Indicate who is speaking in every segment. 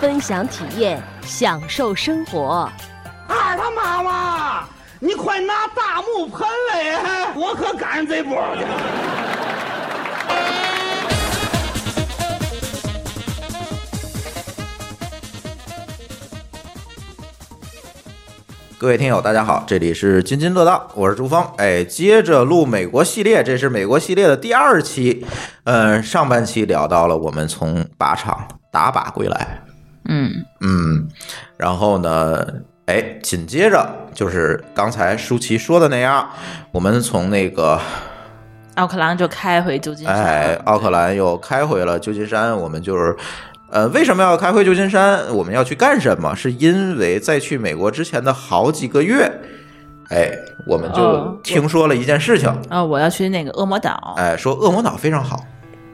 Speaker 1: 分享体验，享受生活。
Speaker 2: 二他妈妈，你快拿大木盆来，我可赶上这波去。
Speaker 3: 各位听友，大家好，这里是津津乐道，我是朱峰。哎，接着录美国系列，这是美国系列的第二期。呃，上半期聊到了我们从靶场打靶归来，
Speaker 4: 嗯，
Speaker 3: 嗯，然后呢，哎，紧接着就是刚才舒淇说的那样，我们从那个
Speaker 4: 奥克兰就开回旧金山。
Speaker 3: 哎奥克兰又开回了旧金山，我们就是。呃，为什么要开回旧金山？我们要去干什么？是因为在去美国之前的好几个月，哎，我们就
Speaker 4: 哦
Speaker 3: 听说了一件事情，
Speaker 4: 啊，我要去那个恶魔岛。
Speaker 3: 哎，说恶魔岛非常好，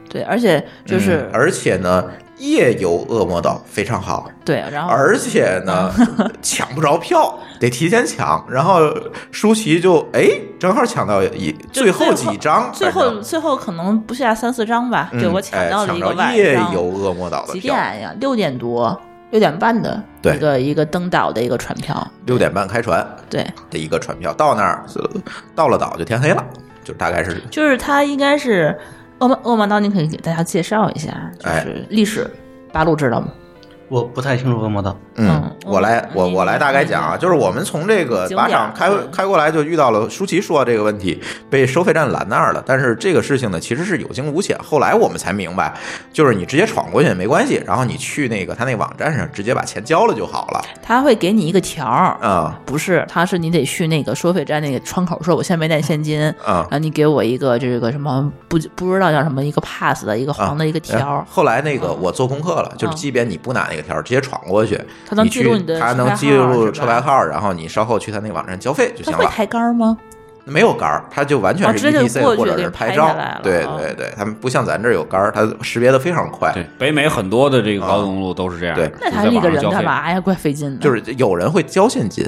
Speaker 4: 对，而且就是
Speaker 3: 嗯、而且呢，夜游恶魔岛非常好，
Speaker 4: 对，然后
Speaker 3: 而且 呢，抢不着票，得提前抢。然后舒淇就哎，正好抢到一
Speaker 4: 就
Speaker 3: 最后几张，
Speaker 4: 最
Speaker 3: 反
Speaker 4: 后
Speaker 3: 正
Speaker 4: 最后可能不下三四张吧。对
Speaker 3: 嗯
Speaker 4: 我
Speaker 3: 哎
Speaker 4: 抢到了一个
Speaker 3: 抢到
Speaker 4: 晚
Speaker 3: 夜
Speaker 4: 上
Speaker 3: 游恶魔岛的
Speaker 4: 几
Speaker 3: 票
Speaker 4: 点，呀？六点多，六点半的
Speaker 3: 对
Speaker 4: 一个一个登岛的一个船票。
Speaker 3: 六点半开船
Speaker 4: 对，
Speaker 3: 的一个船票，到那儿到了岛就天黑了，就大概是
Speaker 4: 就是它应该是恶魔恶魔岛，你可以给大家介绍一下，就
Speaker 3: 哎
Speaker 4: 是历史。八路知道吗？
Speaker 5: 我不太清楚恶魔岛，
Speaker 3: 嗯
Speaker 4: 嗯，
Speaker 3: 我来，我
Speaker 4: 你
Speaker 3: 我来大概讲啊，就是我们从这个
Speaker 4: 景点
Speaker 3: 靶场开
Speaker 4: 嗯
Speaker 3: 开过来，就遇到了舒淇说这个问题，被收费站拦那儿了。但是这个事情呢，其实是有惊无险。后来我们才明白，就是你直接闯过去也没关系，然后你去那个他那网站上直接把钱交了就好了。
Speaker 4: 他会给你一个条儿，
Speaker 3: 啊、
Speaker 4: 不是，他是你得去那个收费站那个窗口说，我现在没带现金，
Speaker 3: 啊
Speaker 4: 然后你给我一个这个什么不不知道叫什么一个 pass 的一个黄的一个条
Speaker 3: 哎
Speaker 4: 儿，
Speaker 3: 后来那个我做功课了，就是
Speaker 4: 嗯
Speaker 3: 即便你不拿那个条儿，直接闯过去，
Speaker 4: 它能记录
Speaker 3: 去
Speaker 4: 你的
Speaker 3: 它
Speaker 4: 车
Speaker 3: 能
Speaker 4: 牌
Speaker 3: 记
Speaker 4: 号
Speaker 3: 录
Speaker 4: 是
Speaker 3: 车
Speaker 4: 吧
Speaker 3: 牌号，然后你稍后去他那网站交费就
Speaker 4: 他
Speaker 3: 行
Speaker 4: 会
Speaker 3: 了。
Speaker 4: 抬杆儿吗？
Speaker 3: 没有杆儿，它就完
Speaker 4: 哦
Speaker 3: 全是
Speaker 4: 直接就
Speaker 3: ETC
Speaker 4: 过去
Speaker 3: 或者
Speaker 4: 给
Speaker 3: 是
Speaker 4: 拍
Speaker 3: 照
Speaker 4: 下来了。
Speaker 3: 对
Speaker 4: 哦
Speaker 3: 对对，他们不像咱这儿有杆儿，它识别的非常快。啊
Speaker 6: 对，北美很多的这个高速公路都是这样。
Speaker 3: 对
Speaker 4: 那他那个人干？嘛呀？怪费劲的，嗯
Speaker 3: 就是有人会交现金，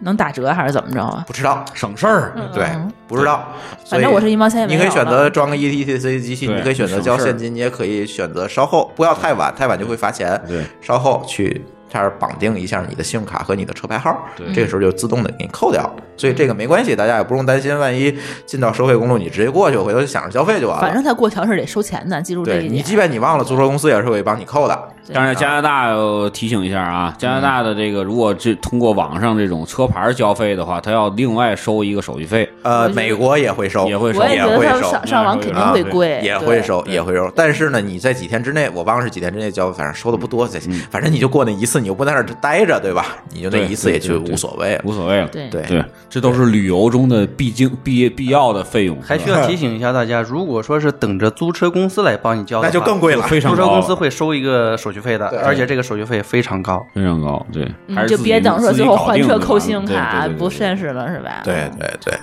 Speaker 4: 能打折还是怎么着啊？
Speaker 3: 不知道，
Speaker 6: 省事儿，
Speaker 3: 对，不知道。所
Speaker 4: 嗯反
Speaker 3: 以
Speaker 4: 正我是一毛钱也没
Speaker 3: 你可以
Speaker 4: 有
Speaker 3: 选
Speaker 4: 了
Speaker 3: 择装个 E ETC 机器，
Speaker 6: 对
Speaker 3: 你可以选择交现金，你也可以选择稍后，不要太晚，太晚就会罚钱。
Speaker 6: 对，
Speaker 3: 稍后去这儿绑定一下你的信用卡和你的车牌号，
Speaker 6: 对
Speaker 4: 嗯
Speaker 3: 这个时候就自动的给你扣掉了。所以这个没关系，大家也不用担心，万一进到收费公路，你直接过去，回头就想着交费就完了。
Speaker 4: 反正他过桥是得收钱的，记住这
Speaker 3: 对
Speaker 4: 一
Speaker 3: 你，
Speaker 4: 点。
Speaker 3: 即便你忘了，租车公司也是会帮你扣的。
Speaker 6: 但是加拿大呃提醒一下啊，加拿大的这个如果这通过网上这种车牌交费的话，他要另外收一个手续费，
Speaker 3: 呃，美国也会收，
Speaker 6: 也会收
Speaker 4: 我也觉
Speaker 3: 也
Speaker 4: 得
Speaker 3: 会
Speaker 4: 他们
Speaker 3: 收。
Speaker 4: 上上网肯定
Speaker 3: 啊
Speaker 4: 会
Speaker 6: 对
Speaker 4: 贵，
Speaker 3: 也
Speaker 4: 对
Speaker 3: 会。收，也会收，但是呢，你在几天之内，我忘了是几天之内交，反正收的不多，反正你就过那一次，你又不在那儿待着，对吧？你就那
Speaker 6: 对
Speaker 3: 一次也
Speaker 6: 对
Speaker 3: 就
Speaker 6: 对对
Speaker 3: 无所谓了。
Speaker 6: 无所谓了。
Speaker 4: 对
Speaker 3: 对
Speaker 6: 对，这都是旅游中的必经必必要的费用，
Speaker 5: 还需要提醒一下大家，如果说是等着租车公司来帮你交
Speaker 3: 那
Speaker 5: 的话，
Speaker 3: 就更贵了。
Speaker 6: 非
Speaker 5: 租
Speaker 6: 常
Speaker 5: 车
Speaker 6: 高
Speaker 5: 公司会收一个手续费的
Speaker 3: 对，
Speaker 5: 而且这个手续费非常高。
Speaker 6: 非常高，对，
Speaker 4: 嗯
Speaker 6: 还是
Speaker 4: 就
Speaker 6: 自己
Speaker 4: 别等说
Speaker 6: 自
Speaker 4: 最
Speaker 6: 己
Speaker 4: 后
Speaker 6: 搞
Speaker 4: 换
Speaker 6: 定
Speaker 4: 车
Speaker 6: 就
Speaker 4: 扣
Speaker 6: 完
Speaker 4: 信用
Speaker 6: 了对
Speaker 4: 卡，
Speaker 6: 对对对
Speaker 4: 不
Speaker 6: 对
Speaker 4: 现实了是吧？
Speaker 3: 对对对，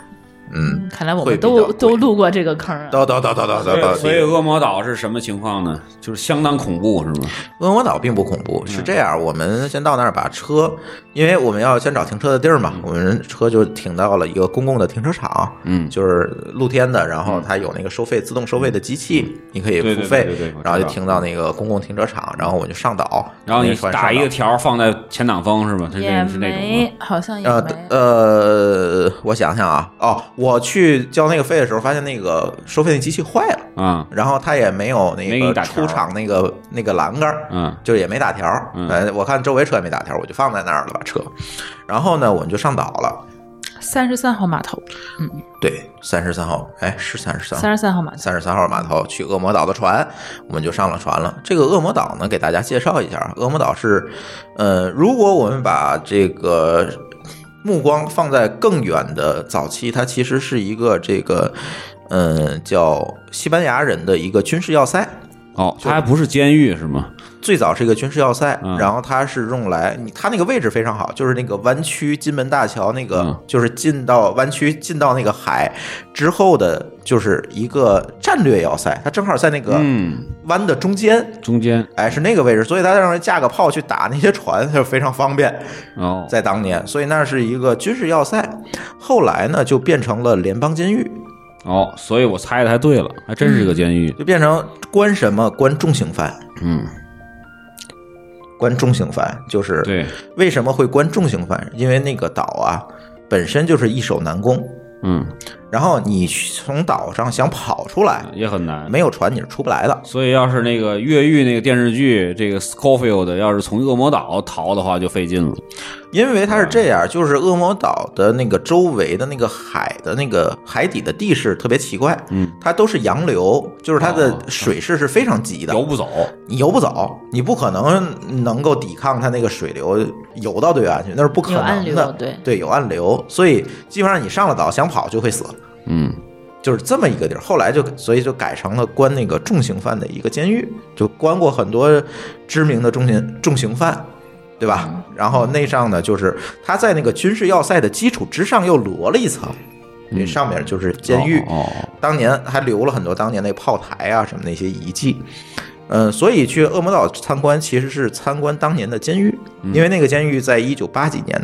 Speaker 3: 嗯，
Speaker 4: 看来我
Speaker 3: 会
Speaker 4: 们
Speaker 3: 比较
Speaker 4: 都
Speaker 3: 贵
Speaker 4: 都路过这个坑啊。
Speaker 3: 叨叨叨叨叨
Speaker 6: 所
Speaker 3: 叨
Speaker 6: 以所以
Speaker 3: 叨。
Speaker 6: 恶魔岛是什么情况呢？就是相当恐怖，是吗？
Speaker 3: 恶魔岛并不恐怖，是这样，我们先到那儿把车，因为我们要先找停车的地儿嘛，我们车就停到了一个公共的停车场，
Speaker 6: 嗯
Speaker 3: 就是露天的，然后它有那个收费自动收费的机器，你可以
Speaker 6: 对对
Speaker 3: 付费
Speaker 6: 嗯对对对我，知
Speaker 3: 然后就
Speaker 6: 道
Speaker 3: 停到那个公共停车场，然后我就上岛，
Speaker 6: 然后
Speaker 3: 那个
Speaker 6: 你
Speaker 3: 船上
Speaker 6: 打一
Speaker 3: 岛
Speaker 6: 个条儿放在前挡风是吧？它
Speaker 4: 也
Speaker 6: 这是那种吗
Speaker 4: 没，好像也
Speaker 3: 呃
Speaker 4: 没。
Speaker 3: 呃，我想想啊，哦，我去交那个费的时候，发现那个收费那机器坏了，
Speaker 6: 啊，
Speaker 3: 然后它也没有
Speaker 6: 没
Speaker 3: 那
Speaker 6: 给你
Speaker 3: 个
Speaker 6: 打条
Speaker 3: 出
Speaker 6: 儿
Speaker 3: 厂那个那个栏杆儿，
Speaker 6: 嗯
Speaker 3: 就是也没打条儿，
Speaker 6: 嗯
Speaker 3: 呃，我看周围车也没打条儿，我就放在那儿了，把车，然后呢，我们就上岛了，呃
Speaker 4: 三十三号码头，
Speaker 3: 对，三十三号，哎，是三十三
Speaker 4: 三十三号码头，
Speaker 3: 三十三号码头去恶魔岛的船，我们就上了船了。这个恶魔岛呢，给大家介绍一下，恶魔岛是，呃，如果我们把这个目光放在更远的早期，它其实是一个这个，呃嗯、叫西班牙人的一个军事要塞。
Speaker 6: 哦，它还不是监狱是吗？
Speaker 3: 最早是一个军事要塞，
Speaker 6: 嗯
Speaker 3: 然后它是用来你它那个位置非常好，就是那个湾区金门大桥那个，
Speaker 6: 嗯
Speaker 3: 就是进到湾区进到那个海之后的，就是一个战略要塞，它正好在那个
Speaker 6: 嗯，
Speaker 3: 湾的中间。
Speaker 6: 中间
Speaker 3: 哎，是那个位置，所以它让人架个炮去打那些船，它就非常方便。
Speaker 6: 哦，
Speaker 3: 在当年，所以那是一个军事要塞。后来呢，就变成了联邦监狱，
Speaker 6: 哦，所以我猜的还对了，还真是个监狱。
Speaker 3: 就变成关什么关重刑犯，
Speaker 6: 嗯，
Speaker 3: 关重刑犯就是
Speaker 6: 对，
Speaker 3: 为什么会关重刑犯？因为那个岛啊本身就是易守难攻，
Speaker 6: 嗯，
Speaker 3: 然后你从岛上想跑出来，
Speaker 6: 也很难。
Speaker 3: 没有船你是出不来的。
Speaker 6: 所以要是那个越狱那个电视剧，这个 Scofield 要是从恶魔岛逃的话，就费劲了。
Speaker 3: 因为它是这样，就是恶魔岛的那个周围的那个海的那个海底的地势特别奇怪，
Speaker 6: 嗯，
Speaker 3: 它都是洋流，就是它
Speaker 6: 哦
Speaker 3: 的水势是非常急的，
Speaker 6: 游不走，
Speaker 3: 你游不走，你不可能能够抵抗它那个水流游到对岸去，那是不可
Speaker 4: 有暗
Speaker 3: 能
Speaker 4: 流
Speaker 3: 的。
Speaker 4: 对，
Speaker 3: 对，有暗流，所以基本上你上了岛想跑就会死，
Speaker 6: 嗯，
Speaker 3: 就是这么一个地儿。后来就所以就改成了关那个重刑犯的一个监狱，就关过很多知名的重刑重刑犯，对
Speaker 6: 嗯
Speaker 3: 吧？然后内上呢，就是他在那个军事要塞的基础之上又摞了一层，这上面就是监狱。
Speaker 6: 嗯哦哦哦
Speaker 3: 当年还留了很多当年那炮台啊什么那些遗迹。嗯，所以去恶魔岛参观其实是参观当年的监狱，
Speaker 6: 嗯
Speaker 3: 因为那个监狱在一九八几年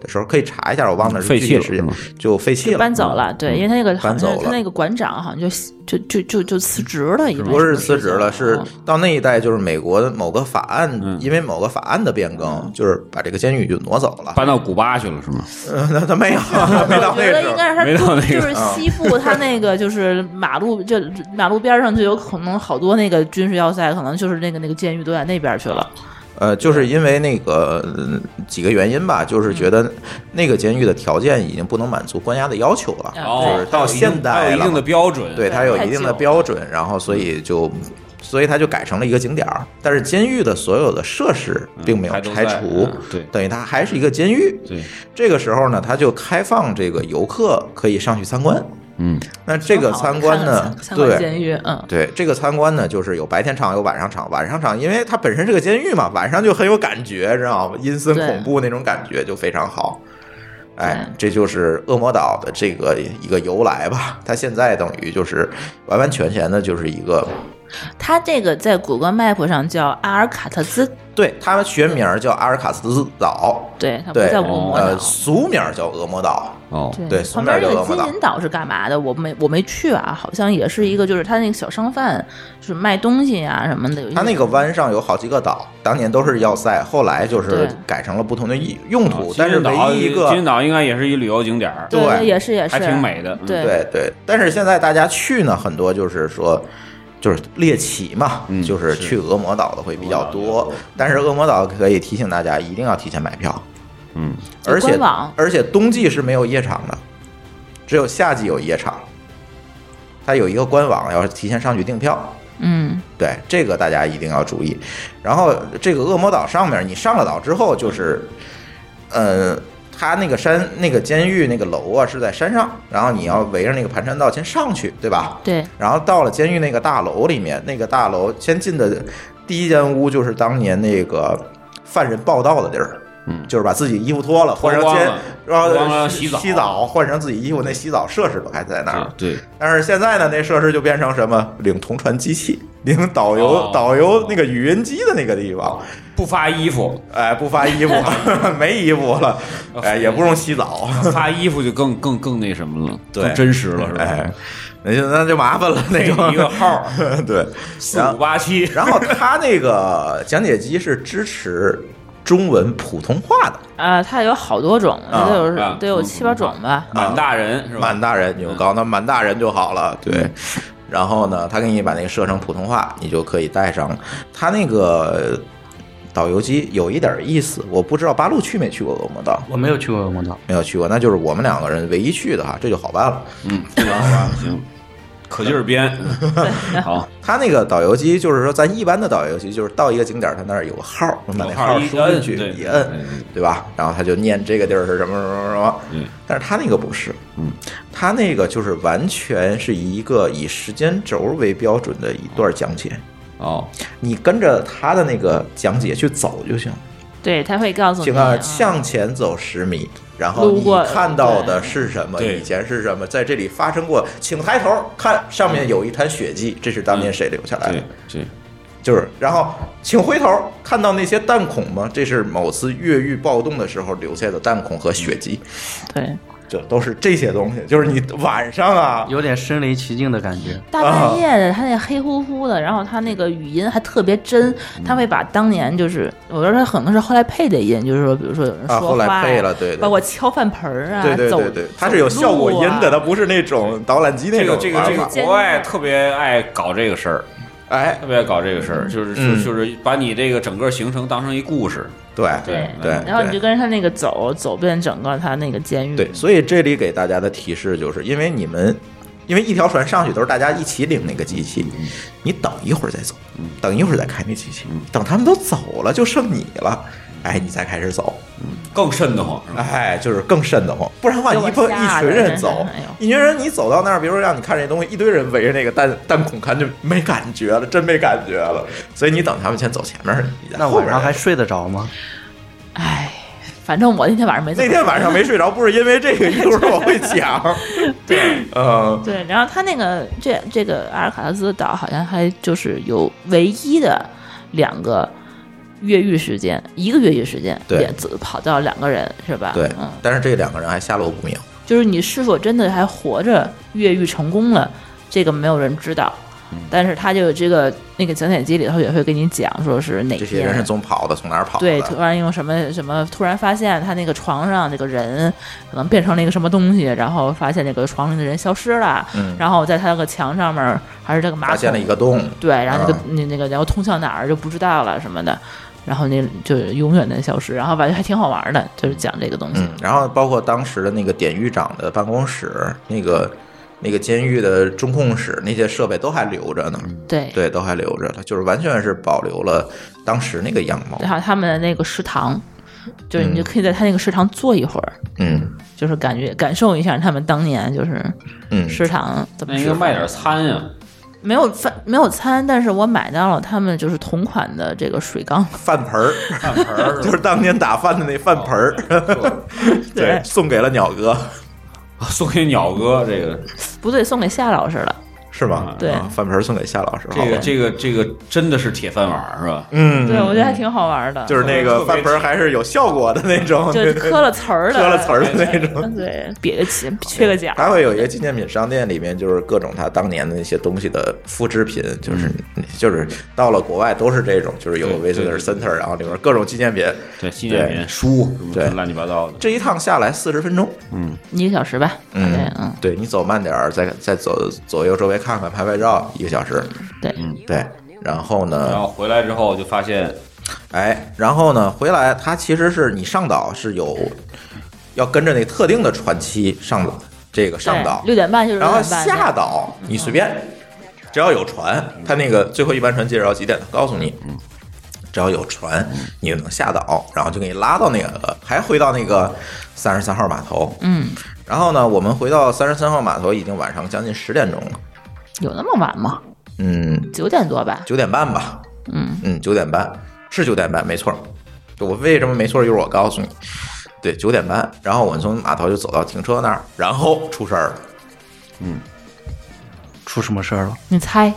Speaker 3: 的时候可以查一下，我忘了是
Speaker 6: 废
Speaker 3: 具
Speaker 6: 弃
Speaker 3: 体
Speaker 6: 了
Speaker 3: 时间
Speaker 6: 嗯，
Speaker 3: 就废弃了，
Speaker 4: 搬走了，对，因为他那个
Speaker 3: 嗯
Speaker 4: 好
Speaker 3: 搬
Speaker 4: 像
Speaker 3: 走了
Speaker 4: 是他那个馆长好像就就就就就辞职了，已经
Speaker 3: 不是辞职了，是
Speaker 4: 哦
Speaker 3: 到那一代就是美国的某个法案
Speaker 6: 嗯，
Speaker 3: 因为某个法案的变更，就是把这个监狱就挪走了。
Speaker 6: 搬到古巴去了是吗？
Speaker 3: 呃那 他 没有，没到
Speaker 4: 我
Speaker 3: 那
Speaker 4: 觉
Speaker 3: 个
Speaker 4: 得
Speaker 3: 时
Speaker 4: 应
Speaker 3: 候。
Speaker 4: 该是他
Speaker 6: 没到那
Speaker 4: 就
Speaker 6: 个
Speaker 4: 是西部，他那个就是马路，就马路边上就有可能好多那个军事要塞，可能就是那个那个监狱都在那边去了。
Speaker 3: 呃，就是因为那个嗯几个原因吧，就是觉得那个监狱的条件已经不能满足关押的要求了，
Speaker 4: 哦
Speaker 3: 就是到现
Speaker 6: 还
Speaker 3: 代
Speaker 6: 有一定的
Speaker 3: 了，
Speaker 6: 标准。
Speaker 3: 对它有一定
Speaker 4: 太
Speaker 3: 的
Speaker 4: 久
Speaker 3: 标准，然后所以就。所以它就改成了一个景点儿，但是监狱的所有的设施并没有
Speaker 6: 还都
Speaker 3: 拆
Speaker 6: 在
Speaker 3: 除，
Speaker 6: 嗯对
Speaker 3: 等于它还是一个监狱。
Speaker 6: 对，
Speaker 3: 这个时候呢，它就开放这个游客可以上去参观。
Speaker 6: 嗯，
Speaker 3: 那这个参观呢
Speaker 4: 看看，参观
Speaker 3: 对
Speaker 4: 监狱，嗯，
Speaker 3: 对，这个参观呢，就是有白天场有晚上场，晚上场因为它本身是个监狱嘛，晚上就很有感觉，知道吗？阴森
Speaker 4: 对
Speaker 3: 恐怖那种感觉就非常好。哎，这就是恶魔岛的这个一个由来吧。它现在等于就是完完全全的就是一个，
Speaker 4: 他这个在谷歌 Map 上叫阿尔卡特兹，
Speaker 3: 对，它学名叫阿尔卡斯岛，
Speaker 4: 对，它不
Speaker 3: 对，
Speaker 4: 叫恶魔岛
Speaker 3: 呃，。俗名叫恶魔岛，
Speaker 6: 哦，
Speaker 3: 对
Speaker 4: 旁
Speaker 3: 旁
Speaker 4: 边这
Speaker 3: 边有
Speaker 4: 个
Speaker 3: 恶魔
Speaker 4: 金
Speaker 3: 岛
Speaker 4: 银岛是干嘛的？我没我没去啊，好像也是一个，就是他那个小商贩，就是卖东西啊什么的。有一
Speaker 3: 它那个湾上有好几个岛，当年都是要塞，后来就是
Speaker 4: 对
Speaker 3: 改成了不同的用途，
Speaker 6: 哦金
Speaker 3: 但是
Speaker 6: 银岛
Speaker 3: 唯一一个
Speaker 6: 金银岛应该也是一旅游景点儿，
Speaker 4: 对
Speaker 3: 对
Speaker 4: 对，也是也是，
Speaker 6: 还挺美的。嗯
Speaker 4: 对
Speaker 3: 对对，但是现在大家去呢，很多就是说。就是猎奇嘛，
Speaker 6: 嗯
Speaker 3: 就是去恶魔岛的会比较多，但是恶魔岛可以提醒大家一定要提前买票，
Speaker 6: 嗯，
Speaker 4: 就
Speaker 3: 而且
Speaker 4: 官网
Speaker 3: 而且冬季是没有夜场的，只有夏季有夜场。它有一个官网，要是提前上去订票，
Speaker 4: 嗯，
Speaker 3: 对这个大家一定要注意。然后这个恶魔岛上面，你上了岛之后就是，呃，它那个山、那个监狱、那个楼啊是在山上，然后你要围着那个盘山道先上去，对吧？
Speaker 4: 对，
Speaker 3: 然后到了监狱那个大楼里面，那个大楼先进的第一间屋就是当年那个犯人报道的地儿。
Speaker 6: 嗯
Speaker 3: 就是把自己衣服脱了，换成
Speaker 6: 脱光
Speaker 3: 监
Speaker 6: 了，
Speaker 3: 然
Speaker 6: 脱光
Speaker 3: 后
Speaker 6: 了
Speaker 3: 洗
Speaker 6: 洗澡
Speaker 3: 澡，换成自己衣服，那洗澡设施都还在那儿。
Speaker 6: 啊对，
Speaker 3: 但是现在呢，那设施就变成什么领同传机器、领导游、
Speaker 6: 哦
Speaker 3: 导游那个语音机的那个地方，
Speaker 6: 不发衣服，
Speaker 3: 哎，不发衣服，没衣服了，哎，也不用洗澡，
Speaker 6: 发衣服就更更更那什么了，
Speaker 3: 对
Speaker 6: 更真实了，是
Speaker 3: 哎
Speaker 6: 吧？，
Speaker 3: 那就那就麻烦了，那
Speaker 6: 配
Speaker 3: 就
Speaker 6: 一个号
Speaker 3: 对，
Speaker 6: 四
Speaker 3: 然
Speaker 6: 五
Speaker 3: 后
Speaker 6: 八七，
Speaker 3: 然后它那个讲解机是支持中文普通话的。
Speaker 4: 啊，它有好多种，
Speaker 3: 啊
Speaker 4: 得有
Speaker 6: 啊
Speaker 4: 得有七八种吧。
Speaker 6: 满大人是吧？嗯
Speaker 3: 满大人，你就告诉他满大人就好了，对。然后呢，他给你把那个设成普通话，你就可以带上了。他那个导游机有一点意思，我不知道八路去没去过恶魔岛，
Speaker 5: 我没有去过恶魔岛，
Speaker 3: 没有去过，那就是我们两个人唯一去的哈，这就好办了。
Speaker 6: 嗯，这个好吧，行，可劲 儿编，好，
Speaker 3: 他那个导游机就是说，咱一般的导游机就是到一个景点，他那儿有个号，我们把那
Speaker 6: 有号一
Speaker 3: 输进
Speaker 6: 摁
Speaker 3: 去
Speaker 6: 对
Speaker 3: 一摁
Speaker 6: 对对，
Speaker 3: 对吧？然后他就念这个地儿是什么什么什么。
Speaker 6: 嗯，
Speaker 3: 但是他那个不是，
Speaker 6: 嗯，
Speaker 3: 他那个就是完全是一个以时间轴为标准的一段讲解。
Speaker 6: 哦，
Speaker 3: 你跟着他的那个讲解去走就行。
Speaker 4: 对，他会告诉你
Speaker 3: 请
Speaker 4: 啊
Speaker 3: 看，向前走十米，然后
Speaker 4: 路
Speaker 3: 你
Speaker 4: 过
Speaker 3: 看到的是什么？
Speaker 6: 对
Speaker 3: 以前是什么？在这里发生过，请抬头看，上面有一滩血迹，这是当年谁留下来的？
Speaker 6: 嗯对对，
Speaker 3: 就是，然后请回头看到那些弹孔吗？这是某次越狱暴动的时候留下的弹孔和血迹，
Speaker 4: 对，
Speaker 3: 这都是这些东西。就是你晚上啊，
Speaker 5: 有点身临其境的感觉。
Speaker 4: 大半夜的，他那黑乎乎的，然后他那个语音还特别真，
Speaker 3: 嗯
Speaker 4: 他会把当年就是，我觉得他可能是后来配的音，就是说，比如说有人
Speaker 3: 啊
Speaker 4: 说话、
Speaker 3: 后来配了对对
Speaker 4: 包括敲饭盆儿啊，
Speaker 3: 对对
Speaker 4: 走啊
Speaker 3: 对对，它是有效果音的，它不是那种导览机那
Speaker 6: 这个
Speaker 3: 种
Speaker 6: 啊
Speaker 3: 玩
Speaker 6: 这个这个
Speaker 3: 法。
Speaker 4: 真的
Speaker 6: 国外特别爱搞这个事儿，
Speaker 3: 哎，
Speaker 6: 特别爱搞这个事儿，就是
Speaker 3: 嗯
Speaker 6: 就就是把你这个整个行程当成一故事，
Speaker 3: 对
Speaker 4: 对
Speaker 3: 对
Speaker 4: 然后你就跟着他那个走，走遍整个他那个监狱。
Speaker 3: 对，所以这里给大家的提示就是，因为你们，因为一条船上去都是大家一起领那个机器，你等一会儿再走，等一会儿再开那机器，等他们都走了，就剩你了。哎，你再开始走，
Speaker 6: 更瘆得慌，是吧？
Speaker 3: 哎，就是更瘆得慌。不然的话，
Speaker 4: 给
Speaker 3: 你
Speaker 4: 我
Speaker 3: 一波
Speaker 4: 吓
Speaker 3: 一
Speaker 4: 得
Speaker 3: 群人
Speaker 4: 真是
Speaker 3: 走
Speaker 4: 哎呦，
Speaker 3: 一群人你走到那儿，比如说让你看这东西，一堆人围着那个弹弹孔看，就没感觉了，真没感觉了。所以你等他们先走前面，你在
Speaker 5: 那
Speaker 3: 后
Speaker 5: 晚
Speaker 3: 边
Speaker 5: 上还睡得着吗？
Speaker 4: 哎，反正我那天晚上没怎
Speaker 3: 那
Speaker 4: 么
Speaker 3: 天晚上没睡着，不是因为这个，一会儿我会 讲。对，嗯，
Speaker 4: 对，然后他那个这这个阿尔卡拉斯岛好像还就是有唯一的两个越狱时间，一个越狱时间，
Speaker 3: 对
Speaker 4: 也只跑到两个人是吧？
Speaker 3: 对
Speaker 4: 嗯，，
Speaker 3: 但是这两个人还下落不明。
Speaker 4: 就是你是否真的还活着越狱成功了，这个没有人知道。
Speaker 3: 嗯
Speaker 4: 但是他就有这个那个讲解机里头也会跟你讲，说是哪
Speaker 3: 这些人
Speaker 4: 天
Speaker 3: 是从跑的，从哪儿跑的？
Speaker 4: 哎对，突然用什么什么，突然发现他那个床上这个人可能变成了一个什么东西，然后发现那个床上的人消失了，
Speaker 3: 嗯
Speaker 4: 然后在他那个墙上面儿还是这个马桶，
Speaker 3: 发现了一个洞。
Speaker 4: 对，然后那个、
Speaker 3: 啊
Speaker 4: 那那个然后通向哪儿就不知道了什么的，然后那就永远的消失，然后反正还挺好玩的，就是讲这个东西，
Speaker 3: 嗯，然后包括当时的那个典狱长的办公室，那个那个监狱的中控室，那些设备都还留着呢。
Speaker 5: 嗯
Speaker 4: 对。
Speaker 3: 对，都还留着了，就是完全是保留了当时那个样貌。
Speaker 4: 然后他们的那个食堂，就是你就
Speaker 3: 嗯
Speaker 4: 可以在他那个食堂坐一会儿，
Speaker 3: 嗯
Speaker 4: 就是感觉感受一下他们当年就是
Speaker 3: 嗯，
Speaker 4: 食堂怎么
Speaker 6: 那应
Speaker 4: 吃
Speaker 6: 该
Speaker 4: 法
Speaker 6: 卖点餐呀，
Speaker 4: 没有饭没有餐，但是我买到了他们就是同款的这个水缸，
Speaker 3: 饭盆 儿，饭盆儿就是当年打饭的那饭盆儿，
Speaker 6: 哦
Speaker 3: 对，送给了鸟哥，
Speaker 6: 送给鸟哥这个
Speaker 4: 不对，送给夏老师了。
Speaker 3: 是吗？
Speaker 4: 对
Speaker 3: 啊饭盆儿送给夏老师。
Speaker 6: 嗯这个
Speaker 3: 好吧
Speaker 6: 这个这个真的是铁饭碗儿是吧？
Speaker 3: 嗯，
Speaker 4: 对，我觉得还挺好玩的，
Speaker 3: 就是那个饭盆儿还是有效果的那种，
Speaker 4: 就是磕了词儿的，
Speaker 3: 磕了词儿的那种。
Speaker 4: 对，瘪个起，缺个角。
Speaker 3: 它会有一个纪念品商店，里面就是各种他当年的那些东西的复制品，就是
Speaker 4: 嗯
Speaker 3: 就是到了国外都是这种，就是有个
Speaker 6: 对
Speaker 3: visitor
Speaker 6: 对
Speaker 3: center，然后里面各种纪念品。
Speaker 6: 对，纪念品、书什么
Speaker 3: 对
Speaker 6: 乱七八糟的。
Speaker 3: 这一趟下来四十分钟，
Speaker 4: 一个小时吧，
Speaker 3: 嗯
Speaker 4: 对，嗯，
Speaker 3: 对你走慢点儿，再再走左右周围看看，拍拍照，一个小时，
Speaker 4: 对，
Speaker 3: 对。然后
Speaker 6: 然
Speaker 3: 呢，
Speaker 6: 后回来之后就发现，
Speaker 3: 哎，然后呢，回来它其实是你上岛是有要跟着那特定的船期上这个上岛，
Speaker 4: 六点半就是六
Speaker 3: 然后
Speaker 4: 点半，
Speaker 3: 下岛你随便，只要有船，他那个最后一班船介绍几点，他告诉你。只要有船，你就能下岛，然后就给你拉到那个，还回到那个三十三号码头。
Speaker 4: 嗯，
Speaker 3: 然后呢，我们回到三十三号码头已经晚上将近十点钟了，
Speaker 4: 有那么晚吗？
Speaker 3: 嗯，
Speaker 4: 九点多吧，
Speaker 3: 九点半吧，
Speaker 4: 嗯，
Speaker 3: 嗯，九点半是九点半，没错。就我为什么没错，一会儿我告诉你。对，九点半，然后我们从码头就走到停车那儿，然后出事儿了。
Speaker 5: 出什么事儿了？
Speaker 4: 你猜，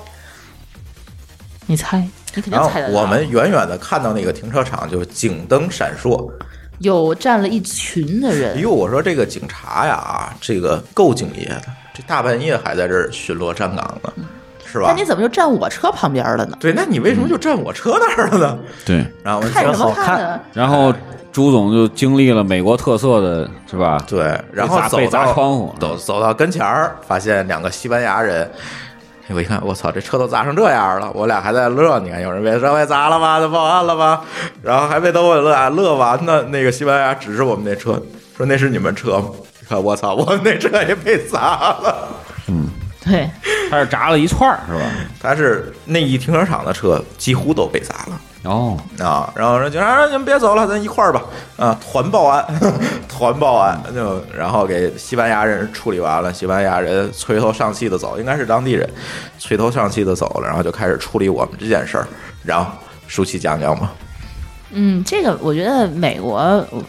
Speaker 4: 你猜，你肯定
Speaker 3: 然后
Speaker 4: 猜得到。
Speaker 3: 我们远远的看到那个停车场就是警灯闪烁，
Speaker 4: 有站了一群的
Speaker 3: 哎
Speaker 4: 人，
Speaker 3: 呦，我说这个警察呀，啊这个够敬业的，这大半夜还在这儿巡逻站岗呢，是吧
Speaker 4: 嗯那你？怎么就站我车旁边了呢？
Speaker 3: 对，那你为什么就站我车那儿了呢？
Speaker 6: 对，
Speaker 3: 然后我就
Speaker 4: 看什么
Speaker 5: 好
Speaker 4: 看啊
Speaker 5: 看
Speaker 4: 呢？
Speaker 6: 然后朱总就经历了美国特色的，是吧？
Speaker 3: 对，然后
Speaker 6: 被砸
Speaker 3: 走
Speaker 6: 被砸
Speaker 3: 到
Speaker 6: 窗户
Speaker 3: 走走到跟前儿，发现两个西班牙人。哎我一看，我操，这车都砸成这样了，我俩还在乐。你看，有人被车被砸了吧？就报案了吧？然后还没等我乐啊乐完呢，那个西班牙指着我们那车说：“那是你们车吗？”看，我操，我们那车也被砸了。
Speaker 4: 对，
Speaker 6: 他是炸了一串儿，是吧？
Speaker 3: 他是那一停车场的车几乎都被砸了，
Speaker 6: 哦，
Speaker 3: 啊，然后说警察啊你们别走了，咱一块儿吧，啊，团报案， 团报案，就然后给西班牙人处理完了，西班牙人垂头丧气的走，应该是当地人，垂头丧气的走了，然后就开始处理我们这件事儿，然后舒淇讲讲吧，
Speaker 4: 嗯，这个我觉得美国，我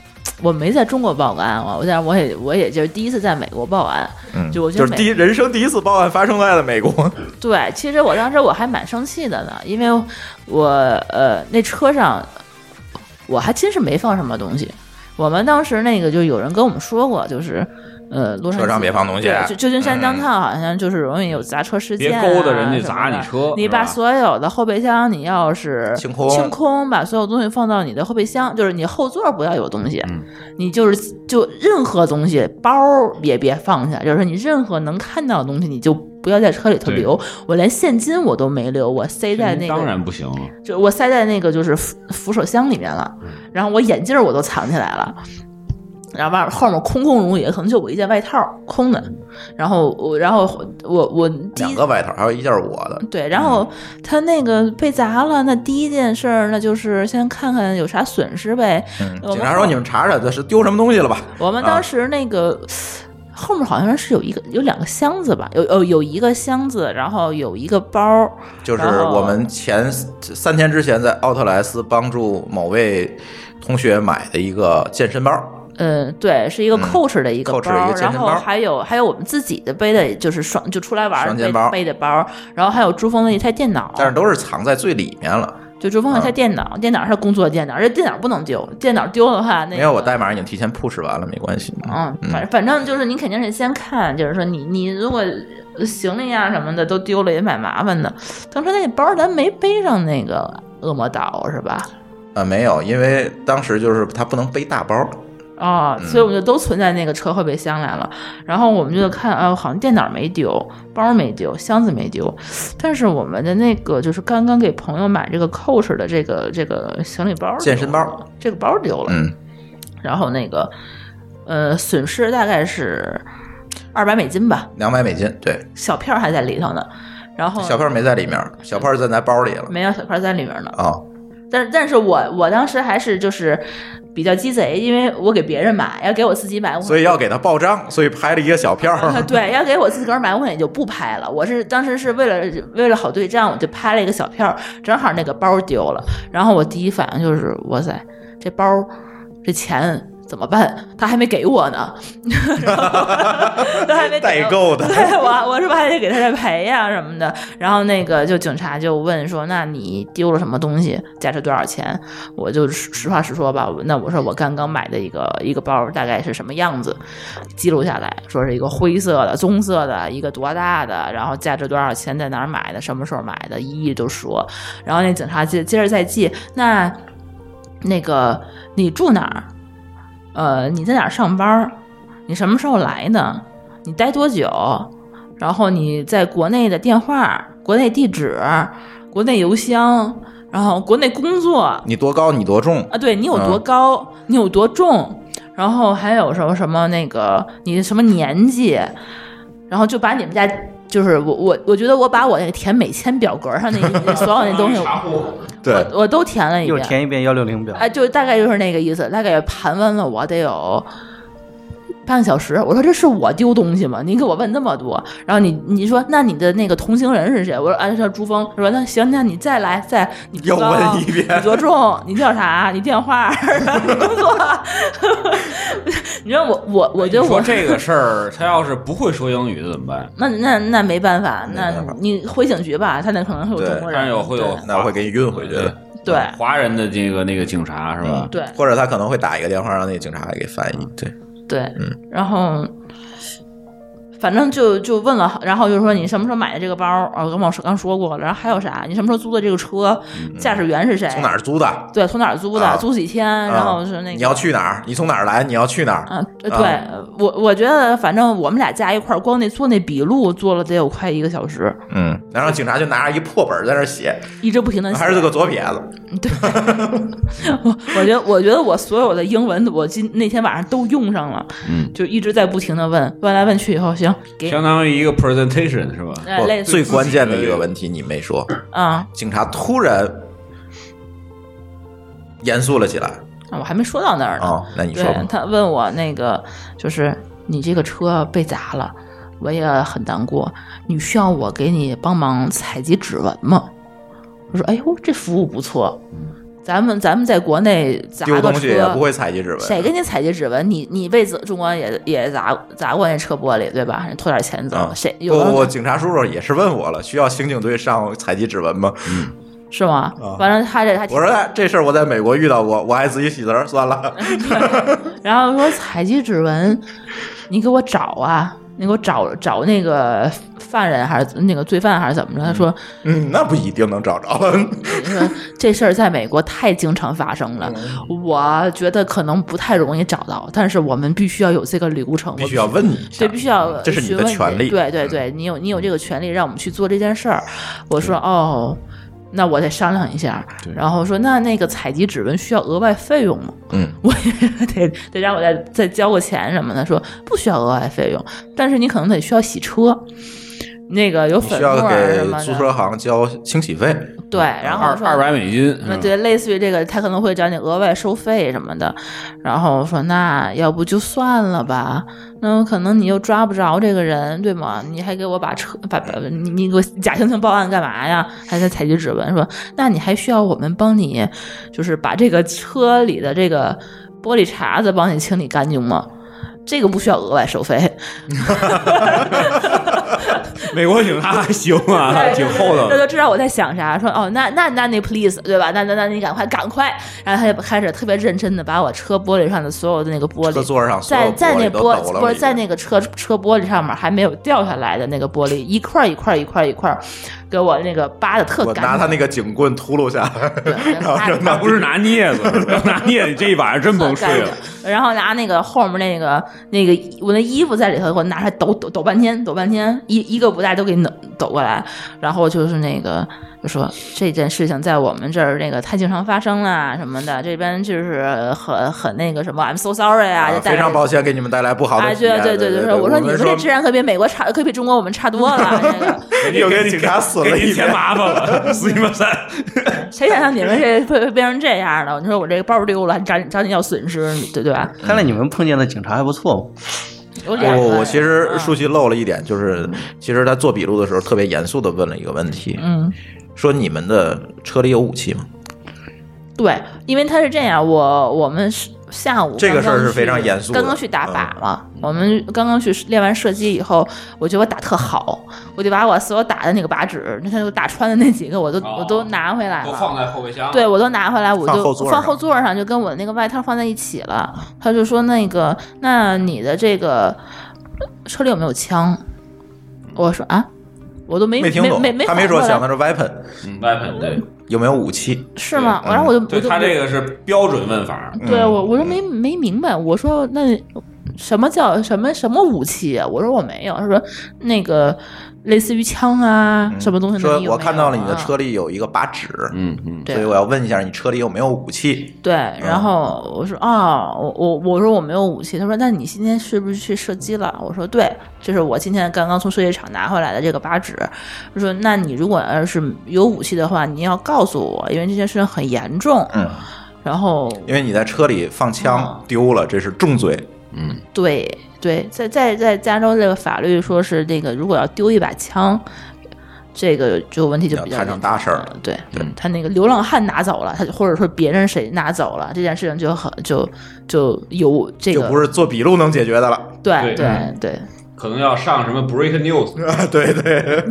Speaker 4: 我没在中国报过案啊，我但我也我也就是第一次在美国报案，
Speaker 3: 嗯，
Speaker 4: 就我觉
Speaker 3: 就
Speaker 4: 得
Speaker 3: 是
Speaker 4: 美
Speaker 3: 第一人生第一次报案发生在了美国，
Speaker 4: 对，其实我当时我还蛮生气的呢，因为我呃那车上我还真是没放什么东西。我们当时那个就有人跟我们说过，就是呃，洛杉矶
Speaker 3: 车上别放东西
Speaker 4: 对旧旧金山
Speaker 3: 嗯
Speaker 4: 当趟好像就是容易有砸车事
Speaker 6: 别
Speaker 4: 件、啊，
Speaker 6: 勾搭人家
Speaker 4: 什么
Speaker 6: 砸
Speaker 4: 的
Speaker 6: 你车
Speaker 4: 你
Speaker 6: 是
Speaker 4: 把
Speaker 6: 吧
Speaker 4: 所有的后备箱，你要是
Speaker 3: 清空
Speaker 4: 清空，把所有东西放到你的后备箱，就是你后座不要有东西，
Speaker 6: 嗯
Speaker 4: 你就是就任何东西，包儿也别放下，就是你任何能看到的东西，你就不要在车里头
Speaker 6: 对
Speaker 4: 留。我连现金我都没留，我塞在那个，
Speaker 6: 当然 不行了，
Speaker 4: 就我塞在那个就是扶扶手箱里面了，
Speaker 6: 嗯
Speaker 4: 然后我眼镜儿我都藏起来了。然后外面后面空空如也，可能就我一件外套空的。
Speaker 6: 嗯
Speaker 4: 然后我，然后我我第
Speaker 3: 两
Speaker 4: 一
Speaker 3: 个外套，还有一件是我的，
Speaker 4: 对，然后
Speaker 3: 嗯
Speaker 4: 他那个被砸了，那第一件事儿那就是先看看有啥损失呗。
Speaker 3: 嗯，
Speaker 4: 我
Speaker 3: 警察说
Speaker 4: 后
Speaker 3: 你们查查这是丢什么东西了吧，
Speaker 4: 我们
Speaker 3: 啊
Speaker 4: 当时那个、后面好像是有一个有两个箱子吧，有哦有有一个箱子，然后有一个包儿，
Speaker 3: 就是
Speaker 4: 然后
Speaker 3: 我们前三天之前在奥特莱斯帮助某位同学买的一个健身包，
Speaker 4: 嗯，对，是一个
Speaker 3: 嗯
Speaker 4: Coach 的一个包，
Speaker 3: Coach 的一个健
Speaker 4: 然
Speaker 3: 身
Speaker 4: 后
Speaker 3: 包
Speaker 4: 还有还有我们自己的背的，就是双就出来玩儿
Speaker 3: 双
Speaker 4: 背
Speaker 3: 肩包
Speaker 4: 背的包，然后还有珠峰的一台电脑，
Speaker 3: 但是都嗯是藏在最里面了。
Speaker 4: 就珠峰的一台电脑，电脑是工作电脑，而且电脑不能丢，电脑丢的话，那
Speaker 3: 因为我
Speaker 4: 个
Speaker 3: 代码已经提前 push 完了，没关系。
Speaker 4: 嗯，反反正就是你肯定是先看，就是说你你如果行李啊什么的都丢了也蛮麻烦的。当时那包咱没背上那个恶魔岛是吧？
Speaker 3: 呃，没有，因为当时就是他不能背大包，
Speaker 4: 哦，
Speaker 3: 嗯
Speaker 4: 所以我们就都存在那个车后备箱来了。然后我们就看，啊，好像电脑没丢，包没丢，箱子没丢，但是我们的那个就是刚刚给朋友买这个 Coach 的这个这个行李包丢了，
Speaker 3: 健身包
Speaker 4: 这个包丢了。
Speaker 3: 嗯，
Speaker 4: 然后那个呃，损失大概是二百美金吧。
Speaker 3: 两百美金，对，
Speaker 4: 小票还在里头呢，然后
Speaker 3: 小票没在里面，小票在咱包里了
Speaker 4: 哦没有小票在里面呢。
Speaker 3: 啊。
Speaker 4: 但是但是我我当时还是就是比较鸡贼，因为我给别人买，要给我自己买，我
Speaker 3: 所以要给他报账，所以拍了一个小票。
Speaker 4: 对，要给我自个儿买，我也就不拍了。我是当时是为了为了好对账，我就拍了一个小票，正好那个包丢了。然后我第一反应就是，哇塞，这包这钱怎么办？他还没给我呢， 然后他还没给我
Speaker 3: 代购的
Speaker 4: 对我我是不是还得给他再赔呀、什么的？然后那个就警察就问说，那你丢了什么东西？价值多少钱？我就实实话实说吧，我那我说我刚刚买的一个一个包大概是什么样子，记录下来，说是一个灰色的、棕色的，一个多大的，然后价值多少钱，在哪儿买的，什么时候买的，一一都说。然后那警察接接着再记，那那个你住哪儿？呃，你在哪儿上班儿？你什么时候来的？你待多久？然后你在国内的电话、国内地址、国内邮箱，然后国内工作，
Speaker 3: 你多高，你多重，
Speaker 4: 啊，对你有多
Speaker 3: 嗯
Speaker 4: 高，你有多重，然后还有什么什么那个你什么年纪，然后就把你们家就是我我我觉得我把我那个填每签表格上那 那所有那东西呃
Speaker 3: 对，
Speaker 4: 我我都填了一
Speaker 5: 又
Speaker 4: 遍，
Speaker 5: 填一遍幺六零表，
Speaker 4: 哎，就大概就是那个意思，大概盘问了我得有半个小时。我说这是我丢东西吗？您给我问那么多，然后你你说那你的那个同行人是谁？我说啊，叫朱峰。说那行，那你再来再你多
Speaker 3: 又
Speaker 4: 高
Speaker 3: 问一遍
Speaker 4: 你多重？你叫啥？你电话？你工作？ 你知道我我我觉得
Speaker 6: 你说
Speaker 4: 我
Speaker 6: 这个事儿，他要是不会说英语的怎么办？
Speaker 4: 那那那没办法，那
Speaker 3: 没办法
Speaker 4: 你回警局吧，他那可能会有
Speaker 3: 对
Speaker 4: 中国人，
Speaker 6: 但是有会有
Speaker 3: 那会给你运回去的，嗯
Speaker 4: 对嗯
Speaker 6: 华人的这个那个警察是吧？
Speaker 4: 对对
Speaker 3: 或者他可能会打一个电话让那个警察给翻译。对，
Speaker 4: 对，
Speaker 3: 嗯
Speaker 4: 然后反正就就问了，然后就说你什么时候买的这个包？啊，跟我说刚说过了，然后还有啥？你什么时候租的这个车？驾驶员是谁？
Speaker 3: 嗯从哪儿？租的？
Speaker 4: 对，从哪儿租的？
Speaker 3: 啊
Speaker 4: 租几天？然后哎是那个、
Speaker 3: 你要去哪儿？你从哪儿来？你要去哪儿？
Speaker 4: 啊，对，我我觉得反正我们俩加一块儿，光那做那笔录做了得有快一个小时，
Speaker 3: 嗯，然后警察就拿着一破本儿在那儿写，
Speaker 4: 一直不停的
Speaker 3: 还是个左撇子。
Speaker 4: 对，我 我觉得我觉得我所有的英文我今那天晚上都用上了，
Speaker 6: 嗯，
Speaker 4: 就一直在不停的问，问来问去以后，行，给你
Speaker 6: 相当于一个 presentation 是吧？
Speaker 4: 哎类似
Speaker 3: 最关键的一个问题你没说，
Speaker 4: 啊、
Speaker 3: 警察突然严肃了起来
Speaker 4: 啊，我还没说到那儿呢。
Speaker 3: 啊、那你说吧
Speaker 4: 对，他问我那个，就是你这个车被砸了，我也很难过，你需要我给你帮忙采集指纹吗？我说，哎呦，这服务不错，咱们咱们在国内砸
Speaker 3: 嗯丢
Speaker 4: 个
Speaker 3: 东西也
Speaker 4: 车
Speaker 3: 不会采集指纹，啊
Speaker 4: 谁给你采集指纹？你你被砸中国也也砸砸过那车玻璃对吧？人偷点钱走，
Speaker 3: 啊？
Speaker 4: 谁有
Speaker 3: 不
Speaker 4: 人
Speaker 3: 不不，警察叔叔也是问我了，需要刑警队上采集指纹吗？
Speaker 4: 是吗
Speaker 3: 啊？
Speaker 4: 完了他这还挺
Speaker 3: 我说哎这事儿我在美国遇到过，我还自己洗词儿，算了。
Speaker 4: 然后说采集指纹，你给我找啊，你给我找找那个犯人还是那个罪犯还是怎么着？他说
Speaker 3: 嗯，那不一定能找 着了。
Speaker 4: 你说这事儿在美国太经常发生了，
Speaker 3: 嗯
Speaker 4: 我觉得可能不太容易找到，但是我们必须要有这个流程，
Speaker 3: 必须要问你一下，
Speaker 4: 对，必须要
Speaker 3: 啊这是你
Speaker 4: 询
Speaker 3: 的
Speaker 4: 问
Speaker 3: 权利嗯
Speaker 4: 对对对，你有你有这个权利让我们去做这件事儿。我说哦，那我得商量一下。然后说那那个采集指纹需要额外费用吗？
Speaker 3: 嗯，
Speaker 4: 我也得得让我再再交个钱什么的。说不需要额外费用，但是你可能得需要洗车。那个有
Speaker 3: 你
Speaker 4: 粉
Speaker 3: 需
Speaker 4: 末
Speaker 3: 要
Speaker 4: 儿什
Speaker 3: 给
Speaker 4: 么
Speaker 3: 租车啊行
Speaker 4: 的，
Speaker 3: 交清洗费。
Speaker 4: 对，然后
Speaker 6: 二
Speaker 4: 说
Speaker 6: 二百美金，是吧
Speaker 4: 那对，类似于这个，他可能会找你额外收费什么的。然后我说，那要不就算了吧，那可能你又抓不着这个人，对吗？你还给我把车把把你你给我假惺惺报案干嘛呀？还在采集指纹，说那你还需要我们帮你，就是把这个车里的这个玻璃碴子帮你清理干净吗？这个不需要额外收费，
Speaker 6: 美国警察还行啊，挺厚道
Speaker 4: 那
Speaker 6: 的。
Speaker 4: 就知道我在想啥，说哦，那那那你 please 对吧？那那那你赶快赶快，然后他就开始特别认真的把我车玻璃上的所有的那个玻
Speaker 3: 车
Speaker 4: 璃。
Speaker 3: 座上所有
Speaker 4: 在在那
Speaker 3: 玻璃都
Speaker 4: 玻
Speaker 3: 抖了
Speaker 4: 不
Speaker 3: 我
Speaker 4: 是
Speaker 3: 一
Speaker 4: 在
Speaker 3: 遍，
Speaker 4: 那个车车玻璃上面还没有掉下来的那个玻璃一块儿一块儿一块儿一块儿，给我那个扒的特
Speaker 3: 我
Speaker 4: 干
Speaker 3: 拿他
Speaker 4: 净，
Speaker 3: 那个警棍秃噜下来，
Speaker 4: 对
Speaker 3: 然后就
Speaker 6: 那
Speaker 3: 拿
Speaker 6: 不是拿镊 子，拿镊子这一晚上真
Speaker 4: 特
Speaker 6: 甭
Speaker 4: 干
Speaker 6: 睡了。
Speaker 4: 净。然后拿那个后面那个那个我那衣服在里头，给我拿出来抖抖抖半天，抖半天，一一个不带都给弄抖过来。然后就是那个就说这件事情在我们这儿那个太经常发生了什么的，这边就是很很那个什么，I'm so sorry 啊，就带
Speaker 3: 非常抱歉给你们带来不好的
Speaker 4: 哎，
Speaker 3: 体验。
Speaker 4: 对对
Speaker 3: 对
Speaker 4: 对，就是
Speaker 3: 对，
Speaker 4: 我说你
Speaker 3: 们
Speaker 4: 们这质量可比美国差，可比中国我们差多了。这个
Speaker 3: 又给警察损了
Speaker 6: 给
Speaker 3: 一
Speaker 6: 您
Speaker 3: 遍
Speaker 6: 添。麻烦了，死你们三！
Speaker 4: 谁想象你们这会会变成这样的？你说我这个包丢了，还找你找你要损失，对对吧？
Speaker 5: 看来你们碰见的警察还不错哦嘛。
Speaker 4: 有两
Speaker 3: 哦我
Speaker 4: 个
Speaker 3: 我其实舒
Speaker 4: 嗯
Speaker 3: 淇漏了一点，就是其实他做笔录的时候特别严肃的问了一个问题，
Speaker 4: 嗯。
Speaker 3: 说你们的车里有武器吗？
Speaker 4: 对，因为他是这样，我我们是下午
Speaker 3: 这个
Speaker 4: 刚刚
Speaker 3: 事儿是非
Speaker 4: 去
Speaker 3: 常严肃的嗯
Speaker 4: 刚刚去打靶嘛，我们刚刚去练完射击以后，我觉得我打特好，我就把我所有打的那个靶纸，那他就打穿的那几个，我都、我都
Speaker 6: 哦
Speaker 4: 拿回来了。
Speaker 6: 在后备箱
Speaker 4: 哎对，，我都拿回来，我
Speaker 3: 放
Speaker 4: 就
Speaker 3: 后座
Speaker 4: 放
Speaker 3: 上
Speaker 4: 后座上，就跟我那个外套放在一起了。他就说那个，那你的这个车里有没有枪？我说啊，我都没
Speaker 3: 没听
Speaker 4: 没
Speaker 3: 懂
Speaker 4: 没没，
Speaker 3: 他
Speaker 4: 反
Speaker 3: 没说
Speaker 4: 过来
Speaker 3: 想的是 weapon
Speaker 6: 嗯，weapon 对，
Speaker 3: 有没有武器？
Speaker 4: 是吗？
Speaker 3: 嗯
Speaker 4: 然后我就我
Speaker 6: 对
Speaker 4: 就
Speaker 6: 他
Speaker 4: 我
Speaker 6: 这个是标准问法，
Speaker 4: 对
Speaker 3: 嗯
Speaker 4: 我，我说没没明白，我说那什么叫什么什么武器、啊？我说我没有，他说那个类似于枪啊，什么东
Speaker 3: 嗯
Speaker 4: 西的
Speaker 3: 说
Speaker 4: 你有没有啊？
Speaker 3: 我看到了你的车里有一个靶纸，
Speaker 6: 嗯嗯，
Speaker 4: 对，啊
Speaker 3: 所以我要嗯问一下你车里有没有武器？
Speaker 4: 对，然后我说啊、我我我说我没有武器，他说那你今天是不是去射击了？我说对，这是我今天刚刚从射击场拿回来的这个靶纸。他说那你如果要是有武器的话，你要告诉我，因为这件事情很严重。
Speaker 3: 嗯，
Speaker 4: 然后
Speaker 3: 因为你在车里放枪
Speaker 4: 嗯
Speaker 3: 丢了，这是重罪。
Speaker 4: 对对，在在在加州这个法律说是那个，如果要丢一把枪，这个就问题就比较
Speaker 3: 摊上
Speaker 4: 严
Speaker 3: 大
Speaker 4: 重
Speaker 3: 事儿
Speaker 4: 了
Speaker 3: 了嗯
Speaker 4: 对，他那个流浪汉拿走了，他就或者说别人谁拿走了，这件事情就很就就有这
Speaker 3: 就
Speaker 4: 个
Speaker 3: 不是做笔录能解决的了。
Speaker 4: 对
Speaker 6: 对
Speaker 4: 对对
Speaker 6: 可能要上什么 break news，
Speaker 3: 对对，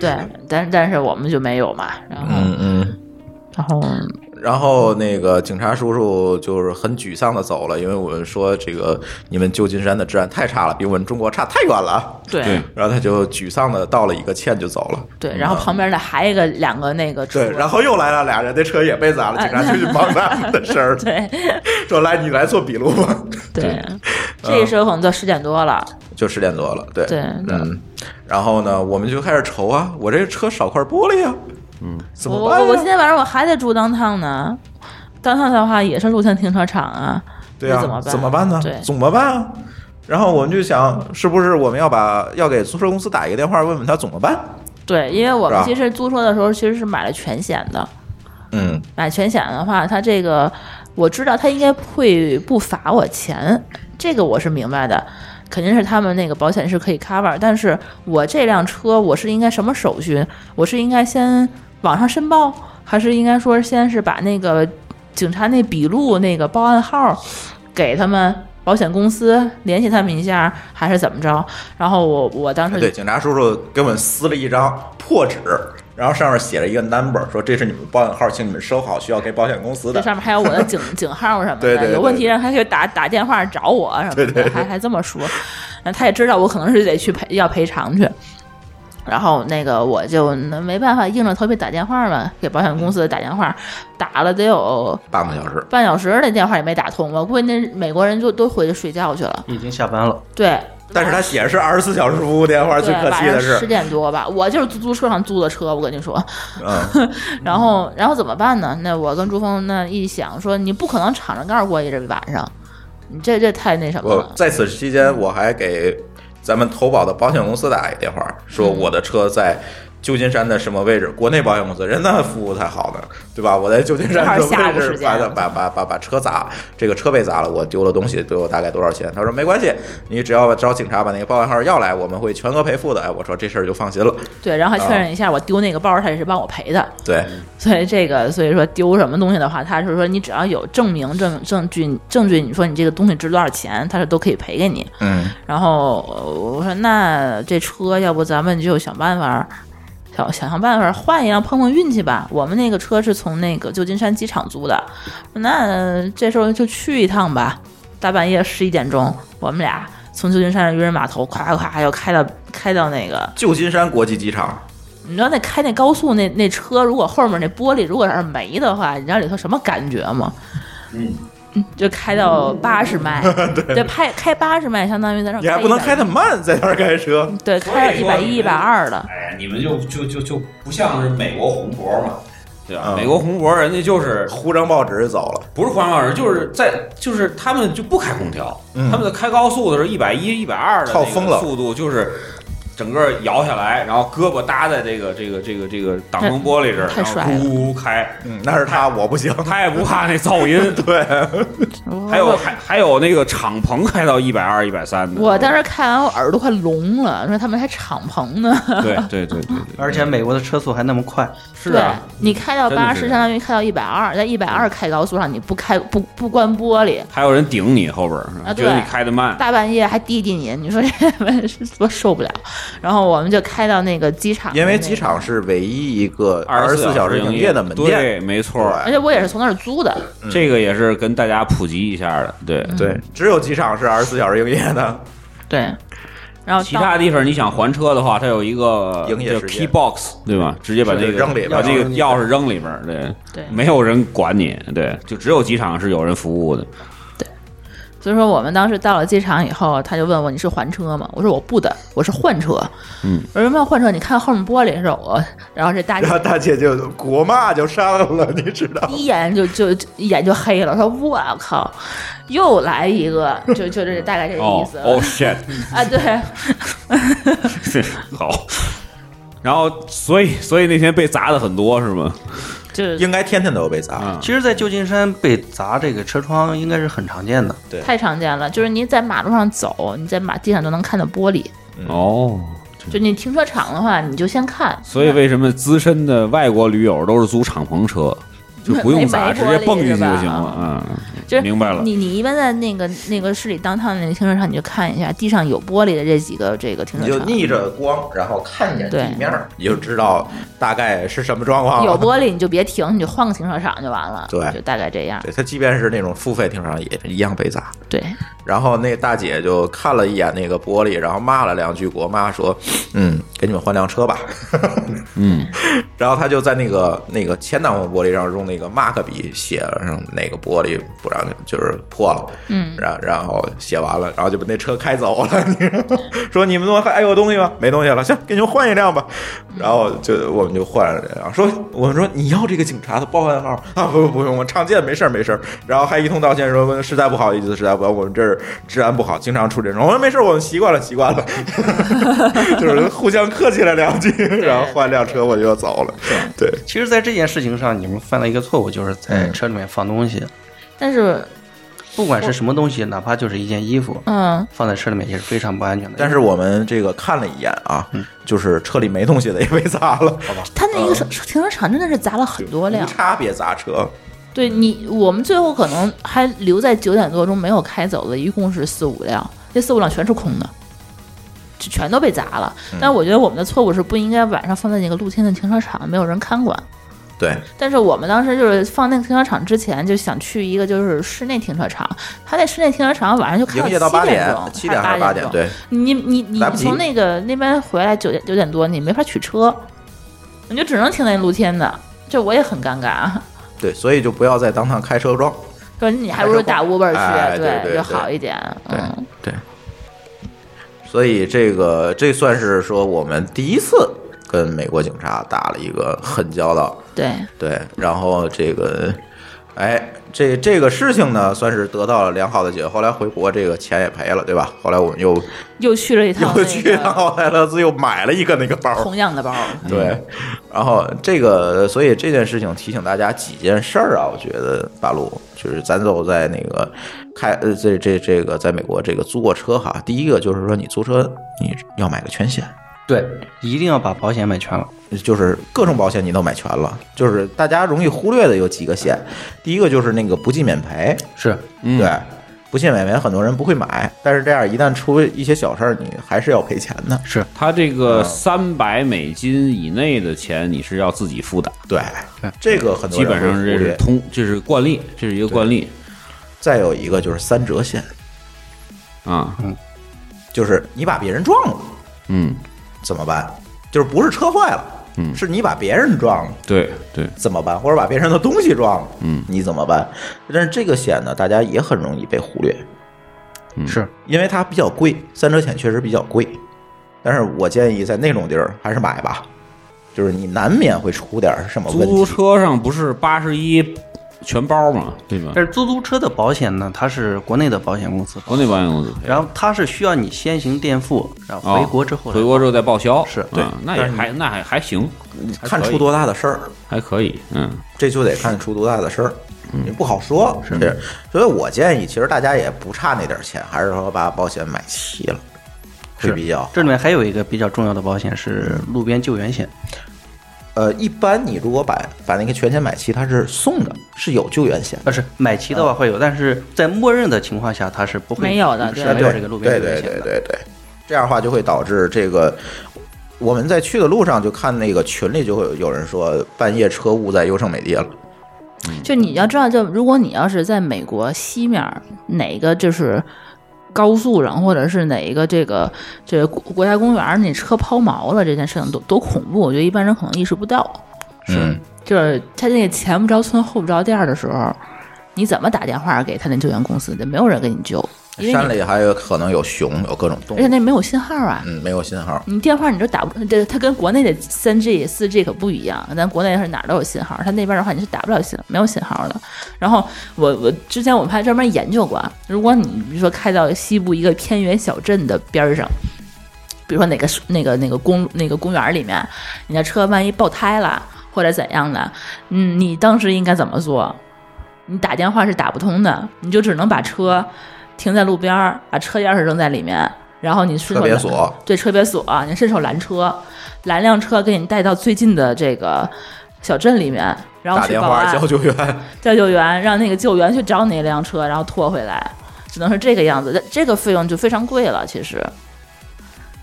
Speaker 4: 对，但但是我们就没有嘛，然后、
Speaker 3: 嗯嗯。
Speaker 4: 然后
Speaker 3: 然后那个警察叔叔就是很沮丧的走了，因为我们说这个你们旧金山的治安太差了，比我们中国差太远了。
Speaker 4: 对
Speaker 6: 对
Speaker 3: 然后他就沮丧的道了一个歉就走了。
Speaker 4: 对，然后旁边的还有一个两个那个
Speaker 3: 嗯对，哎
Speaker 4: 车
Speaker 3: 然后又来了俩人，那车也被 砸了，警察就去忙他们的事 儿，
Speaker 4: 对
Speaker 3: 说来你来做笔录吧，
Speaker 4: 对，
Speaker 3: 嗯
Speaker 4: 这时候可能到十点多了，
Speaker 3: 就十点多了，对，
Speaker 4: 对
Speaker 3: 嗯，然后呢，我们就开始愁啊，我这车少块玻璃啊，嗯，怎
Speaker 4: 我
Speaker 3: 么
Speaker 4: 我
Speaker 3: 办、呀？
Speaker 4: 我今天晚上我还得住当趟呢，当趟的话也是露天停车场啊，
Speaker 3: 对呀、
Speaker 4: 那怎么办？
Speaker 3: 怎么办呢？
Speaker 4: 对，
Speaker 3: 怎么办啊？然后我们就想，是不是我们要把要给租车公司打一个电话，问问他怎么办？
Speaker 4: 对，因为我
Speaker 3: 是
Speaker 4: 们
Speaker 3: 吧
Speaker 4: 其实租车的时候其实是买了全险的，
Speaker 3: 嗯
Speaker 4: 买全险的话，它这个我知道它应该会不罚我钱，这个我是明白的，肯定是他们那个保险是可以 cover。但是我这辆车我是应该什么手续？我是应该先网上申报，还是应该说先是把那个警察那笔录那个报案号给他们？保险公司联系他们一下，还是怎么着？然后我我当时
Speaker 3: 对，警察叔叔给我们撕了一张破纸，然后上面写了一个 number，说这是你们保险号，请你们收好，需要给保险公司
Speaker 4: 这
Speaker 3: 的。
Speaker 4: 上面还有我的 警警号什么的，
Speaker 3: 对对对
Speaker 4: 有问题人还可以打打电话找我什么的，
Speaker 3: 对对对
Speaker 4: 还还这么说，那他也知道我可能是得去赔要赔偿去。然后那个我就那没办法，硬着头皮打电话嘛，给保险公司打电话，打了得有
Speaker 3: 半个小时，
Speaker 4: 半小时，那电话也没打通。我估计那美国人就都回去睡觉去了。
Speaker 5: 已经下班了，
Speaker 4: 对，
Speaker 3: 但是他写的是二十四小时服务电话，最
Speaker 4: 对，
Speaker 3: 可
Speaker 4: 晚
Speaker 3: 气
Speaker 4: 上
Speaker 3: 的
Speaker 4: 十
Speaker 3: 是，
Speaker 4: 点多吧，我就是出租车上租的车，我跟你说。
Speaker 3: 嗯，
Speaker 4: 然后，然后怎么办呢？那我跟朱峰那一想说，你不可能敞着盖儿过去这晚上，你这这太那什么
Speaker 3: 我
Speaker 4: 了。
Speaker 3: 在此期间我还给咱们投保的保险公司打一电话，说
Speaker 4: 嗯
Speaker 3: 我的车在。旧金山的什么位置？国内保险公司人那服务才好呢，对吧？我在旧金山什
Speaker 4: 正好下
Speaker 3: 么
Speaker 4: 午时
Speaker 3: 位置
Speaker 4: 间
Speaker 3: 把把把把把车砸，这个车被砸了，我丢了东西，对我大概多少钱？他说没关系，你只要找警察把那个报案号要来，我们会全额赔付的。哎，我说这事儿就放心了。
Speaker 4: 对，然后还确认一下，我丢那个包儿他也是帮我赔的。
Speaker 3: 对，
Speaker 4: 所以这个，所以说丢什么东西的话，他是说你只要有证明证证据证据，你说你这个东西值多少钱，他是都可以赔给你。
Speaker 3: 嗯，
Speaker 4: 然后呃我说那这车要不咱们就想办法儿，想想想办法儿换一辆碰碰运气吧。我们那个车是从那个旧金山机场租的，那这时候就去一趟吧。大半夜十一点钟，我们俩从旧金山的渔人码头咵咵咵又开到开到那个，
Speaker 3: 旧金山国际机场，
Speaker 4: 你知道那开那高速那那车，如果后面那玻璃如果要是没的话，你知道里头什么感觉吗？嗯。就开到八十迈， 对，拍开八十迈，相当于在那儿
Speaker 3: 你还不能
Speaker 4: 100
Speaker 3: 开得慢，在那儿开车。
Speaker 4: 对，开了一
Speaker 6: 所以说
Speaker 4: 百一、一百二了。
Speaker 6: 哎呀，你们就就就就不像是美国红脖嘛，对吧？
Speaker 3: 嗯
Speaker 6: 美国红脖人家就是
Speaker 3: 糊张报纸就走了。
Speaker 6: 不是环保人，就是在就是他们就不开空调，
Speaker 3: 嗯
Speaker 6: 他们在开高速的时候一百一、一百二的
Speaker 3: 靠
Speaker 6: 那个
Speaker 3: 风冷
Speaker 6: 速度就是。整个摇下来，然后胳膊搭在这个这个这个这个挡风玻璃这儿，
Speaker 4: 太
Speaker 6: 然
Speaker 4: 帅
Speaker 6: 后
Speaker 4: 了
Speaker 6: 咕咕开，
Speaker 3: 嗯，那是他，我不行。
Speaker 6: 他也不怕那噪音。
Speaker 3: 对，
Speaker 6: 还有还还有那个敞篷开到一百二、一百三的。
Speaker 4: 我当时看完我耳朵快聋了，说他们还敞篷呢。
Speaker 6: 对对对对对，
Speaker 5: 而且美国的车速还那么快，
Speaker 6: 是啊，
Speaker 4: 对你开到
Speaker 6: 真的是
Speaker 4: 八十，相当于开到一百二，在一百二开高速上，你不开不不关玻璃，
Speaker 6: 还有人顶你后边儿，
Speaker 4: 啊
Speaker 6: 觉得
Speaker 4: 对
Speaker 6: 你开的慢。
Speaker 4: 大半夜还滴滴你，你说这是多受不了。然后我们就开到那个机场，
Speaker 3: 因为机，场是唯一一个二十
Speaker 6: 十
Speaker 3: 四
Speaker 6: 小
Speaker 3: 小时
Speaker 6: 营
Speaker 3: 营业的门店。
Speaker 6: 对，没错儿，
Speaker 4: 而且我也是从那儿租的。
Speaker 6: 这个也是跟大家普及一下的。对，
Speaker 4: 嗯
Speaker 3: 对，只有机场是二十四小时营业
Speaker 4: 哎
Speaker 3: 的。
Speaker 4: 对，然后
Speaker 6: 其
Speaker 4: 到
Speaker 6: 他地方你想还车的话，它有一个
Speaker 3: 营业
Speaker 6: 叫
Speaker 3: 时间嗯
Speaker 6: key box，对吧？直接把那
Speaker 3: 是
Speaker 6: 个
Speaker 3: 扔里边
Speaker 6: 把那个
Speaker 5: 扔里边
Speaker 6: 钥匙扔里边儿，对
Speaker 4: 对
Speaker 6: 没有人管你，对，就只有机场是有人服务的。
Speaker 4: 所以说，我们当时到了机场以后，他就问我：“你是还车吗？”我说：“我不的，我是换车。”
Speaker 6: 嗯，
Speaker 4: 我说：“为什么要换车？你看后面玻璃是我。”然后这 大姐
Speaker 3: 然后大姐就国骂就上了， 你知道？
Speaker 4: 一眼就就就一眼就黑了，说：“我靠，又来一个！”就就这大概这个意
Speaker 6: 哦
Speaker 4: 思、
Speaker 6: 哦 shit，
Speaker 4: 啊，对，
Speaker 6: 好。然后，所以，所以那天被砸的很多是吗？
Speaker 4: 就是
Speaker 3: 应该天天都有被砸。
Speaker 6: 嗯
Speaker 5: 其实，在旧金山被砸这个车窗应该是很常见的。
Speaker 4: 太常见了。就是你在马路上走，你在马地上都能看到玻璃。
Speaker 3: 嗯
Speaker 6: 哦，
Speaker 4: 就你停车场的话，你就先看。
Speaker 6: 所以为什么资深的外国驴友都是租敞篷车，就不用砸，
Speaker 4: 没
Speaker 6: 直接蹦进去就
Speaker 4: 没
Speaker 6: 行
Speaker 4: 玻璃是
Speaker 6: 了
Speaker 4: 吧。啊就
Speaker 6: 嗯，
Speaker 4: 是
Speaker 6: 明白了。
Speaker 4: 你你一般在那个那个市里当趟那个停车场，你就看一下地上有玻璃的这几个这个停
Speaker 3: 你
Speaker 4: 车
Speaker 3: 就
Speaker 4: 场。
Speaker 3: 逆着光，然后看一眼
Speaker 4: 对
Speaker 3: 地面儿，你就知道大概是什么状况
Speaker 4: 有
Speaker 3: 了。
Speaker 4: 玻璃你就别停，你就换个停车场就完了。
Speaker 3: 对
Speaker 4: 就大概这样。
Speaker 3: 对，它即便是那种付费停车场，也一样被砸。
Speaker 4: 对，
Speaker 3: 然后那大姐就看了一眼那个玻璃，然后骂了两句国骂，说：“嗯，给你们换辆车吧。”
Speaker 6: 嗯，
Speaker 3: 然后她就在那个那个前挡风玻璃上用那个马克笔写了上哪个玻璃不让然后就是破了，
Speaker 4: 嗯
Speaker 3: 然然后写完了，然后就把那车开走了。 你知道吗说你们怎么还还有东西吗？没东西了，行，给你们换一辆吧。然后就我们就换了，然后说我们说你要这个警察的报案号啊？不不不用，我常见，没事儿没事儿。 然后还一通道歉说实在不好意思，实在不好，我们这儿治安不好，经常出这种。我说没事儿，我们习惯了习惯了， 就是互相客气了两句，然后换辆车我就要走了。对，
Speaker 5: 其实，在这件事情上，你们犯了一个错误，就是在
Speaker 3: 嗯
Speaker 5: 车里面放东西，
Speaker 4: 但是，
Speaker 5: 不管是什么东西，哪怕就是一件衣服，
Speaker 4: 嗯，
Speaker 5: 放在车里面也是非常不安全的。
Speaker 3: 但是我们这个看了一眼啊，就是车里没东西的也被砸了，好吧？
Speaker 4: 他那个车停车场真的是砸了很多
Speaker 3: 无
Speaker 4: 辆。
Speaker 3: 差别砸车，
Speaker 4: 对你，我们最后可能还留在九点多钟没有开走的，一共是四五辆，这四五辆全是空的，就全都被砸了。
Speaker 3: 嗯
Speaker 4: 但我觉得我们的错误是不应该晚上放在那个露天的停车场，没有人看管。
Speaker 3: 对，
Speaker 4: 但是我们当时就是放那个停车场之前，就想去一个就是室内停车场，他在室内停车场晚上就开
Speaker 3: 营业到
Speaker 4: 七
Speaker 3: 八
Speaker 4: 点
Speaker 3: 点
Speaker 4: 钟，，
Speaker 3: 七点还是
Speaker 4: 八
Speaker 3: 八点？
Speaker 4: 钟。
Speaker 3: 对，
Speaker 4: 你你你
Speaker 3: 来不及
Speaker 4: 从那个那边回来九点九点多，你没法取车，你就只能停在露天的，这我也很尴尬啊。
Speaker 3: 对，所以就不要在当趟开车撞。
Speaker 4: 说你还不如打 Uber 去，
Speaker 3: 哎对对
Speaker 4: 就
Speaker 3: 对
Speaker 4: 好一点。
Speaker 3: 对
Speaker 4: 嗯，
Speaker 3: 对，所以这个这算是说我们第一次跟美国警察打了一个狠交道。
Speaker 4: 对，
Speaker 3: 对，然后这个，哎，这这个事情呢，算是得到了良好的解决。后来回国，这个钱也赔了，对吧？后来我们又
Speaker 4: 又去了一趟
Speaker 3: 又
Speaker 4: 那
Speaker 3: 去了
Speaker 4: 个
Speaker 3: 奥莱勒斯，又买了一个那个包，
Speaker 4: 同样的包，
Speaker 3: 对，然后这个，所以这件事情提醒大家几件事儿啊，我觉得大陆就是咱走在那个开呃这这这个在美国这个租过车哈，第一个就是说你租车你要买个全险。
Speaker 5: 对，一定要把保险买全了。
Speaker 3: 就是各种保险你都买全了，就是大家容易忽略的有几个险，第一个就是那个不计免赔，
Speaker 5: 是，
Speaker 6: 嗯
Speaker 3: 对，不计免赔很多人不会买，但是这样一旦出一些小事儿，你还是要赔钱的。
Speaker 6: 他这
Speaker 5: 啊
Speaker 6: 个三百美金以内的钱你是要自己付的，
Speaker 3: 对，这个很多
Speaker 6: 基
Speaker 3: 人
Speaker 6: 本上
Speaker 3: 会
Speaker 6: 这
Speaker 3: 忽
Speaker 6: 是
Speaker 3: 略。
Speaker 6: 通，这是惯例，这是一个惯例
Speaker 3: 再有一个就是三折险，
Speaker 6: 啊。
Speaker 5: 嗯
Speaker 3: 就是你把别人撞了。
Speaker 6: 嗯，
Speaker 3: 怎么办？就是不是车坏了，
Speaker 6: 嗯
Speaker 3: 是你把别人撞了
Speaker 6: 对对，
Speaker 3: 怎么办？或者把别人的东西撞了，
Speaker 6: 嗯
Speaker 3: 你怎么办？但是这个险呢，大家也很容易被忽略，
Speaker 6: 嗯
Speaker 5: 是
Speaker 3: 因为它比较贵，三者险确实比较贵。但是我建议在那种地儿还是买吧，就是你难免会出点什么问
Speaker 6: 出租
Speaker 3: 题。
Speaker 6: 车上不是八十一全包吗？对吧？
Speaker 5: 但是出租车的保险呢，它是国内的保险公司，
Speaker 6: 国内保险公司赔，
Speaker 5: 然后它是需要你先行垫付，然后
Speaker 6: 啊
Speaker 5: 回国之后来
Speaker 6: 回国之后再报销，
Speaker 5: 是
Speaker 6: 啊
Speaker 5: 对
Speaker 6: 那也还那还还行，还
Speaker 3: 看
Speaker 6: 可以
Speaker 3: 出多大的事儿，
Speaker 6: 还可以，嗯，
Speaker 3: 这就得看出多大的事儿，也不好说。是，所以我建议，其实大家也不差那点儿钱，还是说把保险买齐了会
Speaker 5: 是
Speaker 3: 比较好。
Speaker 5: 这里面还有一个比较重要的保险是路边救援险，
Speaker 3: 呃，一般你如果把把那个全险买齐，它是送的，是有救援险的。
Speaker 5: 呃，是买齐的
Speaker 6: 嗯
Speaker 5: 话会有，但是在默认的情况下它是不会
Speaker 4: 没有的
Speaker 5: 是
Speaker 4: 对
Speaker 5: 没有这个路边
Speaker 3: 对
Speaker 5: 救援
Speaker 3: 对
Speaker 5: 险
Speaker 3: 对
Speaker 5: 的。
Speaker 3: 对对，这样的话就会导致这个。我们在去的路上就看那个群里就会有有人说半夜车误在优胜美地了，嗯
Speaker 4: 就你要知道，就如果你要是在美国西面儿哪个就是高速上，或者是哪一个这个这个国国家公园儿，你车抛锚了这件事情多多恐怖，我觉得一般人可能意识不到。
Speaker 3: 嗯，
Speaker 4: 就是他那个前不着村后不着店儿的时候，你怎么打电话给他那救援公司？没有人给你救，因为
Speaker 3: 山
Speaker 4: 你
Speaker 3: 里还有可能有熊，有各种动
Speaker 4: 而且
Speaker 3: 物，
Speaker 4: 那没有信号啊。
Speaker 3: 嗯，没有信号，
Speaker 4: 你电话你就打不，这它跟国内的三 G、四 G 可不一样，咱国内是哪儿都有信号，它那边的话你是打不了信，没有信号的。然后我我之前我们还专门研究过啊，如果你比如说开到西部一个偏远小镇的边儿上。比如说哪个那个那个公那个公园里面，你的车万一爆胎了或者怎样的，嗯，你当时应该怎么做？你打电话是打不通的，你就只能把车停在路边儿，把车钥匙扔在里面，然后你顺
Speaker 3: 特
Speaker 4: 手
Speaker 3: 别
Speaker 4: 拿
Speaker 3: 锁，
Speaker 4: 对车别锁、你伸手拦车，拦辆车给你带到最近的这个小镇里面，然后
Speaker 3: 打
Speaker 4: 去
Speaker 3: 电
Speaker 4: 报
Speaker 3: 话
Speaker 4: 案，
Speaker 3: 叫
Speaker 4: 叫
Speaker 3: 救援，
Speaker 4: 救援，让那个救援去找你那辆车，然后拖回来，只能是这个样子。这这个费用就非常贵了，其实。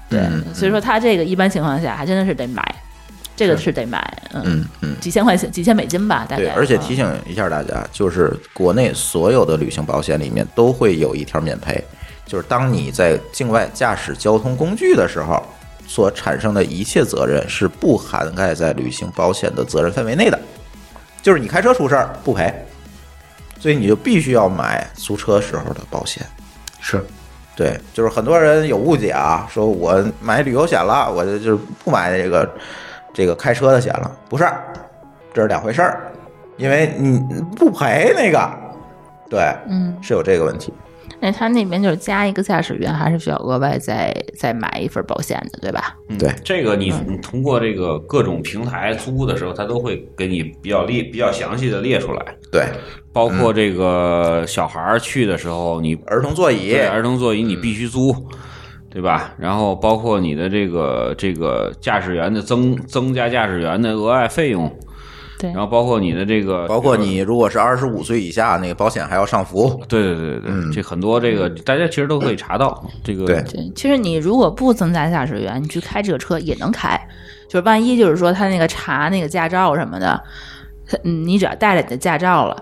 Speaker 4: 对，
Speaker 3: 嗯
Speaker 4: 所以说他这个一般情况下还真的是得买，这个是得买，嗯，
Speaker 3: 嗯嗯，
Speaker 4: 几千块钱，几千美金吧，大概。
Speaker 3: 对，而且
Speaker 4: 嗯
Speaker 3: 提醒一下大家，就是国内所有的旅行保险里面都会有一条免赔，就是当你在境外驾驶交通工具的时候，所产生的一切责任是不涵盖在旅行保险的责任范围内的，就是你开车出事儿不赔，所以你就必须要买租车时候的保险。
Speaker 5: 是
Speaker 3: 对，就是很多人有误解啊，说我买旅游险了，我就就是不买这个这个开车的险了，不是，这是两回事儿，因为你不赔那个，对，
Speaker 4: 嗯，
Speaker 3: 是有这个问题。
Speaker 4: 那他那边就是加一个驾驶员，还是需要额外再再买一份保险的，对吧？
Speaker 3: 对
Speaker 6: 嗯这个你你通过这个各种平台租的时候，它都会给你比较列比较详细的列出来，
Speaker 3: 对，
Speaker 6: 包括这个小孩儿去的时候，你
Speaker 3: 儿童座椅
Speaker 6: 对，儿童座椅
Speaker 3: 嗯
Speaker 6: 你必须租，对吧？然后包括你的这个这个驾驶员的增增加驾驶员的额外费用，
Speaker 4: 对
Speaker 6: 然后包括你的这个，
Speaker 3: 包括你如果是二十五岁以下，那个保险还要上浮。
Speaker 6: 对对对对对，这很多这个大家其实都可以查到这个
Speaker 3: 嗯对
Speaker 4: 对，其实你如果不增加驾驶员，你去开这个车也能开，就是万一就是说他那个查那个驾照什么的，他嗯你只要带着你的驾照了，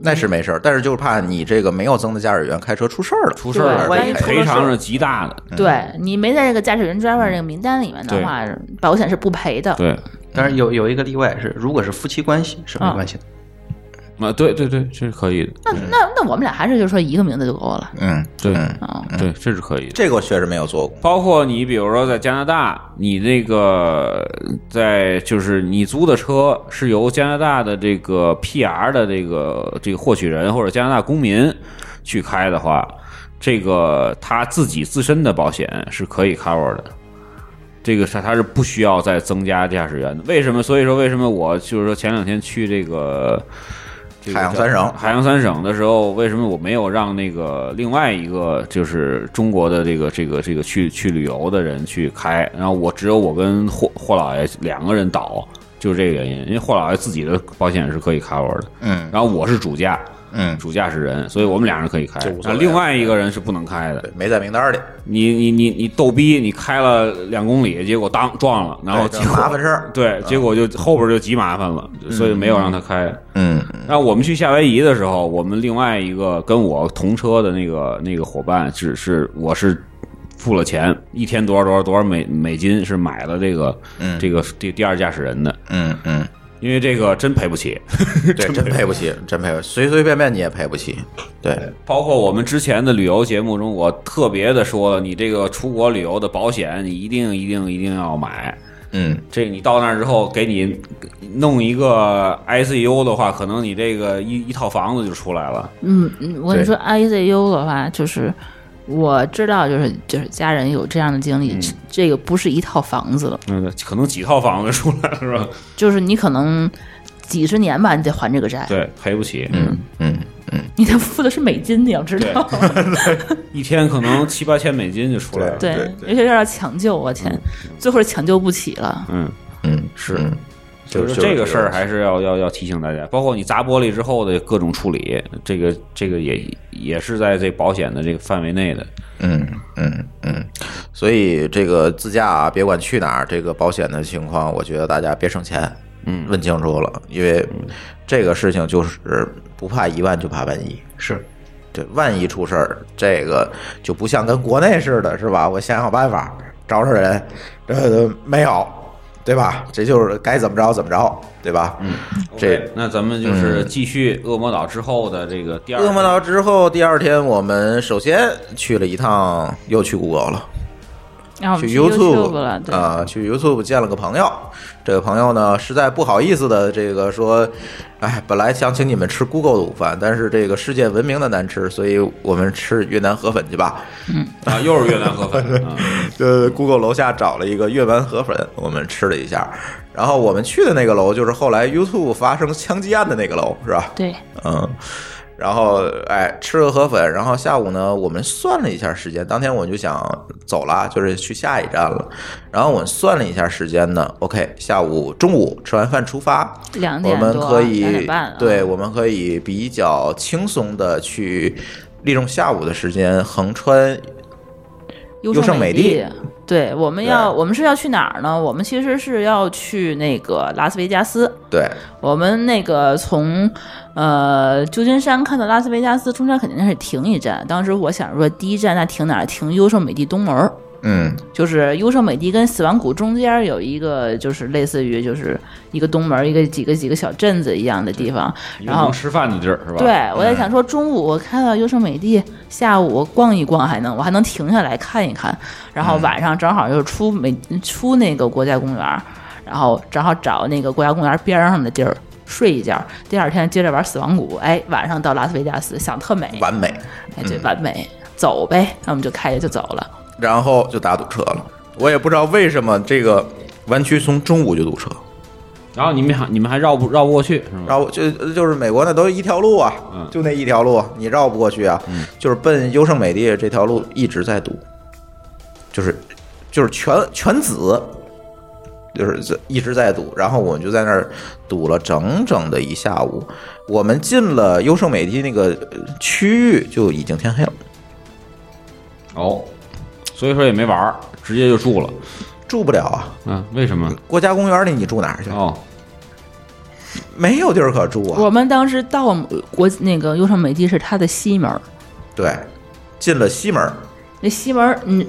Speaker 3: 那是没事儿，但是就是怕你这个没有增的驾驶员开车出事儿了，
Speaker 6: 出事儿
Speaker 4: 对
Speaker 3: 万一
Speaker 6: 这
Speaker 3: 出了
Speaker 6: 赔偿
Speaker 4: 事
Speaker 6: 是极大的，
Speaker 4: 对你没在这个驾驶员 driver 这个名单里面的话，保险是不赔的。
Speaker 6: 对。
Speaker 5: 但是有有一个例外是，如果是夫妻关系是没关系的。
Speaker 6: 啊，对对对，这是可以的，
Speaker 4: 那那那我们俩还是就说一个名字就够了
Speaker 3: 嗯，
Speaker 6: 对、
Speaker 3: 嗯
Speaker 4: 啊。
Speaker 6: 对，这是可以的。
Speaker 3: 这个我确实没有做过。
Speaker 6: 包括你，比如说在加拿大，你那个在就是你租的车是由加拿大的这个 PR 的这个这个获取人或者加拿大公民去开的话，这个他自己自身的保险是可以 cover 的。这个是他是不需要再增加驾驶员的，为什么？所以说为什么我就是说前两天去这个这个
Speaker 3: 海洋
Speaker 6: 叫
Speaker 3: 三省
Speaker 6: 海洋三省的时候，为什么我没有让那个另外一个就是中国的这个这个这个去去旅游的人去开？然后我只有我跟霍霍老爷两个人倒，就是这个原因，因为霍老爷自己的保险是可以 cover 的，
Speaker 3: 嗯
Speaker 6: 然后我是主驾，
Speaker 3: 嗯，
Speaker 6: 主驾驶人，所以我们俩人可以开
Speaker 3: 这无，所
Speaker 6: 然后
Speaker 3: 谓
Speaker 6: 另外一个人是不能开的
Speaker 3: 对。，没在名单里，
Speaker 6: 你你你你逗逼，你开了两公里，结果当撞了，然后
Speaker 3: 对
Speaker 6: 结
Speaker 3: 这
Speaker 6: 果
Speaker 3: 麻烦事儿。
Speaker 6: 对，结果就后边就极麻烦了，所以没有让他开。
Speaker 3: 嗯，
Speaker 6: 那我们去夏威夷的时候，我们另外一个跟我同车的那个那个伙伴，只是我是付了钱，一天多少多少多少美美金是买了这个、
Speaker 3: 嗯
Speaker 6: 这个第第二驾驶人的，
Speaker 3: 嗯 嗯，
Speaker 6: 因为这个真赔不起。
Speaker 3: 对，真赔不起，真赔不起，随随便便你也赔不起。对，
Speaker 6: 包括我们之前的旅游节目中，我特别的说了，你这个出国旅游的保险，你一定一定一定要买。
Speaker 3: 嗯，
Speaker 6: 这你到那儿之后，给你弄一个 ICU 的话，可能你这个一一套房子就出来了。
Speaker 4: 嗯嗯，我
Speaker 3: 对
Speaker 4: 跟你说，ICU 的话，就是我知道，就是就是家人有这样的经历，这个不是一套房子了，
Speaker 6: 嗯，可能几套房子出来了是吧？
Speaker 4: 就是你可能几十年吧，你得还这个债，
Speaker 6: 对，赔不起。
Speaker 3: 嗯嗯，
Speaker 4: 你得付的是美金，你要知道，
Speaker 6: 一天可能七八千美金就出来了。
Speaker 3: 对对
Speaker 4: 尤其是要抢救，我天，最后是抢救不起了，
Speaker 6: 嗯，
Speaker 3: 嗯，
Speaker 6: 是
Speaker 3: 嗯
Speaker 6: 就
Speaker 3: 就是是
Speaker 6: 这个事儿，还是要要要提醒大家，包括你砸玻璃之后的各种处理，这个这个也也是在这保险的这个范围内的。
Speaker 3: 嗯嗯嗯，所以这个自驾啊，别管去哪儿，这个保险的情况，我觉得大家别省钱，
Speaker 6: 嗯
Speaker 3: 问清楚了，因为这个事情就是不怕一万就怕万一，
Speaker 5: 是，
Speaker 3: 对，万一出事儿，这个就不像跟国内似的，是吧？我想想办法找找人，这都没有，对吧？这就是该怎么着怎么着，对吧？嗯，这。嗯
Speaker 6: 那咱们就是继续恶魔岛之后的这个第二
Speaker 3: 恶魔岛之后，第二天我们首先去了一趟，又去 Google 了，
Speaker 4: 然后我们
Speaker 3: 去
Speaker 4: YouTube 了，对，
Speaker 3: 啊、去 YouTube 见了个朋友。这个朋友呢，实在不好意思的，这个说，哎，本来想请你们吃 Google 的午饭，但是这个世界闻名的难吃，所以我们吃越南河粉去吧。
Speaker 6: 啊，又是越南 河粉啊，
Speaker 3: 呃，Google 楼下找了一个越南河粉，我们吃了一下。然后我们去的那个楼，就是后来 YouTube 发生枪击案的那个楼，是吧？
Speaker 4: 对，
Speaker 3: 嗯，然后哎，吃了河粉，然后下午呢，我们算了一下时间，当天我就想走了，就是去下一站了。然后我们算了一下时间呢，OK，下午中午吃完饭出发，
Speaker 4: 两
Speaker 3: 我
Speaker 4: 点
Speaker 3: 们
Speaker 4: 多，
Speaker 3: 可
Speaker 4: 两
Speaker 3: 以
Speaker 4: 点半啊嗯了，
Speaker 3: 对，我们可以比较轻松的去利用下午的时间横穿
Speaker 4: 优
Speaker 3: 优胜美
Speaker 4: 地
Speaker 3: 地。
Speaker 4: 对，我们要
Speaker 3: 对
Speaker 4: 我们是要去哪儿呢？我们其实是要去那个拉斯维加斯。
Speaker 3: 对
Speaker 4: 我们那个从呃旧金山看到拉斯维加斯，中间肯定是停一站。当时我想说，第一站那停哪儿？停优胜美地东门儿。
Speaker 3: 嗯
Speaker 4: 就是优胜美地跟死亡谷中间有一个，就是类似于就是一个东门一个几个几个小镇子一样的地方。
Speaker 6: 一个
Speaker 4: 然后
Speaker 6: 能吃饭的地儿是吧？嗯
Speaker 4: 对，我在想说，中午我看到优胜美地，下午我逛一逛还能，我还能停下来看一看，然
Speaker 6: 嗯
Speaker 4: 后晚上正好又出美出那个国家公园，然后正好找那个国家公园边上的地儿。睡一觉，第二天接着玩死亡谷。哎，晚上到拉斯维加斯，想特美，
Speaker 3: 完美，
Speaker 4: 哎，
Speaker 6: 嗯
Speaker 4: 对，完美，走呗。那我们就开着就走了。
Speaker 3: 然后就大堵车了。我也不知道为什么这个湾区从中午就堵车，
Speaker 6: 然后你们还你们还绕不绕不过去是吗？
Speaker 3: 然后就就是美国那都一条路啊，
Speaker 6: 嗯
Speaker 3: 就那一条路，你绕不过去啊。就是奔优胜美地这条路一直在堵，就是就是全全子，就是这一直在堵。然后我们就在那儿堵了整整的一下午。我们进了优胜美地那个呃区域就已经天黑了。
Speaker 6: 哦，所以说也没玩儿，直接就住了。
Speaker 3: 住不了啊！
Speaker 6: 嗯，为什么？
Speaker 3: 国家公园里你住哪儿去？
Speaker 6: 哦，
Speaker 3: 没有地儿可住啊！
Speaker 4: 我们当时到呃国那个优胜美地是它的西门儿，
Speaker 3: 对，进了西门儿，
Speaker 4: 那西门儿，嗯，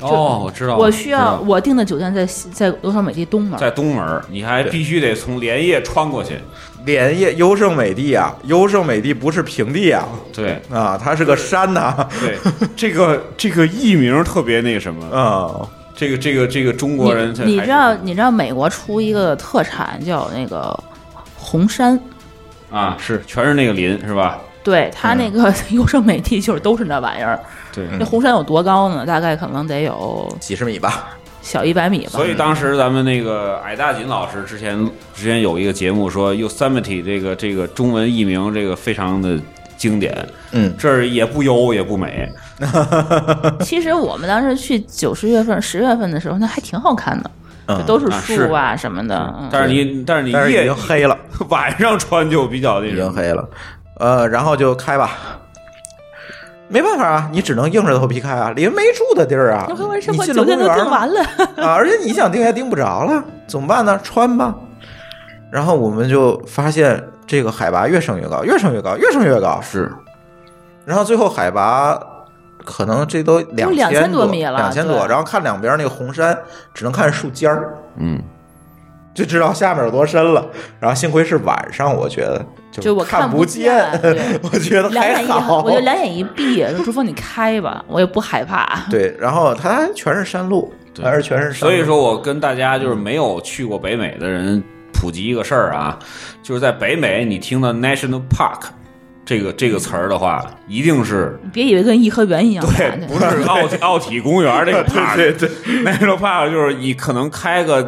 Speaker 6: 哦，我知道了。
Speaker 4: 我需要
Speaker 6: 知道
Speaker 4: 我订的酒店在西在优胜美地东门儿，
Speaker 6: 在东门儿，你还必须得从连夜穿过去。
Speaker 3: 连夜优胜美地啊！优胜美地不是平地啊！
Speaker 6: 对
Speaker 3: 啊，它是个山呐、
Speaker 6: 对，这个这个艺名特别那什么，
Speaker 3: 啊，
Speaker 6: 这个这个这个中国人才，
Speaker 4: 你你知道你知道美国出一个特产叫那个红杉，
Speaker 6: 啊？是全是那个林是吧？
Speaker 4: 对它那个
Speaker 6: 嗯
Speaker 4: 优胜美地就是都是那玩意儿。
Speaker 6: 对，
Speaker 4: 那红杉有多高呢？大概可能得有
Speaker 3: 几十米吧，
Speaker 4: 小一百米吧
Speaker 6: 所。以当时咱们那个矮大紧老师之前之前有一个节目说 Yosemite 这个这个中文译名这个非常的经典，
Speaker 3: 嗯，
Speaker 6: 这儿也不优也不美，
Speaker 4: 其实我们当时去九十月份、十月份的时候，那还挺好看的，
Speaker 3: 嗯
Speaker 4: 就都是
Speaker 6: 啊
Speaker 4: 树啊什么的。嗯
Speaker 6: 但是你但是你
Speaker 3: 但是已嗯
Speaker 6: 夜
Speaker 3: 经黑了，
Speaker 6: 晚上穿就比较那
Speaker 3: 已
Speaker 6: 什
Speaker 3: 经
Speaker 6: 么，
Speaker 3: 黑了，呃，然后就开吧。没办法啊，你只能硬着头皮开啊，连没住的地儿啊
Speaker 4: 那会不，会是
Speaker 3: 你
Speaker 4: 我
Speaker 3: 进了
Speaker 4: 酒
Speaker 3: 公
Speaker 4: 店都
Speaker 3: 园
Speaker 4: 订
Speaker 3: 了
Speaker 4: 完了？
Speaker 3: 啊，而且你想订也订不着了，怎么办呢？穿吧。然后我们就发现这个海拔越升越高，越升越高，越升越高，
Speaker 6: 是
Speaker 3: 然后最后海拔可能这都两
Speaker 4: 2000
Speaker 3: 多
Speaker 4: 多米了
Speaker 3: 两千多。
Speaker 4: 对
Speaker 3: 然后看两边那个红山，只能看树尖儿，
Speaker 6: 嗯，
Speaker 3: 就知道下面有多深了。然后幸亏是晚上，我觉得就
Speaker 4: 就我
Speaker 3: 看
Speaker 4: 看不
Speaker 3: 见
Speaker 4: 见对，
Speaker 3: 我觉 得
Speaker 4: 两
Speaker 3: 还
Speaker 4: 眼一，
Speaker 3: 好。
Speaker 4: 我就两眼一闭，说朱峰你开吧，我也不害怕。
Speaker 3: 对，然后它全是山路，还是全是山路。
Speaker 6: 所以说我跟大家就是没有去过北美的人普及一个事儿啊，就是在北美你听到 National Park 这个这个词儿的话，一定是
Speaker 4: 你别以为跟颐和园一样大
Speaker 6: 对，
Speaker 4: 呢
Speaker 6: 不是奥体奥体公园这个 park，对对，national park 就是你可能开个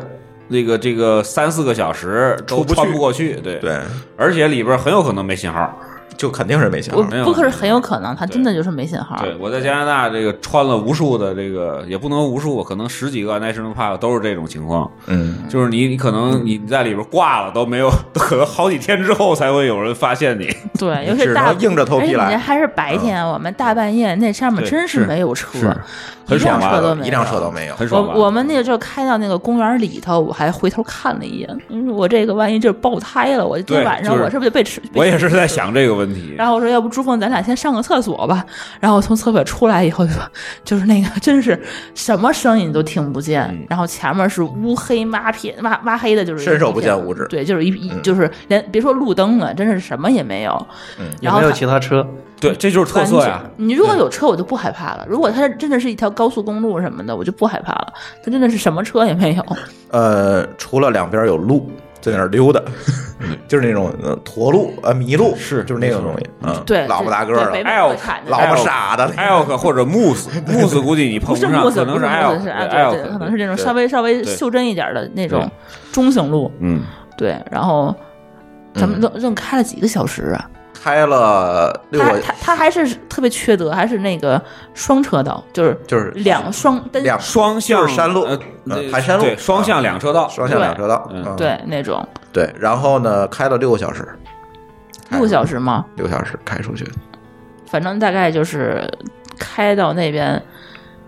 Speaker 6: 那个这个三四个小时都
Speaker 3: 出不去
Speaker 6: 穿不过去，对，
Speaker 3: 对，
Speaker 6: 而且里边很有可能没信号。
Speaker 3: 就肯定是没想
Speaker 4: 我
Speaker 3: 到。
Speaker 6: 没有
Speaker 4: 不可是很有可能，他真的就是没信号。
Speaker 6: 啊对我在加拿大这个穿了无数的这个，也不能无数，可能十几个 national park 都是这种情况，
Speaker 3: 嗯，
Speaker 6: 就是你你可能你在里边挂了都没有，都可能好几天之后才会有人发现你。
Speaker 4: 对，
Speaker 3: 你
Speaker 4: 尤其是
Speaker 3: 只
Speaker 4: 大
Speaker 3: 能硬着头皮来
Speaker 4: 而且你这还是白天，我们大半夜那上面
Speaker 6: 嗯对
Speaker 4: 真
Speaker 6: 是
Speaker 4: 没有车
Speaker 6: 是，
Speaker 4: 一
Speaker 6: 很
Speaker 4: 辆
Speaker 6: 爽吧
Speaker 4: 车都没有，
Speaker 3: 一辆车都没有。
Speaker 6: 很爽吧？
Speaker 4: 我我们那个时候开到那个公园里头，我还回头看了一眼，嗯我这个万一就是爆胎了，我今天
Speaker 6: 对
Speaker 4: 晚上
Speaker 6: 就是
Speaker 4: 我是不是得被吃？被
Speaker 6: 我也是在想这个问题。
Speaker 4: 然后我说，要不朱凤，咱俩先上个厕所吧。然后我从厕所出来以后，就说就是那个，真是什么声音都听不见。然后前面是乌黑抹撇抹抹黑的，就
Speaker 3: 嗯
Speaker 4: 是
Speaker 3: 伸手不
Speaker 4: 一片
Speaker 3: 见五指嗯
Speaker 4: 对，就是一一、就是连别说路灯了，真是什么也没有。
Speaker 3: 嗯
Speaker 5: 也
Speaker 4: 然后
Speaker 5: 没有
Speaker 4: 他
Speaker 5: 其他车，
Speaker 6: 对，这就是特
Speaker 4: 完全，
Speaker 6: 色呀。
Speaker 4: 你如果有车，我就不害怕了。如果它真的是一条高速公路什么的，我就不害怕了。它真的是什么车 也没有。
Speaker 3: 呃，除了两边有路，在那儿溜达， 就是那种呃驼鹿呃麋鹿，
Speaker 6: 是
Speaker 3: 就是那种东西，嗯，
Speaker 4: 对，
Speaker 3: 老不大个
Speaker 4: 对
Speaker 3: 儿
Speaker 4: 北
Speaker 3: 了，哎
Speaker 4: 美会看的
Speaker 3: 老不傻的，
Speaker 6: elk 或者 moose，moose 估计你碰
Speaker 4: 不是
Speaker 6: 上，
Speaker 4: 木
Speaker 6: 可
Speaker 4: 子，
Speaker 6: 能
Speaker 4: 不
Speaker 6: 是哎
Speaker 4: 是
Speaker 6: elk，
Speaker 4: 木子，是
Speaker 6: 对
Speaker 4: 啊，对，可能是
Speaker 6: elk，
Speaker 4: 这种
Speaker 3: 对
Speaker 4: 稍微稍微
Speaker 6: 对
Speaker 4: 袖珍一点的那种
Speaker 6: 对
Speaker 4: 中型路。
Speaker 6: 嗯，
Speaker 4: 对，然后咱
Speaker 3: 嗯
Speaker 4: 们愣愣开了几个小时啊！
Speaker 3: 开了六
Speaker 4: 他
Speaker 3: 个，
Speaker 4: 他他还是特别缺德，还是那个双车道，就是
Speaker 3: 就是
Speaker 4: 两双单
Speaker 3: 两
Speaker 6: 双向
Speaker 3: 就是山路
Speaker 6: 呃
Speaker 3: 呃
Speaker 6: 对
Speaker 3: 盘山路
Speaker 6: 对，双向两车道，
Speaker 3: 双向两车道，
Speaker 6: 对
Speaker 3: 嗯，
Speaker 4: 对那种
Speaker 3: 对，然后呢，开了六个小时，开
Speaker 4: 六小时嘛，
Speaker 3: 六小时开出去，
Speaker 4: 反正大概就是开到那边。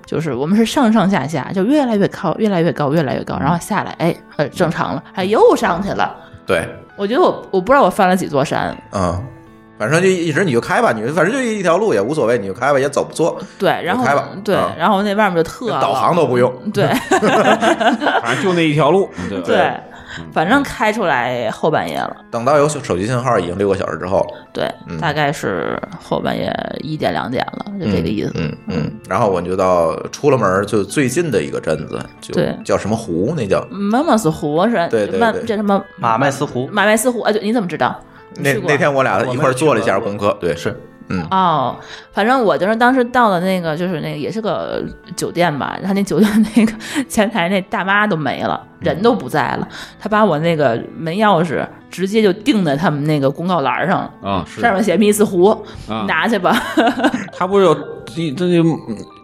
Speaker 4: 就是我们是上上下下，就越来越高，越来越高，越来越高，然后下来，哎，呃，正常了，哎，又上去了。
Speaker 3: 对，
Speaker 4: 我觉得我我不知道我翻了几座山，
Speaker 3: 嗯，反正就一直你就开吧，你就反正就一条路也无所谓，你就开吧，也走不错，
Speaker 4: 对，然后
Speaker 3: 开吧
Speaker 4: 对
Speaker 3: 啊，
Speaker 4: 然后那外面就特
Speaker 3: 导
Speaker 4: 冷
Speaker 3: 航都不用。
Speaker 4: 嗯对
Speaker 6: 反正就那一条路，
Speaker 3: 嗯
Speaker 6: 对吧
Speaker 4: 对，反正开出来后半夜了，
Speaker 3: 等到有手机信号已经六个小时之后了，
Speaker 4: 对，
Speaker 3: 嗯
Speaker 4: 大概是后半夜一点两点了，就这个意思。
Speaker 3: 嗯嗯，然后我就到出了门儿就最近的一个镇子，就
Speaker 4: 对
Speaker 3: 叫什么湖，那叫
Speaker 4: 妈妈斯湖是
Speaker 3: 对对
Speaker 4: 曼
Speaker 3: 对
Speaker 4: 这什么
Speaker 5: 马麦斯湖
Speaker 4: 马麦斯湖？哎，对，你怎么知道？你
Speaker 3: 那
Speaker 4: 去过啊
Speaker 3: 那天我俩一块儿做了一下
Speaker 5: 我没
Speaker 3: 功
Speaker 5: 有去过
Speaker 3: 课，对，
Speaker 5: 是
Speaker 3: 嗯
Speaker 4: 哦，反正我就是当时到了那个，就是那个也是个酒店吧，他那酒店那个前台那大妈都没了，人都不在
Speaker 3: 嗯
Speaker 4: 了，他把我那个门钥匙直接就钉在他们那个公告栏上，
Speaker 6: 啊，是
Speaker 4: 上面写密斯湖，
Speaker 6: 啊
Speaker 4: 拿去吧。
Speaker 6: 他不是有这这就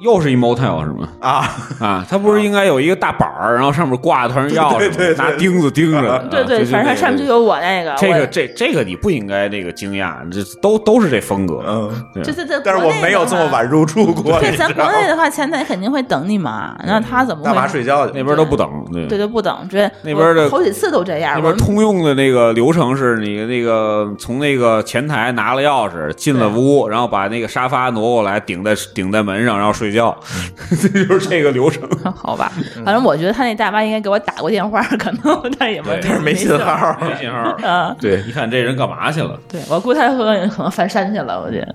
Speaker 6: 又是一 motel 是吗？
Speaker 3: 啊，
Speaker 6: 啊，他不是应该有一个大板儿，然后上面挂着团钥匙吗，拿钉子钉着，啊
Speaker 4: 对对，反正它上面就
Speaker 6: 有。
Speaker 4: 有我那个，
Speaker 6: 这
Speaker 4: 啊我
Speaker 6: 个这这个你不应该那个惊讶，这都都是这风格。
Speaker 3: 嗯，
Speaker 4: 这这这，
Speaker 3: 但是我没有这么晚。入住过，
Speaker 4: 对，
Speaker 3: 你
Speaker 4: 咱
Speaker 3: 知
Speaker 4: 国
Speaker 3: 道
Speaker 4: 内
Speaker 3: 吗？嗯
Speaker 4: 的话，前台肯定会等你嘛，那他怎么会？
Speaker 3: 大妈睡觉去
Speaker 6: 那边都不等，对
Speaker 4: 对，就不等，这
Speaker 6: 那边的
Speaker 4: 我好几次都这样。
Speaker 6: 那
Speaker 4: 我
Speaker 6: 边通用的那个流程是你那个从那个前台拿了钥匙进了屋，然后把那个沙发挪过来顶在顶在门上，然后睡觉， 这就是这个流程。
Speaker 4: 好吧，
Speaker 3: 嗯
Speaker 4: 反正我觉得他那大妈应该给我打过电话， 可能但也没
Speaker 6: 对
Speaker 3: 但是没信
Speaker 4: 事 儿
Speaker 3: 号，
Speaker 6: 没信号，
Speaker 4: 啊。
Speaker 3: 对，
Speaker 6: 你看这人干嘛去了？
Speaker 4: 对，我估计他可可能翻山去了，我觉得。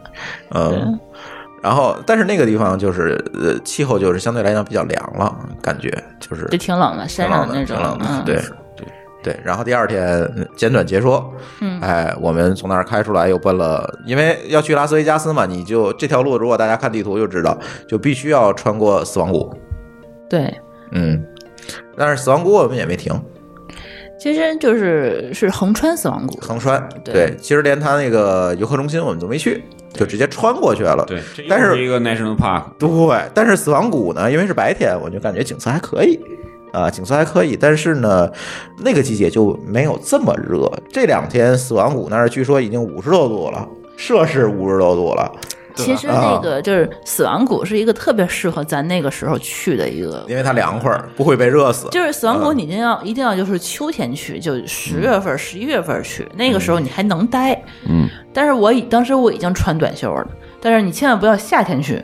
Speaker 3: 嗯。然后，但是那个地方就是，呃，气候就是相对来讲比较凉了，感觉就是
Speaker 4: 就挺冷的，山
Speaker 3: 挺冷
Speaker 4: 上的
Speaker 3: 的，
Speaker 4: 那
Speaker 3: 挺
Speaker 4: 种
Speaker 3: 冷，的，
Speaker 4: 嗯，
Speaker 3: 对。对，然后第二天嗯简短解说，
Speaker 4: 嗯
Speaker 3: 哎，我们从那儿开出来，又奔了，因为要去拉斯维加斯嘛，你就这条路，如果大家看地图就知道，就必须要穿过死亡谷，
Speaker 4: 对。
Speaker 3: 嗯，但是死亡谷我们也没停，
Speaker 4: 其实就是是横穿死亡谷，
Speaker 3: 横穿，
Speaker 4: 对
Speaker 3: 其实连它那个游客中心我们都没去，就直接穿过去了，
Speaker 6: 对，这又
Speaker 3: 但
Speaker 6: 一个 national park，
Speaker 3: 对，但是死亡谷呢，因为是白天，我就感觉景色还可以。啊，景色还可以，但是呢，那个季节就没有这么热。这两天死亡谷那儿据说已经五十多度了，摄氏五十多度了，
Speaker 4: 其实那
Speaker 3: 啊
Speaker 4: 个就是死亡谷是一个特别适合咱那个时候去的一个，
Speaker 3: 因为它凉快儿，不会被热死。
Speaker 4: 就是死亡谷
Speaker 3: 嗯
Speaker 4: 你一定要、一定要就是秋天去，就十月份、十一、月份去，那个时候你还能待。
Speaker 6: 嗯，
Speaker 4: 但是我已当时我已经穿短袖了，但是你千万不要夏天去。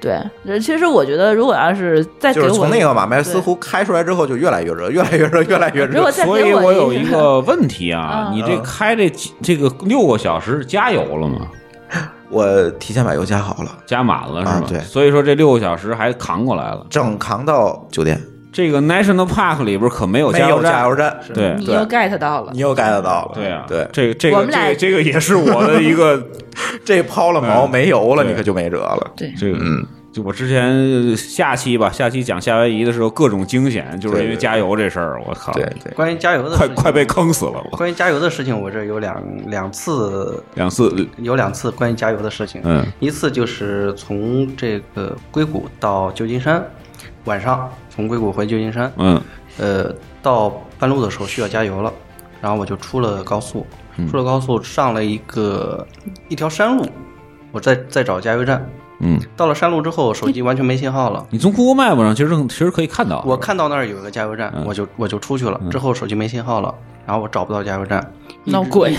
Speaker 4: 对，呃其实我觉得如果要是再给
Speaker 3: 就
Speaker 4: 我
Speaker 3: 是从那个马麦斯
Speaker 4: 对
Speaker 3: 湖开出来之后，就越来越热，越来越热，越来越
Speaker 4: 如果
Speaker 3: 热。
Speaker 4: 再
Speaker 6: 所
Speaker 4: 给
Speaker 6: 以
Speaker 4: 我
Speaker 6: 有
Speaker 4: 一
Speaker 6: 一
Speaker 4: 个
Speaker 6: 个问题啊，
Speaker 4: 嗯
Speaker 6: 你这开这几这个六个小时加油了吗？
Speaker 3: 我提前把油加好了，
Speaker 6: 加满了是
Speaker 3: 啊
Speaker 6: 吗？
Speaker 3: 对
Speaker 6: 所以说这六个小时还扛过来了。
Speaker 3: 正扛到酒店，
Speaker 6: 这个 national park 里边可没有
Speaker 3: 没
Speaker 6: 加油
Speaker 3: 有
Speaker 6: 站，
Speaker 3: 加油站，
Speaker 6: 对
Speaker 4: 你又 get 到了
Speaker 3: 你，又 get 到了。
Speaker 6: 对啊，
Speaker 3: 对，
Speaker 6: 这个这
Speaker 4: 我
Speaker 6: 个
Speaker 4: 们
Speaker 6: 这
Speaker 4: 俩
Speaker 6: 个这个也是我的 一个
Speaker 3: 这抛了锚
Speaker 6: 嗯
Speaker 3: 没油了，
Speaker 6: 对，
Speaker 3: 你可就没辙了。
Speaker 4: 对
Speaker 6: 这个
Speaker 3: 嗯。
Speaker 6: 就我之前呃下期吧，下期讲夏威夷的时候，各种惊险，就是因为加油这事儿，我靠，
Speaker 3: 对对，
Speaker 5: 关于加油的
Speaker 6: 快
Speaker 5: 事情
Speaker 6: 快被坑死了，我
Speaker 5: 关于加油的事情，我这有两两次，
Speaker 6: 两次，
Speaker 5: 有两次关于加油的事情。
Speaker 6: 嗯，
Speaker 5: 一次就是从这个硅谷到旧金山，晚上从硅谷回旧金山，
Speaker 6: 嗯
Speaker 5: 呃，到半路的时候需要加油了，然后我就出了高速，
Speaker 6: 嗯
Speaker 5: 出了高速上了一个一条山路，我在在找加油站。
Speaker 6: 嗯，
Speaker 5: 到了山路之后，手机完全没信号了。
Speaker 6: 你从 Google Map 上其实其实可以看到，啊
Speaker 5: 我看到那儿有一个加油
Speaker 6: 嗯
Speaker 5: 站，我就我就出去了。之后手机没信号了，然后我找不到加油站，
Speaker 4: 闹鬼，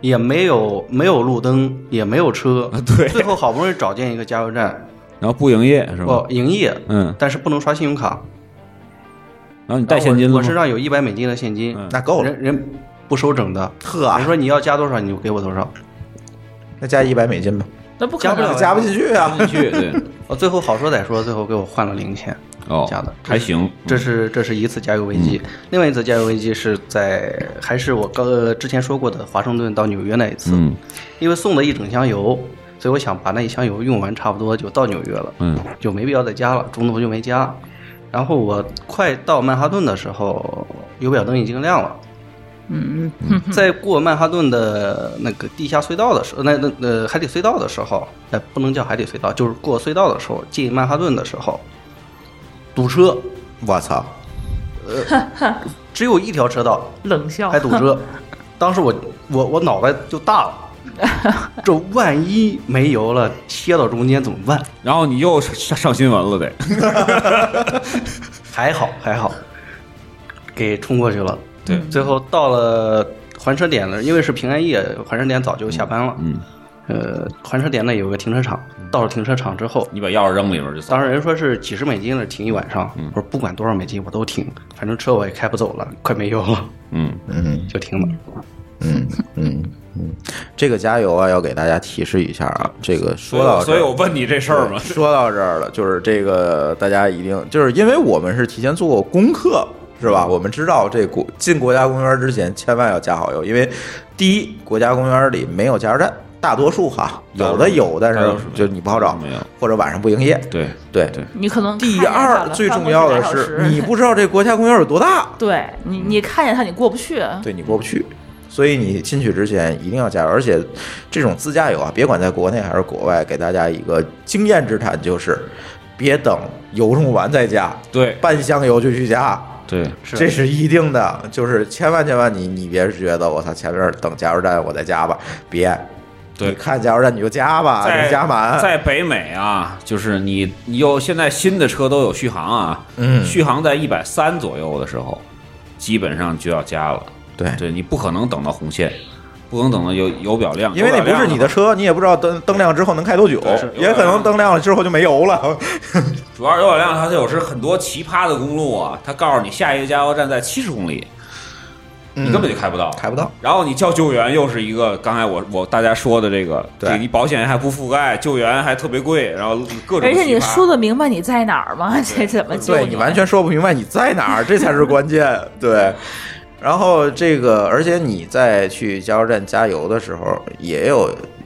Speaker 5: 也没有没有路灯，也没有车。
Speaker 6: 啊对
Speaker 5: 最后好不容易找见一个加油站，
Speaker 6: 然后不营业是吧
Speaker 5: 哦，？营业，
Speaker 6: 嗯，
Speaker 5: 但是不能刷信用卡。
Speaker 6: 然后你带现金
Speaker 5: 然
Speaker 6: 了
Speaker 5: 后我我身
Speaker 6: 吗？
Speaker 5: 上有一百美金的现金，
Speaker 6: 嗯
Speaker 3: 那够了啊
Speaker 5: 人。人不收整的，
Speaker 3: 呵
Speaker 5: 人说你要加多少你就给我多少。
Speaker 3: 那加一百美金吧，
Speaker 4: 那不可
Speaker 5: 加不
Speaker 4: 能
Speaker 5: 了。
Speaker 3: 加不进去啊。
Speaker 6: 进去对，
Speaker 5: 我哦最后好说歹说，最后给我换了零钱。
Speaker 6: 哦
Speaker 5: 假的，
Speaker 6: 还行，
Speaker 5: 这
Speaker 6: 嗯
Speaker 5: 是这是一次加油危机，另外一次加油危机是在还是我刚、呃、之前说过的华盛顿到纽约那一次，
Speaker 6: 嗯
Speaker 5: 因为送了一整箱油，所以我想把那一箱油用完，差不多就到纽约了，
Speaker 6: 嗯
Speaker 5: 就没必要再加了，中途就没加。然后我快到曼哈顿的时候，油表灯已经亮了。
Speaker 4: 嗯，
Speaker 5: 在过曼哈顿的那个地下隧道的时候，那那呃海底隧道的时候，呃不能叫海底隧道，就是过隧道的时候，进曼哈顿的时候，堵车，
Speaker 3: 我操！
Speaker 5: 只有一条车道，
Speaker 4: 冷笑
Speaker 5: 还堵车。当时我我我脑袋就大了，这万一没油了，切到中间怎么办？
Speaker 6: 然后你又上上新闻了得，
Speaker 5: 还好还好，给冲过去了。对，最后到了环车点呢，因为是平安夜，环车点早就下班了。
Speaker 6: 嗯，
Speaker 5: 呃，环车点呢有个停车场，到了停车场之后，
Speaker 6: 你把钥匙扔里边就走
Speaker 5: 当。时人说是几十美金了，停一晚
Speaker 6: 嗯
Speaker 5: 上。我说不管多少美金我都停，反正车我也开不走了，快没油了，
Speaker 6: 嗯，
Speaker 3: 嗯
Speaker 5: 就停了。
Speaker 3: 嗯嗯嗯，这个加油啊，要给大家提示一下啊。这个说到这儿
Speaker 6: 所以我问你这事儿嘛，
Speaker 3: 说到这儿了，就是这个大家一定就是因为我们是提前做过功课，是吧？我们知道这国进国家公园之前千万要加好油，因为第一，国家公园里没有加油站，大多数哈有的有，但
Speaker 6: 大
Speaker 3: 是
Speaker 6: 多数嗯没有
Speaker 3: 就你不好找
Speaker 6: 没有，
Speaker 3: 或者晚上不营业。
Speaker 6: 对，
Speaker 3: 对
Speaker 6: 对
Speaker 4: 你可能
Speaker 3: 第
Speaker 4: 看见 它
Speaker 3: 二
Speaker 4: 了
Speaker 3: 最
Speaker 4: 翻
Speaker 3: 重
Speaker 4: 过
Speaker 3: 要
Speaker 4: 去
Speaker 3: 的
Speaker 4: 俩 小
Speaker 3: 是，
Speaker 4: 时
Speaker 3: 你嗯不知道这国家公园有多大，
Speaker 4: 对你你看见它你过不去，啊
Speaker 3: 对你过不去。所以你进去之前一定要加油，而且这种自驾游啊，别管在国内还是国外，给大家一个经验之谈就是，别等油用完再加，
Speaker 6: 对
Speaker 3: 半箱油就去加，
Speaker 6: 对，
Speaker 3: 这是一定的。就是千万千万你你别觉得我操前面等加油站我再加吧，别，
Speaker 6: 对
Speaker 3: 你看加油站你就加吧，
Speaker 6: 在
Speaker 3: 你加满。
Speaker 6: 在北美啊，就是你你有现在新的车都有续航啊，
Speaker 3: 嗯
Speaker 6: 续航在一百三左右的时候，基本上就要加了。
Speaker 3: 对
Speaker 6: 对你不可能等到红线，不可能等到有油表亮，
Speaker 3: 因为那
Speaker 6: 油表
Speaker 3: 不
Speaker 6: 亮
Speaker 3: 是你的
Speaker 6: 话，
Speaker 3: 车，你也不知道灯灯亮之后能开多久
Speaker 6: 对是，
Speaker 3: 也可能灯亮了之后就没油了。
Speaker 6: 主要是油表亮它有时很多奇葩的公路啊，它告诉你下一个加油站在七十公里，你根本就开不到，
Speaker 3: 嗯开不到。
Speaker 6: 然后你叫救援，又是一个刚才我我大家说的这个，
Speaker 3: 对
Speaker 6: 这个你保险还不覆盖，救援还特别贵，然后各种
Speaker 4: 而且
Speaker 6: 奇
Speaker 4: 你
Speaker 6: 葩
Speaker 4: 说的明白你在哪儿吗？ 这怎么救啊
Speaker 3: 对你完全说不明白你在哪儿，这才是关键。对，然后这个，而且你在去加油站加油的时候，也有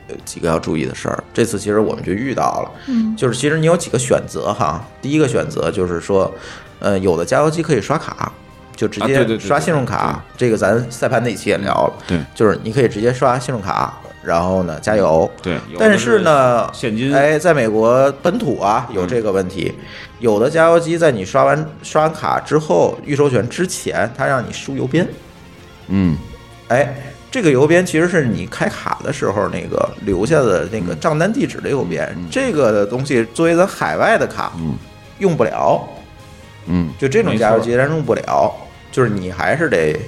Speaker 3: 呃几个要注意的事儿。这次其实我们就遇到了，嗯，就是其实你有几个选择哈。第一个选择就是说，呃，有的加油机可以刷卡。就直
Speaker 6: 啊对对
Speaker 3: 接
Speaker 6: 对
Speaker 3: 刷信用卡，这个咱赛盘那期也聊了。
Speaker 6: 对
Speaker 3: 就是你可以直接刷信用卡，然后呢加油。
Speaker 6: 对，有的
Speaker 3: 但是呢，
Speaker 6: 现金嗯
Speaker 3: 哎，在美国本土啊有这个问题，有的加油机在你刷完刷完卡之后，预授权之前，它让你输邮编，
Speaker 6: 嗯，
Speaker 3: 哎。这个邮编其实是你开卡的时候那个留下的那个账单地址的邮编，这个的东西作为咱海外的卡，
Speaker 6: 嗯
Speaker 3: 用不了，
Speaker 6: 嗯，
Speaker 3: 就这种加油机咱用不了，就是你还是得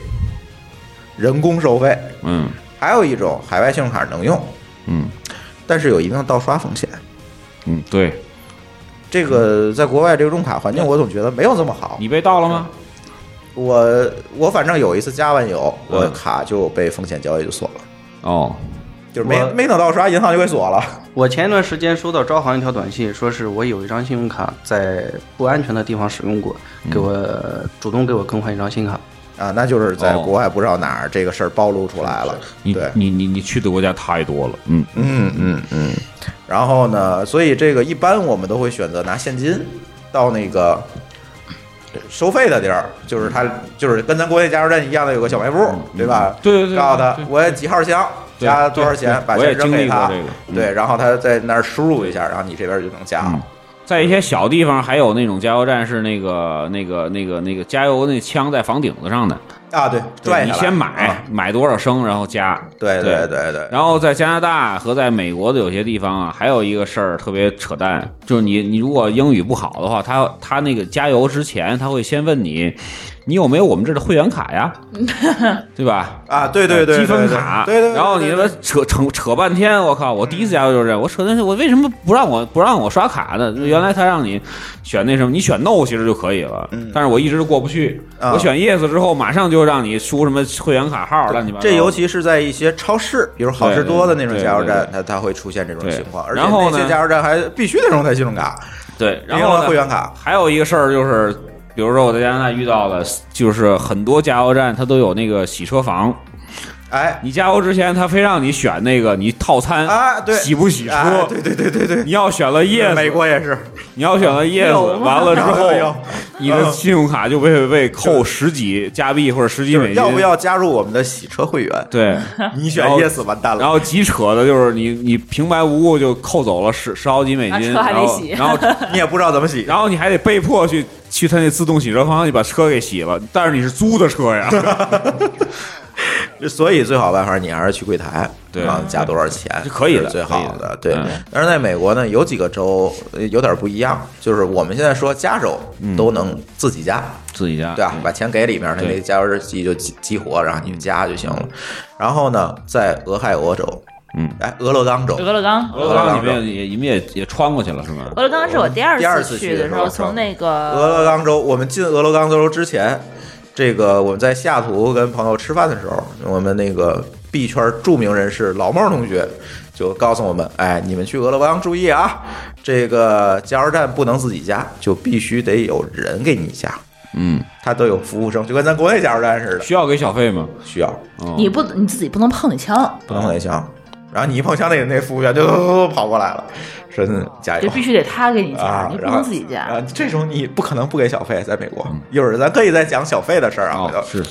Speaker 3: 人工收费。
Speaker 6: 嗯
Speaker 3: 还有一种海外信用卡能用，
Speaker 6: 嗯
Speaker 3: 但是有一定的盗刷风险，
Speaker 6: 嗯，对
Speaker 3: 这个在国外这个用卡环境，我总觉得没有这么好。
Speaker 6: 你被盗了吗？
Speaker 3: 我我反正有一次加完油，
Speaker 6: 嗯
Speaker 3: 我卡就被风险交易就锁了，
Speaker 6: 哦，
Speaker 3: 就是没
Speaker 5: 我
Speaker 3: 没等到刷，银行就给锁了。
Speaker 5: 我前一段时间收到招行一条短信，说是我有一张信用卡在不安全的地方使用过，给
Speaker 6: 嗯
Speaker 5: 我主动给我更换一张新卡。
Speaker 3: 啊，那就是
Speaker 6: 哦
Speaker 3: 在国外不知道哪儿这个事儿暴露出来了。
Speaker 6: 你
Speaker 3: 对，
Speaker 6: 你你你去的国家太多了，嗯，
Speaker 3: 嗯嗯嗯。然后呢，所以这个一般我们都会选择拿现金到那个收费的地儿，就是他就是跟咱国内加油站一样的有个小卖部，
Speaker 6: 嗯
Speaker 3: 对吧？
Speaker 6: 对对对
Speaker 3: 告诉他我有几号箱。
Speaker 6: 对
Speaker 3: 加多少
Speaker 6: 对
Speaker 3: 钱
Speaker 6: 对？
Speaker 3: 把
Speaker 6: 我也
Speaker 3: 钱扔
Speaker 6: 经
Speaker 3: 给
Speaker 6: 历过
Speaker 3: 他
Speaker 6: 这个，嗯
Speaker 3: 对，然后他在那儿输入一下，然后你这边就能加了。
Speaker 6: 在一些小地方还有那种加油站是那个那个那个那个加油那枪在房顶子上的，
Speaker 3: 啊，对，拽
Speaker 6: 你
Speaker 3: 下来
Speaker 6: 先
Speaker 3: 啊
Speaker 6: 买买多少升，然后加，
Speaker 3: 对
Speaker 6: 对
Speaker 3: 对对对，
Speaker 6: 然后在加拿大和在美国的有些地方啊，还有一个事儿特别扯淡，就是你你如果英语不好的话，他他那个加油之前他会先问你，你有没有我们这儿的会员卡呀，对吧？呃
Speaker 3: 啊，对对对，
Speaker 6: 积分
Speaker 3: 对对
Speaker 6: 卡，
Speaker 3: 对对，对
Speaker 6: 然后你他妈扯扯扯半天，我靠！我第一次加油就是这样，我扯那我为什么不让我不让我刷卡呢？原来他让你选那什么，你选 no 其实就可以了，但是我一直过不去。
Speaker 3: 嗯啊
Speaker 6: 我选 yes 之后，马上就让你输什么会员卡号，乱七八糟。
Speaker 3: 这尤其是在一些超市，比如好事多的那种
Speaker 6: 对对对
Speaker 3: 加油站
Speaker 6: 对，
Speaker 3: 它它会出现这种
Speaker 6: 对
Speaker 3: 情况，而且
Speaker 6: 然后
Speaker 3: 那
Speaker 6: 呢
Speaker 3: 些加油站还必须得用台信用卡，
Speaker 6: 对，然
Speaker 3: 别用
Speaker 6: 后
Speaker 3: 了
Speaker 6: 呢
Speaker 3: 会员卡
Speaker 6: 还有一个事儿就是，比如说我在加拿大遇到的，就是很多加油站它都有那个洗车房，
Speaker 3: 哎
Speaker 6: 你加油之前他非让你选那个你套餐
Speaker 3: 啊，对，
Speaker 6: 洗不洗车，
Speaker 3: 啊对对对对对，
Speaker 6: 你要选了 yes，
Speaker 3: 美国也是，
Speaker 6: 你要选了 yes，完了之
Speaker 3: 有有
Speaker 6: 后，你的信用卡就被被扣十几加币或者十几
Speaker 3: 就
Speaker 6: 美
Speaker 3: 是
Speaker 6: 金，
Speaker 3: 要不？要加入我们的洗车会 员？
Speaker 6: 对，
Speaker 3: 你选
Speaker 6: 然后
Speaker 3: yes 完蛋
Speaker 6: 然
Speaker 3: 了，
Speaker 6: 后极扯的就是你你平白无故就扣走了十十好几美金，
Speaker 4: 啊那车还得
Speaker 6: 然后
Speaker 4: 洗
Speaker 6: 然后
Speaker 3: 你也不知道怎么洗，
Speaker 6: 然后你还得被迫去去他那自动洗车房，你把车给洗了，但是你是租的车呀。
Speaker 3: 所以最好办法你还是去柜台，
Speaker 6: 对
Speaker 3: 啊，加多少钱
Speaker 6: 是可以的
Speaker 3: 是最好
Speaker 6: 可以的
Speaker 3: 对
Speaker 6: 嗯，
Speaker 3: 但是在美国呢，有几个州呃有点不一样，就是我们现在说加州都能自己加，
Speaker 6: 自己家
Speaker 3: 对吧？把钱给里面儿，那
Speaker 6: 嗯啊对
Speaker 3: 个加油日记就激激活，然后你们加就行了。然后呢，在俄亥俄州，
Speaker 6: 嗯，
Speaker 3: 哎，俄勒冈州，
Speaker 4: 俄勒冈，
Speaker 3: 嗯
Speaker 6: 俄勒冈你们也你们也也穿过去了是吗？
Speaker 3: 呃
Speaker 4: 俄勒冈是我第二
Speaker 3: 第二
Speaker 4: 次
Speaker 3: 次
Speaker 4: 去
Speaker 3: 去的
Speaker 4: 的时
Speaker 3: 时
Speaker 4: 候，
Speaker 3: 候
Speaker 4: 从那个
Speaker 3: 俄勒冈州，我们进俄勒冈州之前，这个我们在西雅图跟朋友吃饭的时候，我们那个币圈著名人士老帽同学就告诉我们，哎，你们去俄勒冈注意啊，这个加油站不能自己加，就必须得有人给你加，
Speaker 6: 嗯，
Speaker 3: 他都有服务生，就跟咱国内加油站似的，
Speaker 6: 需要给小费吗？
Speaker 3: 需要
Speaker 6: 哦
Speaker 4: 你不你自己不能碰你枪，
Speaker 3: 不能碰那
Speaker 4: 啊
Speaker 3: 枪，然后你一碰枪，那那服务员就跑过来了，说嗯加
Speaker 4: 就
Speaker 3: 油。
Speaker 4: 必须得他给你加，
Speaker 3: 啊，
Speaker 4: 你不
Speaker 3: 然后
Speaker 4: 能自己加
Speaker 3: 啊。，这种你不可能不给小费，在美国，一会儿咱可以再讲小费的事儿啊。回头
Speaker 6: 嗯哦是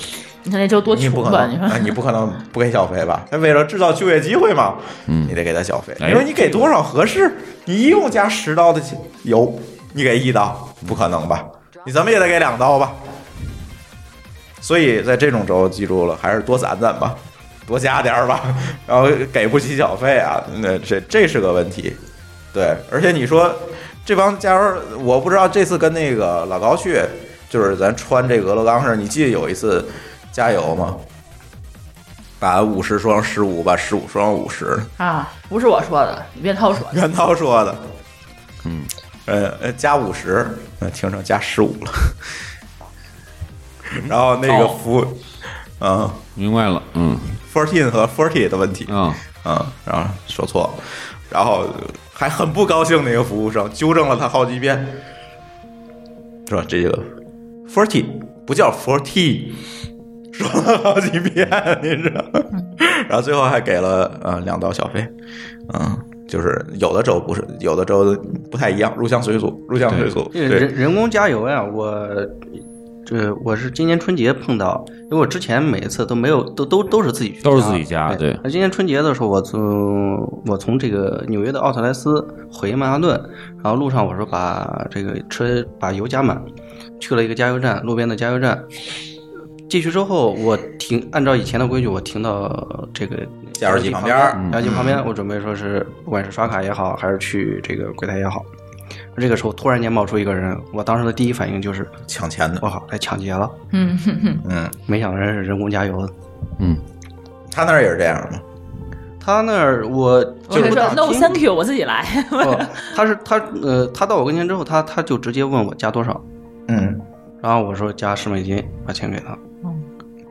Speaker 4: 你看那时候多
Speaker 3: 你不
Speaker 4: 穷
Speaker 3: 可
Speaker 4: 吧？
Speaker 3: 能
Speaker 4: 你
Speaker 3: 啊，
Speaker 4: 说
Speaker 3: 你不可能不给小费吧？他为了制造就业机会嘛，嗯，你得给他小费。
Speaker 6: 哎
Speaker 3: 你说你给多少合适？你一共加十刀的钱油，你给一刀，不可能吧？你怎么也得给两刀吧？所以在这种州，记住了，还是多攒攒吧，多加点儿吧，然后给不起小费啊，那这这是个问题。对，而且你说这帮加油，我不知道这次跟那个老高去，就是咱穿这个俄勒冈式，你记得有一次加油吗？把五十双十五，把十五双五十，
Speaker 4: 啊，不是我说的，你别掏说的。
Speaker 3: 袁涛说的，嗯，呃，加五十，呃，听成加十五了， 然后那个
Speaker 6: 哦
Speaker 3: 服务，嗯
Speaker 6: 明白了，嗯
Speaker 3: ，fourteen 和 forty 的问题，
Speaker 6: 啊
Speaker 3: 嗯，然后说错了，然后还很不高兴那个服务生纠正了他好几遍，说这个 forty 不叫 forty，说了好几遍，你知道吗，然后最后还给了呃两刀小费，嗯。就是有的州不是，有的州不太一样，入乡随俗，入乡随俗。
Speaker 5: 人
Speaker 3: 对
Speaker 5: 人人工加油呀，我这我是今年春节碰到，因为我之前每一次都没有都都都是自己去，
Speaker 6: 都是自己加对
Speaker 5: 那今年春节的时候，我从我从这个纽约的奥特莱斯回曼哈顿，然后路上我说把这个车把油加满，去了一个加油站，路边的加油站。进去之后，我停，按照以前的规矩，我停到这个
Speaker 3: 加油机旁边嗯
Speaker 5: 儿加油机旁边，我准备说是不管是刷卡也好，还是去这个柜台也好，这个时候突然间冒出一个人，我当时的第一反应就是，
Speaker 3: 抢钱的
Speaker 5: 我，靠，来抢劫了！
Speaker 4: 嗯哼哼，
Speaker 3: 嗯，
Speaker 5: 没想到人是人工加油的。
Speaker 6: 嗯，
Speaker 3: 他那儿也是这样吗？
Speaker 5: 他那儿我
Speaker 4: 我
Speaker 5: 就
Speaker 4: 跟
Speaker 5: 是
Speaker 4: 你说
Speaker 5: 打
Speaker 4: ，no
Speaker 5: 听
Speaker 4: thank you，我自己来。
Speaker 5: 不，他是他呃，他到我跟前之后，他他就直接问我加多少，
Speaker 3: 嗯，
Speaker 5: 然后我说加十美金，把钱给他。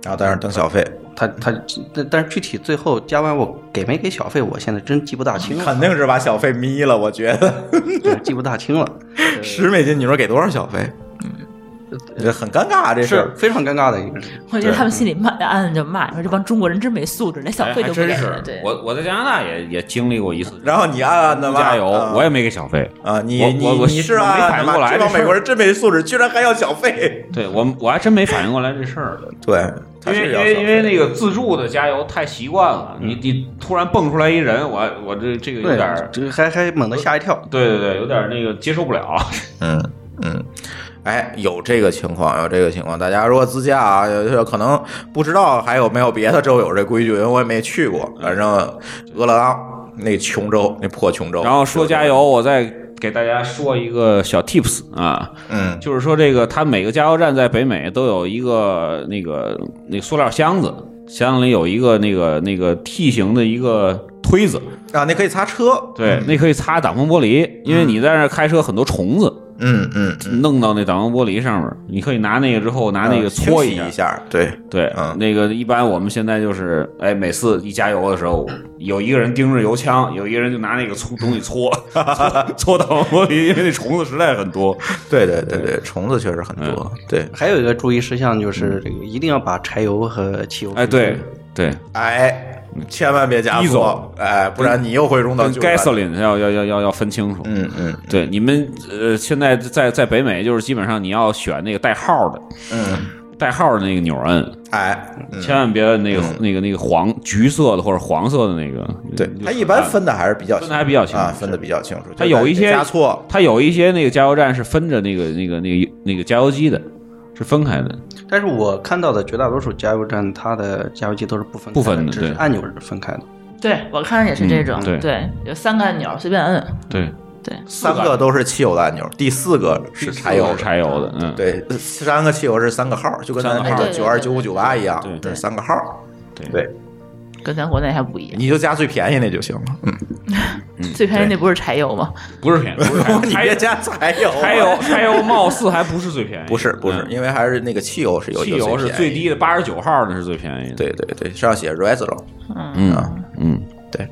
Speaker 3: 然后在那儿等小费，
Speaker 5: 他他但但是具体最后加完我给没给小费，我现在真记不大 清了，
Speaker 3: 肯定是把小费眯了，我觉得。
Speaker 5: 对记不大 清了，
Speaker 3: 十美金，你说给多少小费？嗯这很尴尬、啊，这事
Speaker 5: 是
Speaker 3: 儿。
Speaker 5: 非常尴尬的一
Speaker 6: 嗯
Speaker 5: 个事。
Speaker 4: 我觉得他们心里骂，暗暗就骂，说这帮中国人真没素质，连小
Speaker 6: 哎
Speaker 4: 费
Speaker 6: 还
Speaker 4: 都不
Speaker 6: 真
Speaker 4: 给
Speaker 6: 是。。
Speaker 4: 对，
Speaker 6: 我我在加拿大也也经历过一次
Speaker 3: 然后你暗暗的骂
Speaker 6: 加油，
Speaker 3: 啊
Speaker 6: 我也没给小费。
Speaker 3: 啊，你
Speaker 6: 我
Speaker 3: 你
Speaker 6: 我我
Speaker 3: 你是
Speaker 6: 我没
Speaker 3: 暗暗
Speaker 6: 反
Speaker 3: 的
Speaker 6: 应过
Speaker 3: 骂，
Speaker 6: 来
Speaker 3: 这帮
Speaker 6: 这事儿
Speaker 3: 美国人真没素质， 居然还要小费。
Speaker 6: 对我我还真没反应过来这事儿，
Speaker 3: 对，他
Speaker 6: 因为
Speaker 3: 是
Speaker 6: 因
Speaker 3: 要小费嗯
Speaker 6: 为因为那个自助的加油太习惯了，你你突然蹦出来一人，我我这这个有
Speaker 5: 对
Speaker 6: 点儿，，嗯
Speaker 5: 这还还猛地吓一跳。
Speaker 6: 对对对，有点儿那个接受不了。
Speaker 3: 嗯，嗯，哎，有这个情况，有这个情况。大家如果自驾啊，有有可能不知道还有没有别的州有这规矩，因为我也没去过。反正俄勒冈那穷州，那破穷州。
Speaker 6: 然后说加油，，我再给大家说一个小 tips 啊，
Speaker 3: 嗯，
Speaker 6: 就是说这个它每个加油站在北美都有一个那个那个塑料箱子，箱子里有一个那个那个 T 型的一个推子，
Speaker 3: 啊，那可以擦车。
Speaker 6: 对，那可以擦挡风玻璃，因为你在那儿开车很多虫子
Speaker 3: 嗯嗯，嗯
Speaker 6: 弄到那挡风玻璃上面，你可以拿那个之后拿那个
Speaker 3: 啊清
Speaker 6: 搓
Speaker 3: 洗
Speaker 6: 下
Speaker 3: 一。下，对，
Speaker 6: 对，
Speaker 3: 嗯
Speaker 6: 那个一般我们现在就是，哎，每次一加油的时候，有一个人盯着油枪，有一个人就拿那个搓东西搓 搓搓挡风玻璃，因为那虫子实在很 多。
Speaker 3: 对对对对，虫子确实很多。
Speaker 6: 嗯
Speaker 3: 对，
Speaker 5: 还有一个注意事项就是，这个一定要把柴油和汽油。
Speaker 6: 哎，对对，
Speaker 3: 哎，千万别加
Speaker 6: 一
Speaker 3: 错
Speaker 6: 嗯走，嗯
Speaker 3: 哎，不然你又会融到
Speaker 6: 跟
Speaker 3: 旧燃
Speaker 6: gasoline 要要要要要分清楚。
Speaker 3: 嗯嗯
Speaker 6: 对，你们呃，现在在在北美就是基本上你要选那个带号的，
Speaker 3: 嗯，
Speaker 6: 带号的那个钮儿摁，
Speaker 3: 哎，嗯
Speaker 6: 千万别摁那个那个那个黄橘色的或者黄色的那个。
Speaker 3: 对
Speaker 6: 你就
Speaker 3: 它一般
Speaker 6: 按
Speaker 3: 分的还是比较
Speaker 6: 分得还比较清楚
Speaker 3: 啊，分的比较清楚。
Speaker 6: 它有一些
Speaker 3: 加错，
Speaker 6: 它有一些那个加油站是分着那个那个那个那个加油机的，是分开的。
Speaker 5: 但是我看到的绝大多数加油站，它的加油机都是不分开
Speaker 6: 不分的
Speaker 5: 只是
Speaker 6: 对
Speaker 5: 按钮是分开的。
Speaker 4: 对我看也是这种
Speaker 6: 嗯，对
Speaker 4: 对，有三个按钮，随便摁。
Speaker 6: 对，
Speaker 4: 对，
Speaker 3: 三个都是汽油的按钮，第四个是柴油的。
Speaker 6: 柴油的，嗯，
Speaker 3: 对，三个汽油是三个号，就跟咱
Speaker 6: 三个
Speaker 3: 那
Speaker 6: 号
Speaker 3: 个九二九五九八一样
Speaker 6: 对，
Speaker 3: 这是
Speaker 6: 对
Speaker 3: 三个号。
Speaker 6: 对
Speaker 3: 对，
Speaker 4: 跟咱国内还不一样。
Speaker 3: 你就加最便宜那就行了。嗯，
Speaker 4: 最开始那不是柴油吗？
Speaker 6: 不是便宜，不是
Speaker 3: 你
Speaker 6: 柴
Speaker 3: 别
Speaker 6: 油，
Speaker 3: 加柴油，啊
Speaker 6: 柴油，柴油貌似还不是最便宜，
Speaker 3: 不是不是，
Speaker 6: 嗯
Speaker 3: 因为还是那个汽油是有一
Speaker 6: 汽
Speaker 3: 个
Speaker 6: 油是
Speaker 3: 便宜
Speaker 6: 最低的，八十九号的是最便宜的，
Speaker 3: 对对对，上写 r e s l o
Speaker 6: 嗯嗯，
Speaker 3: 啊对。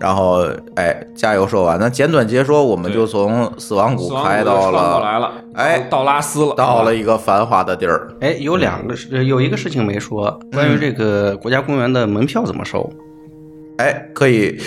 Speaker 3: 然后，哎，加油说完，那简短截说，我们
Speaker 6: 对
Speaker 3: 就从死亡谷
Speaker 6: 死亡谷
Speaker 3: 开
Speaker 6: 就
Speaker 3: 到
Speaker 6: 上
Speaker 3: 了，
Speaker 6: 过来了，
Speaker 3: 哎
Speaker 6: 到拉斯了，嗯
Speaker 3: 到了一个繁华的地儿。
Speaker 5: 哎，有两个是有一个事情没说，关
Speaker 6: 嗯
Speaker 5: 于这个国家公园的门票怎么收？
Speaker 3: 哎，可以，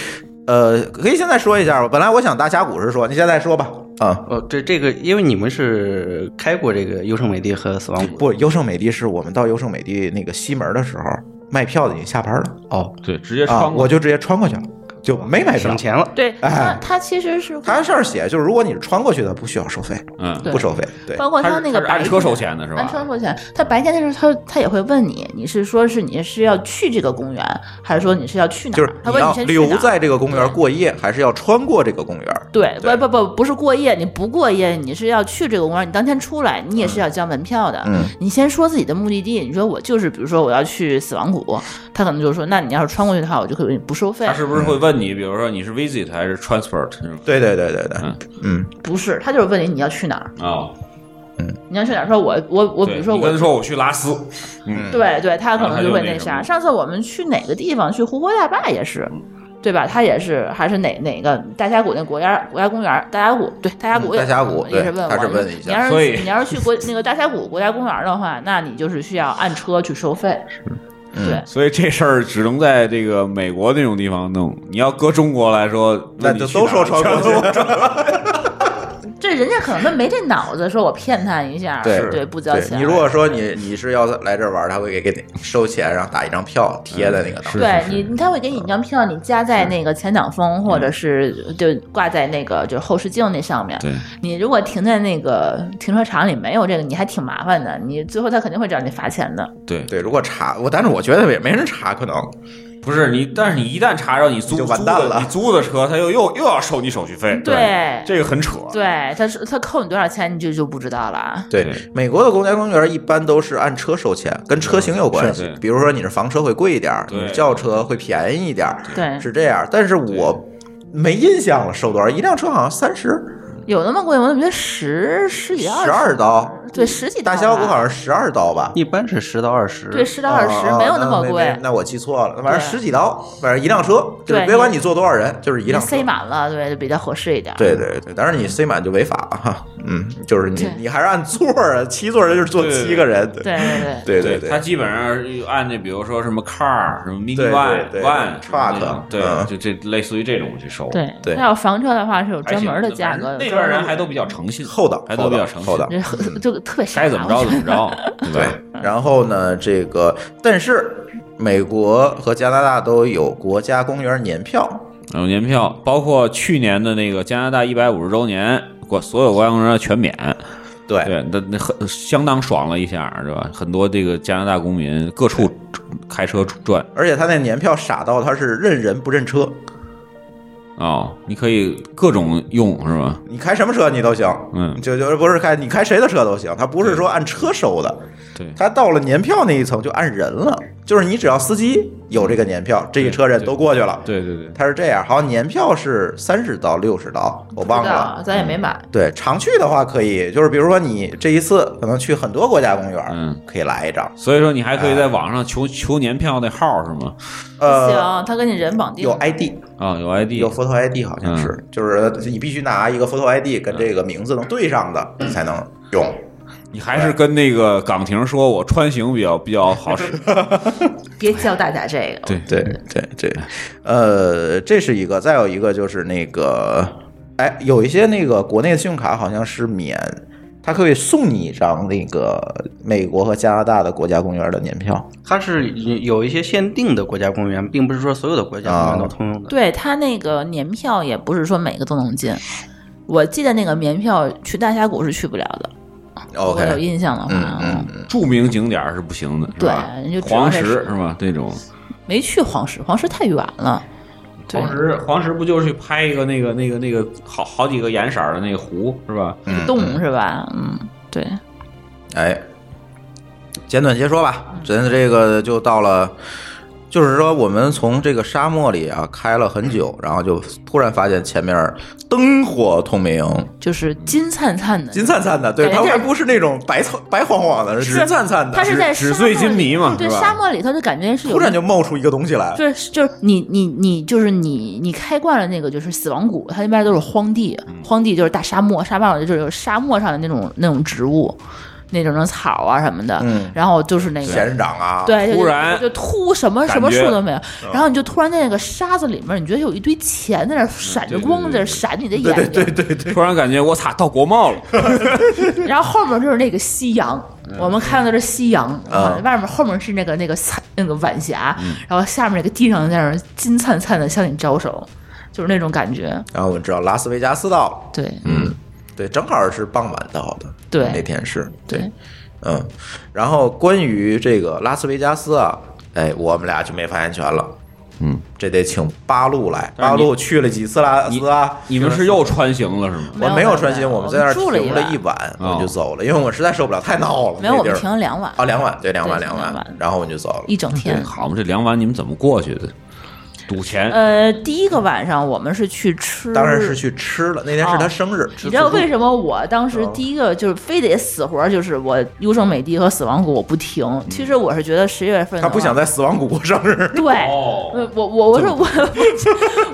Speaker 3: 呃，可以现在说一下吧。本来我想大峡谷是说，你现在说吧。啊、
Speaker 5: 哦，这这个，因为你们是开过这个优胜美地和死亡谷，
Speaker 3: 不，优胜美地是我们到优胜美地那个西门的时候，卖票的已经下班了
Speaker 5: 哦，
Speaker 6: 对，直接
Speaker 3: 啊，
Speaker 6: 穿过
Speaker 3: 我就直接穿过去了，就没买票
Speaker 5: 省。钱了。
Speaker 4: 对，它
Speaker 3: 哎
Speaker 4: 它其实是
Speaker 3: 它上面写就是，如果你是穿过去的，不需要收费，
Speaker 6: 嗯，
Speaker 4: 对
Speaker 3: 不收费。对，
Speaker 4: 包括
Speaker 6: 它
Speaker 4: 它
Speaker 6: 是
Speaker 4: 那个
Speaker 6: 它是
Speaker 4: 白
Speaker 6: 按车
Speaker 4: 天
Speaker 6: 收钱的是吧？
Speaker 4: 按车收钱，他白天的时候他他也会问你，你是说是你是要去这个公园，还是说你是要去哪儿？
Speaker 3: 就是
Speaker 4: 他
Speaker 3: 你
Speaker 4: 问
Speaker 3: 要
Speaker 4: 先去哪
Speaker 3: 留
Speaker 4: 儿。
Speaker 3: 在这个公园过夜，还是要穿过这个公园？
Speaker 4: 对，
Speaker 3: 对
Speaker 4: 不不不，不是过夜，你不过夜，你是要去这个公园，你当天出来，你也是要交门票的。
Speaker 3: 嗯，
Speaker 4: 你先说自己的目的地，你说我就是，比如说我要去死亡谷，他可能就说，那你要是穿过去的话，我就可以不收费
Speaker 6: 他。是不是会问你，比如说你是 visit 还是 transport 这种
Speaker 3: 对对对对对
Speaker 6: 嗯，
Speaker 3: 嗯，
Speaker 4: 不是，他就是问你你要去哪儿，
Speaker 6: 啊？
Speaker 4: 你要去哪儿？说我我我，
Speaker 6: 我
Speaker 4: 比如说我
Speaker 6: 跟他说我去拉斯，
Speaker 4: 对对，他可
Speaker 6: 然后他
Speaker 4: 能就
Speaker 6: 就
Speaker 4: 会
Speaker 6: 那
Speaker 4: 那
Speaker 6: 什
Speaker 4: 啥。
Speaker 6: 么
Speaker 4: 上次我们去哪个地方？去胡佛大坝也是，
Speaker 3: 嗯
Speaker 4: 对吧？他也是还是哪哪个大峡谷那国家国家公园？大峡谷对大峡谷
Speaker 3: 嗯
Speaker 4: 也、
Speaker 3: 大峡谷
Speaker 4: 也是
Speaker 3: 对
Speaker 4: 问我，
Speaker 3: 他是问一
Speaker 4: 你
Speaker 3: 下
Speaker 4: 要
Speaker 6: 所
Speaker 4: 是
Speaker 6: 以
Speaker 4: 去你要是去国那个大峡谷国家公园的话，那你就是需要按车去收费。对，
Speaker 6: 所以这事儿只能在这个美国那种地方弄。你要搁中国来说，
Speaker 3: 那
Speaker 6: 你
Speaker 3: 就
Speaker 6: 去
Speaker 3: 都
Speaker 6: 哪儿
Speaker 3: 说穿
Speaker 6: 全
Speaker 3: 过去。
Speaker 4: 这人家可能没这脑子，说我骗他一下，
Speaker 3: 嗯对
Speaker 4: 对，不交
Speaker 3: 对
Speaker 4: 钱。
Speaker 3: 你如果说你你是要来这儿玩儿，他会给给你收钱，然后打一张票贴在那个当
Speaker 6: 嗯是
Speaker 3: 中。
Speaker 4: 对你，他会给你一张票，你夹在那个前挡风，
Speaker 3: 嗯
Speaker 4: 或者是就挂在那个就是后视镜那上面。
Speaker 6: 对，
Speaker 4: 你如果停在那个停车场里没有这个，你还挺麻烦的。你最后他肯定会找你罚钱的。
Speaker 6: 对
Speaker 3: 对，如果查我，但是我觉得也没人查，可能
Speaker 6: 不是你，但是你一旦查着你租
Speaker 3: 就完蛋了
Speaker 6: 租的你租的车他又又又要收你手续费，
Speaker 4: 对
Speaker 6: 这个很扯。
Speaker 4: 对，他是他扣你多少钱，你就就不知道了啊。
Speaker 3: 对
Speaker 6: 对
Speaker 3: 美国的国家公园一般都是按车收钱，跟车型有关
Speaker 6: 是
Speaker 3: 系
Speaker 6: 对。
Speaker 3: 比如说你是房车会贵一点儿，
Speaker 6: 对
Speaker 3: 你轿车会便宜一点儿，
Speaker 4: 对
Speaker 3: 是这样。但是我没印象了，收多少？一辆车好像三十、
Speaker 4: 有那么贵吗？我怎么觉得十十几
Speaker 3: 十
Speaker 4: 二
Speaker 3: 二刀，嗯
Speaker 4: 对十几
Speaker 3: 大
Speaker 4: 刀吧
Speaker 3: 峡谷好像十二刀吧。
Speaker 5: 一般是十到二十。
Speaker 4: 对十到二十
Speaker 3: 哦
Speaker 4: 没有那么
Speaker 3: 没
Speaker 4: 贵
Speaker 3: 没。那我记错了，反正
Speaker 4: 对
Speaker 3: 十几刀，反正一辆车，就是
Speaker 4: 对
Speaker 3: 别管你坐多少人，就是一
Speaker 4: 你
Speaker 3: 辆车
Speaker 4: 塞。满了，对，就比较合适一点。
Speaker 3: 对对对，当然你塞满就违法了哈，嗯，就是你
Speaker 4: 对
Speaker 3: 你还是按座儿啊，七座儿就是坐
Speaker 6: 对对
Speaker 3: 七个人，
Speaker 4: 对对对，
Speaker 3: 对
Speaker 6: 对
Speaker 3: 对，
Speaker 6: 他基本上按那比如说什么 car 什么 mini
Speaker 3: 对
Speaker 6: van
Speaker 3: 对
Speaker 6: van
Speaker 3: 对
Speaker 6: 什么那种
Speaker 3: truck，
Speaker 6: 对
Speaker 3: 嗯，
Speaker 6: 就这类似于这种去收。
Speaker 4: 对
Speaker 3: 对
Speaker 4: 那要房车的话是有
Speaker 6: 还
Speaker 4: 专
Speaker 6: 行，
Speaker 4: 门的价格，
Speaker 6: 反正那
Speaker 4: 有
Speaker 6: 边
Speaker 4: 专门
Speaker 6: 人
Speaker 4: 的
Speaker 6: 还都比较诚信，
Speaker 3: 厚道，
Speaker 6: 还
Speaker 3: 厚
Speaker 6: 都比
Speaker 3: 道
Speaker 6: 较诚信
Speaker 3: 厚，道，
Speaker 4: 这就特别傻
Speaker 6: 该怎么着怎么。 着，对
Speaker 3: 对
Speaker 6: 吧？，
Speaker 4: 嗯
Speaker 3: 然后呢，这个但是美国和加拿大都有国家公园年票，
Speaker 6: 然后年票包括去年的那个加拿大一百五十周年，国所有国家公园全免。
Speaker 3: 对
Speaker 6: 对，那那很相当爽了一下，是吧？很多这个加拿大公民各处开车转
Speaker 3: 而且他那年票傻到他是认人不认车，
Speaker 6: 哦，你可以各种用，是吧？
Speaker 3: 你开什么车你都行，
Speaker 6: 嗯
Speaker 3: 就就是不是开你开谁的车都行，他不是说按车收的，
Speaker 6: 对
Speaker 3: 他到了年票那一层就按人了，就是你只要司机有这个年票，这一车人都过去了。
Speaker 6: 对对对，
Speaker 3: 他是这样，好像年票是三十到六十刀，我忘
Speaker 4: 不知
Speaker 3: 了
Speaker 4: 道。咱也没买。
Speaker 3: 对，常去的话可以，就是比如说你这一次可能去很多国家公园，
Speaker 6: 嗯，
Speaker 3: 可以来一张。
Speaker 6: 所以说你还可以
Speaker 4: 哎
Speaker 6: 在网上求求年票那号是吗？
Speaker 3: 呃，
Speaker 4: 行，他跟你人绑定
Speaker 3: 有
Speaker 4: 了
Speaker 3: ID，
Speaker 6: 啊，有 ID，
Speaker 3: 有 photo ID 好像是，
Speaker 6: 嗯
Speaker 3: 就是你必须拿一个 photo ID 跟这个名字能对上的，
Speaker 6: 嗯
Speaker 3: 你才能用。
Speaker 6: 你还是跟那个岗亭说，我穿行比较比较好使。
Speaker 4: 别教大家这个。
Speaker 6: 对
Speaker 3: 对对对，呃，这是一个，再有一个就是那个，哎，有一些那个国内的信用卡好像是免，它可以送你一张那个美国和加拿大的国家公园的年票。
Speaker 5: 它是有一些限定的国家公园，并不是说所有的国家公园都通用的。
Speaker 4: 对他那个年票也不是说每个都能进。我记得那个年票去大峡谷是去不了的我有
Speaker 3: OK，
Speaker 4: 印象的话，啊
Speaker 3: 嗯嗯，
Speaker 6: 著名景点儿是不行的，是吧
Speaker 4: 对你就只能
Speaker 6: 黄
Speaker 4: 在
Speaker 6: 石
Speaker 4: 市
Speaker 6: 是吧？那种
Speaker 4: 没去黄石，黄石太远了。对
Speaker 6: 黄石，黄石不就是去拍一个那个那个那个好好几个颜色儿的那个湖是吧？
Speaker 3: 嗯
Speaker 4: 洞是吧？嗯，对，
Speaker 3: 哎，简短截说吧，
Speaker 4: 嗯
Speaker 3: 咱这个就到了，就是说我们从这个沙漠里啊开了很久，然后就突然发现前面灯火通明，
Speaker 4: 就是金灿灿的，
Speaker 3: 金灿灿的，对，
Speaker 4: 感觉
Speaker 3: 它
Speaker 4: 就是
Speaker 3: 还不是那种白苍白晃晃的，是
Speaker 4: 是
Speaker 3: 金灿灿
Speaker 4: 它
Speaker 3: 的，
Speaker 4: 是在
Speaker 6: 纸
Speaker 4: 沙漠
Speaker 6: 醉金迷嘛
Speaker 4: 对，
Speaker 6: 是吧
Speaker 4: 沙漠里头就感觉是有
Speaker 3: 突然就冒出一个东西来，
Speaker 4: 就是就是你你你就是你你开惯了那个就是死亡谷，它那边都是荒地，
Speaker 3: 嗯
Speaker 4: 荒地就是大沙漠，沙漠就是有沙漠上的那种那种植物，那种种草啊什么的，
Speaker 3: 嗯
Speaker 4: 然后就是那
Speaker 3: 仙
Speaker 4: 个。
Speaker 3: 人掌啊，
Speaker 4: 对，就
Speaker 6: 突然
Speaker 4: 就就突什么
Speaker 6: 感觉
Speaker 4: 什么树都没有，然后你就突然在那个沙子里面，你觉得有一堆钱在
Speaker 3: 嗯
Speaker 4: 那儿闪着光，在那儿闪你的眼睛，
Speaker 6: 突然感觉我操，到国 贸了，
Speaker 4: 然后后面就是那个夕阳，我们看到的是夕阳，
Speaker 3: 嗯啊嗯
Speaker 4: 外面后面是那个那个彩那个晚霞，然后下面那个地上在那儿金灿灿的向你招手，就是那种感觉。
Speaker 3: 然后我们知道拉斯维加斯到了，
Speaker 4: 对，
Speaker 3: 嗯，对，正好是傍晚到的，
Speaker 4: 对
Speaker 3: 那天是
Speaker 4: 对，
Speaker 3: 嗯，然后关于这个拉斯维加斯啊，哎，我们俩就没发言权了。嗯，这得请八路来。
Speaker 6: 但
Speaker 3: 八
Speaker 6: 是你
Speaker 3: 路去了几次拉斯啊？
Speaker 6: 你们是又穿行了是吗？
Speaker 3: 我
Speaker 4: 没
Speaker 3: 没
Speaker 4: 有
Speaker 3: 有穿行，
Speaker 4: 没有
Speaker 3: 我们在那儿
Speaker 4: 我们
Speaker 3: 停
Speaker 4: 住
Speaker 3: 了
Speaker 4: 了
Speaker 3: 一
Speaker 4: 一
Speaker 3: 晚，
Speaker 6: 哦
Speaker 3: 我就走了，因为我实在受不了，太闹了。
Speaker 4: 没有
Speaker 3: 那
Speaker 4: 我
Speaker 3: 地儿
Speaker 4: 们停了两晚，
Speaker 3: 啊，两晚，对，两晚，
Speaker 4: 对
Speaker 3: 两
Speaker 4: 两
Speaker 3: 晚
Speaker 4: 晚，
Speaker 3: 然后我们就走了。
Speaker 4: 一整天。
Speaker 6: 好嘛，这两晚你们怎么过去的？赌钱，
Speaker 4: 呃，第一个晚上我们是去吃，
Speaker 3: 当然是。去吃了，那天是他生日，
Speaker 4: 哦你知道为
Speaker 3: 么？
Speaker 4: 什么我当时
Speaker 6: 嗯
Speaker 3: 哦
Speaker 4: 第一个就是非得死活就是我优胜美地和死亡谷我不停？
Speaker 6: 嗯
Speaker 4: 其实我是觉得十一月份
Speaker 3: 他
Speaker 4: 的
Speaker 3: 不
Speaker 4: 话
Speaker 3: 想在死亡谷过生日。
Speaker 4: 对，
Speaker 6: 哦
Speaker 4: 呃我我我说我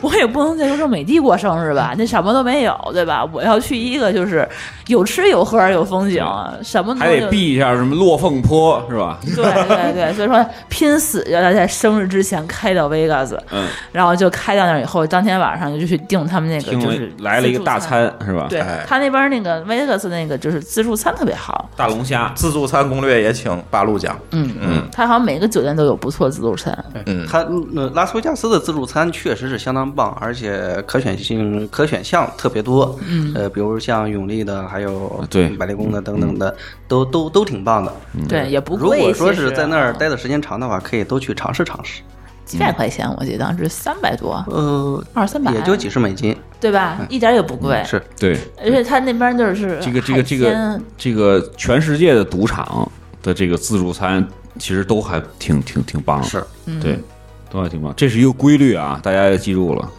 Speaker 4: 我也不能在优胜美地过生日吧，那什么都没有，对吧？我要去一个就是有吃有喝有风景，啊什么都
Speaker 6: 还得
Speaker 4: 有
Speaker 6: 避一下什么落凤坡是吧？
Speaker 4: 对对对，所以说拼死要在生日之前开到 Vegas，
Speaker 6: 嗯，
Speaker 4: 然后就开到那儿以后，当天晚上就去订他们那个
Speaker 6: 听
Speaker 4: 就是
Speaker 6: 了来了一个大
Speaker 4: 自助餐，
Speaker 6: 餐是吧？
Speaker 4: 对
Speaker 3: 哎
Speaker 4: 他那边那个 Vegas 那个就是自助餐特别好，
Speaker 6: 大龙虾，
Speaker 3: 自助餐攻略也请八路讲。
Speaker 4: 嗯
Speaker 3: 嗯，
Speaker 4: 他好像每个酒店都有不错自助餐，
Speaker 3: 嗯
Speaker 5: 它呃拉斯维加斯的自助餐确实是相当棒，而且可选性可选项特别多。嗯，呃，比如像永利的，还有
Speaker 6: 对
Speaker 5: 百丽宫的等等的，都都都挺棒的。
Speaker 4: 对，也不
Speaker 5: 如
Speaker 4: 贵。
Speaker 5: 果说
Speaker 4: 其
Speaker 5: 是
Speaker 4: 实
Speaker 5: 在那儿
Speaker 4: 嗯
Speaker 5: 待的时间长的话，可以都去尝试尝试。
Speaker 4: 几百块钱，我记得当时三百多，
Speaker 5: 呃，
Speaker 4: 二三百，
Speaker 5: 也就几十美金，
Speaker 4: 对吧？一点儿也不贵。
Speaker 5: 是
Speaker 6: 对，
Speaker 4: 而且他那边就是
Speaker 6: 这个这个这个这个全世界的赌场的这个自助餐，其实都还挺挺挺棒的，
Speaker 5: 是，
Speaker 4: 嗯
Speaker 6: 对，都还挺棒。这是一个规律啊，大家要记住了。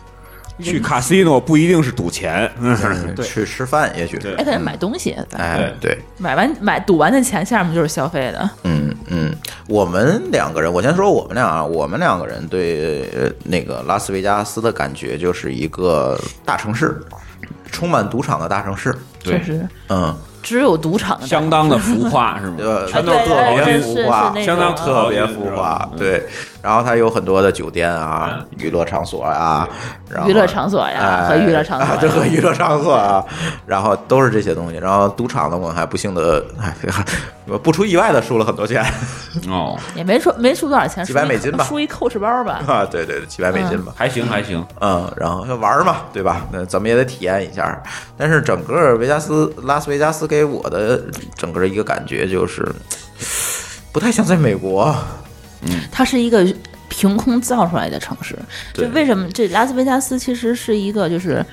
Speaker 6: 去 casino 不一定是赌钱，
Speaker 3: 嗯去吃饭也许。
Speaker 6: 对
Speaker 4: 哎，他买东西，
Speaker 3: 哎，对。
Speaker 4: 买完买赌完的钱，下面就是消费的。
Speaker 3: 嗯嗯，我们两个人，我先说我们俩啊，我们两个人对呃那个拉斯维加斯的感觉就是一个大城市，充满赌场的大城市。
Speaker 6: 对
Speaker 4: 确实，
Speaker 3: 嗯，
Speaker 4: 只有赌场的
Speaker 6: 相当的浮 夸是吗？
Speaker 3: 呃，
Speaker 4: 哎
Speaker 3: 全都
Speaker 4: 对
Speaker 3: 特
Speaker 4: 哎
Speaker 3: 别
Speaker 4: 是
Speaker 3: 浮
Speaker 4: 是
Speaker 3: 夸，
Speaker 4: 是那
Speaker 6: 相当
Speaker 3: 啊
Speaker 4: 种
Speaker 3: 特别浮嗯夸。哦对，然后它有很多的酒店啊、娱乐场所啊，然后
Speaker 4: 娱乐场所呀
Speaker 3: 哎
Speaker 4: 和娱乐场所
Speaker 3: 啊
Speaker 4: 呀
Speaker 3: 对，和娱乐场所啊，然后都是这些东西。然后赌场呢，我们还不幸的，哎，不出意外的输了很多钱。
Speaker 6: 哦，
Speaker 4: 也没出没出多少钱，
Speaker 3: 几百
Speaker 4: 输一
Speaker 3: 美金吧
Speaker 4: 输一扣 o 包吧。
Speaker 3: 啊，对对，对，几百美金吧。
Speaker 6: 还行还行，
Speaker 3: 嗯，然后就玩儿嘛，对吧？那咱们也得体验一下。但是整个维加斯拉斯维加斯给我的整个一个感觉就是，不太像在美国。
Speaker 4: 它是一个凭空造出来的城市。
Speaker 3: 对
Speaker 4: 就为什么这拉斯维加斯其实是一个就是。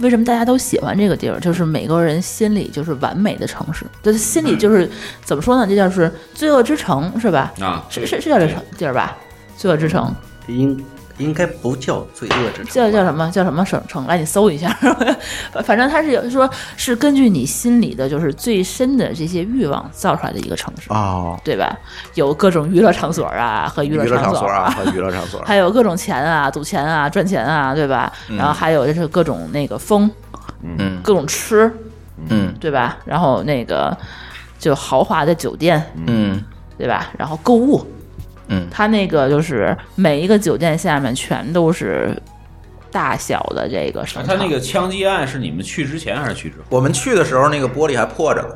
Speaker 4: 为什么大家都喜欢这个地儿？就是每个人心里就是完美的城市，就是心里就是、怎么说呢？这叫是罪恶之城，是
Speaker 3: 嗯
Speaker 4: 吧？
Speaker 6: 啊
Speaker 4: 是是是叫这城地儿吧？罪恶之城
Speaker 5: 应应该不叫罪恶之城吧，
Speaker 4: 叫叫什么叫什么省城？来，你搜一下。 反正它是有说是根据你心里的就是最深的这些欲望造出来的一个城市，
Speaker 3: 哦，
Speaker 4: 对吧？有各种娱乐场所啊和娱
Speaker 3: 娱
Speaker 4: 乐
Speaker 3: 乐
Speaker 4: 场
Speaker 3: 场
Speaker 4: 所
Speaker 3: 所 啊，和娱乐场所。
Speaker 4: 还有各种钱啊，赌钱啊，赚钱啊，对吧？然后还有就是各种那个风，
Speaker 3: 嗯
Speaker 4: 各种吃，
Speaker 3: 嗯
Speaker 4: 对吧？然后那个就豪华的酒店，
Speaker 3: 嗯
Speaker 4: 对吧？然后购物，
Speaker 3: 嗯
Speaker 4: 它那个就是每一个酒店下面全都是大小的这个商
Speaker 6: 他
Speaker 4: 场，
Speaker 6: 啊那个枪击案是你们去之前还是去之后？
Speaker 3: 我们去的时候那个玻璃还破着呢。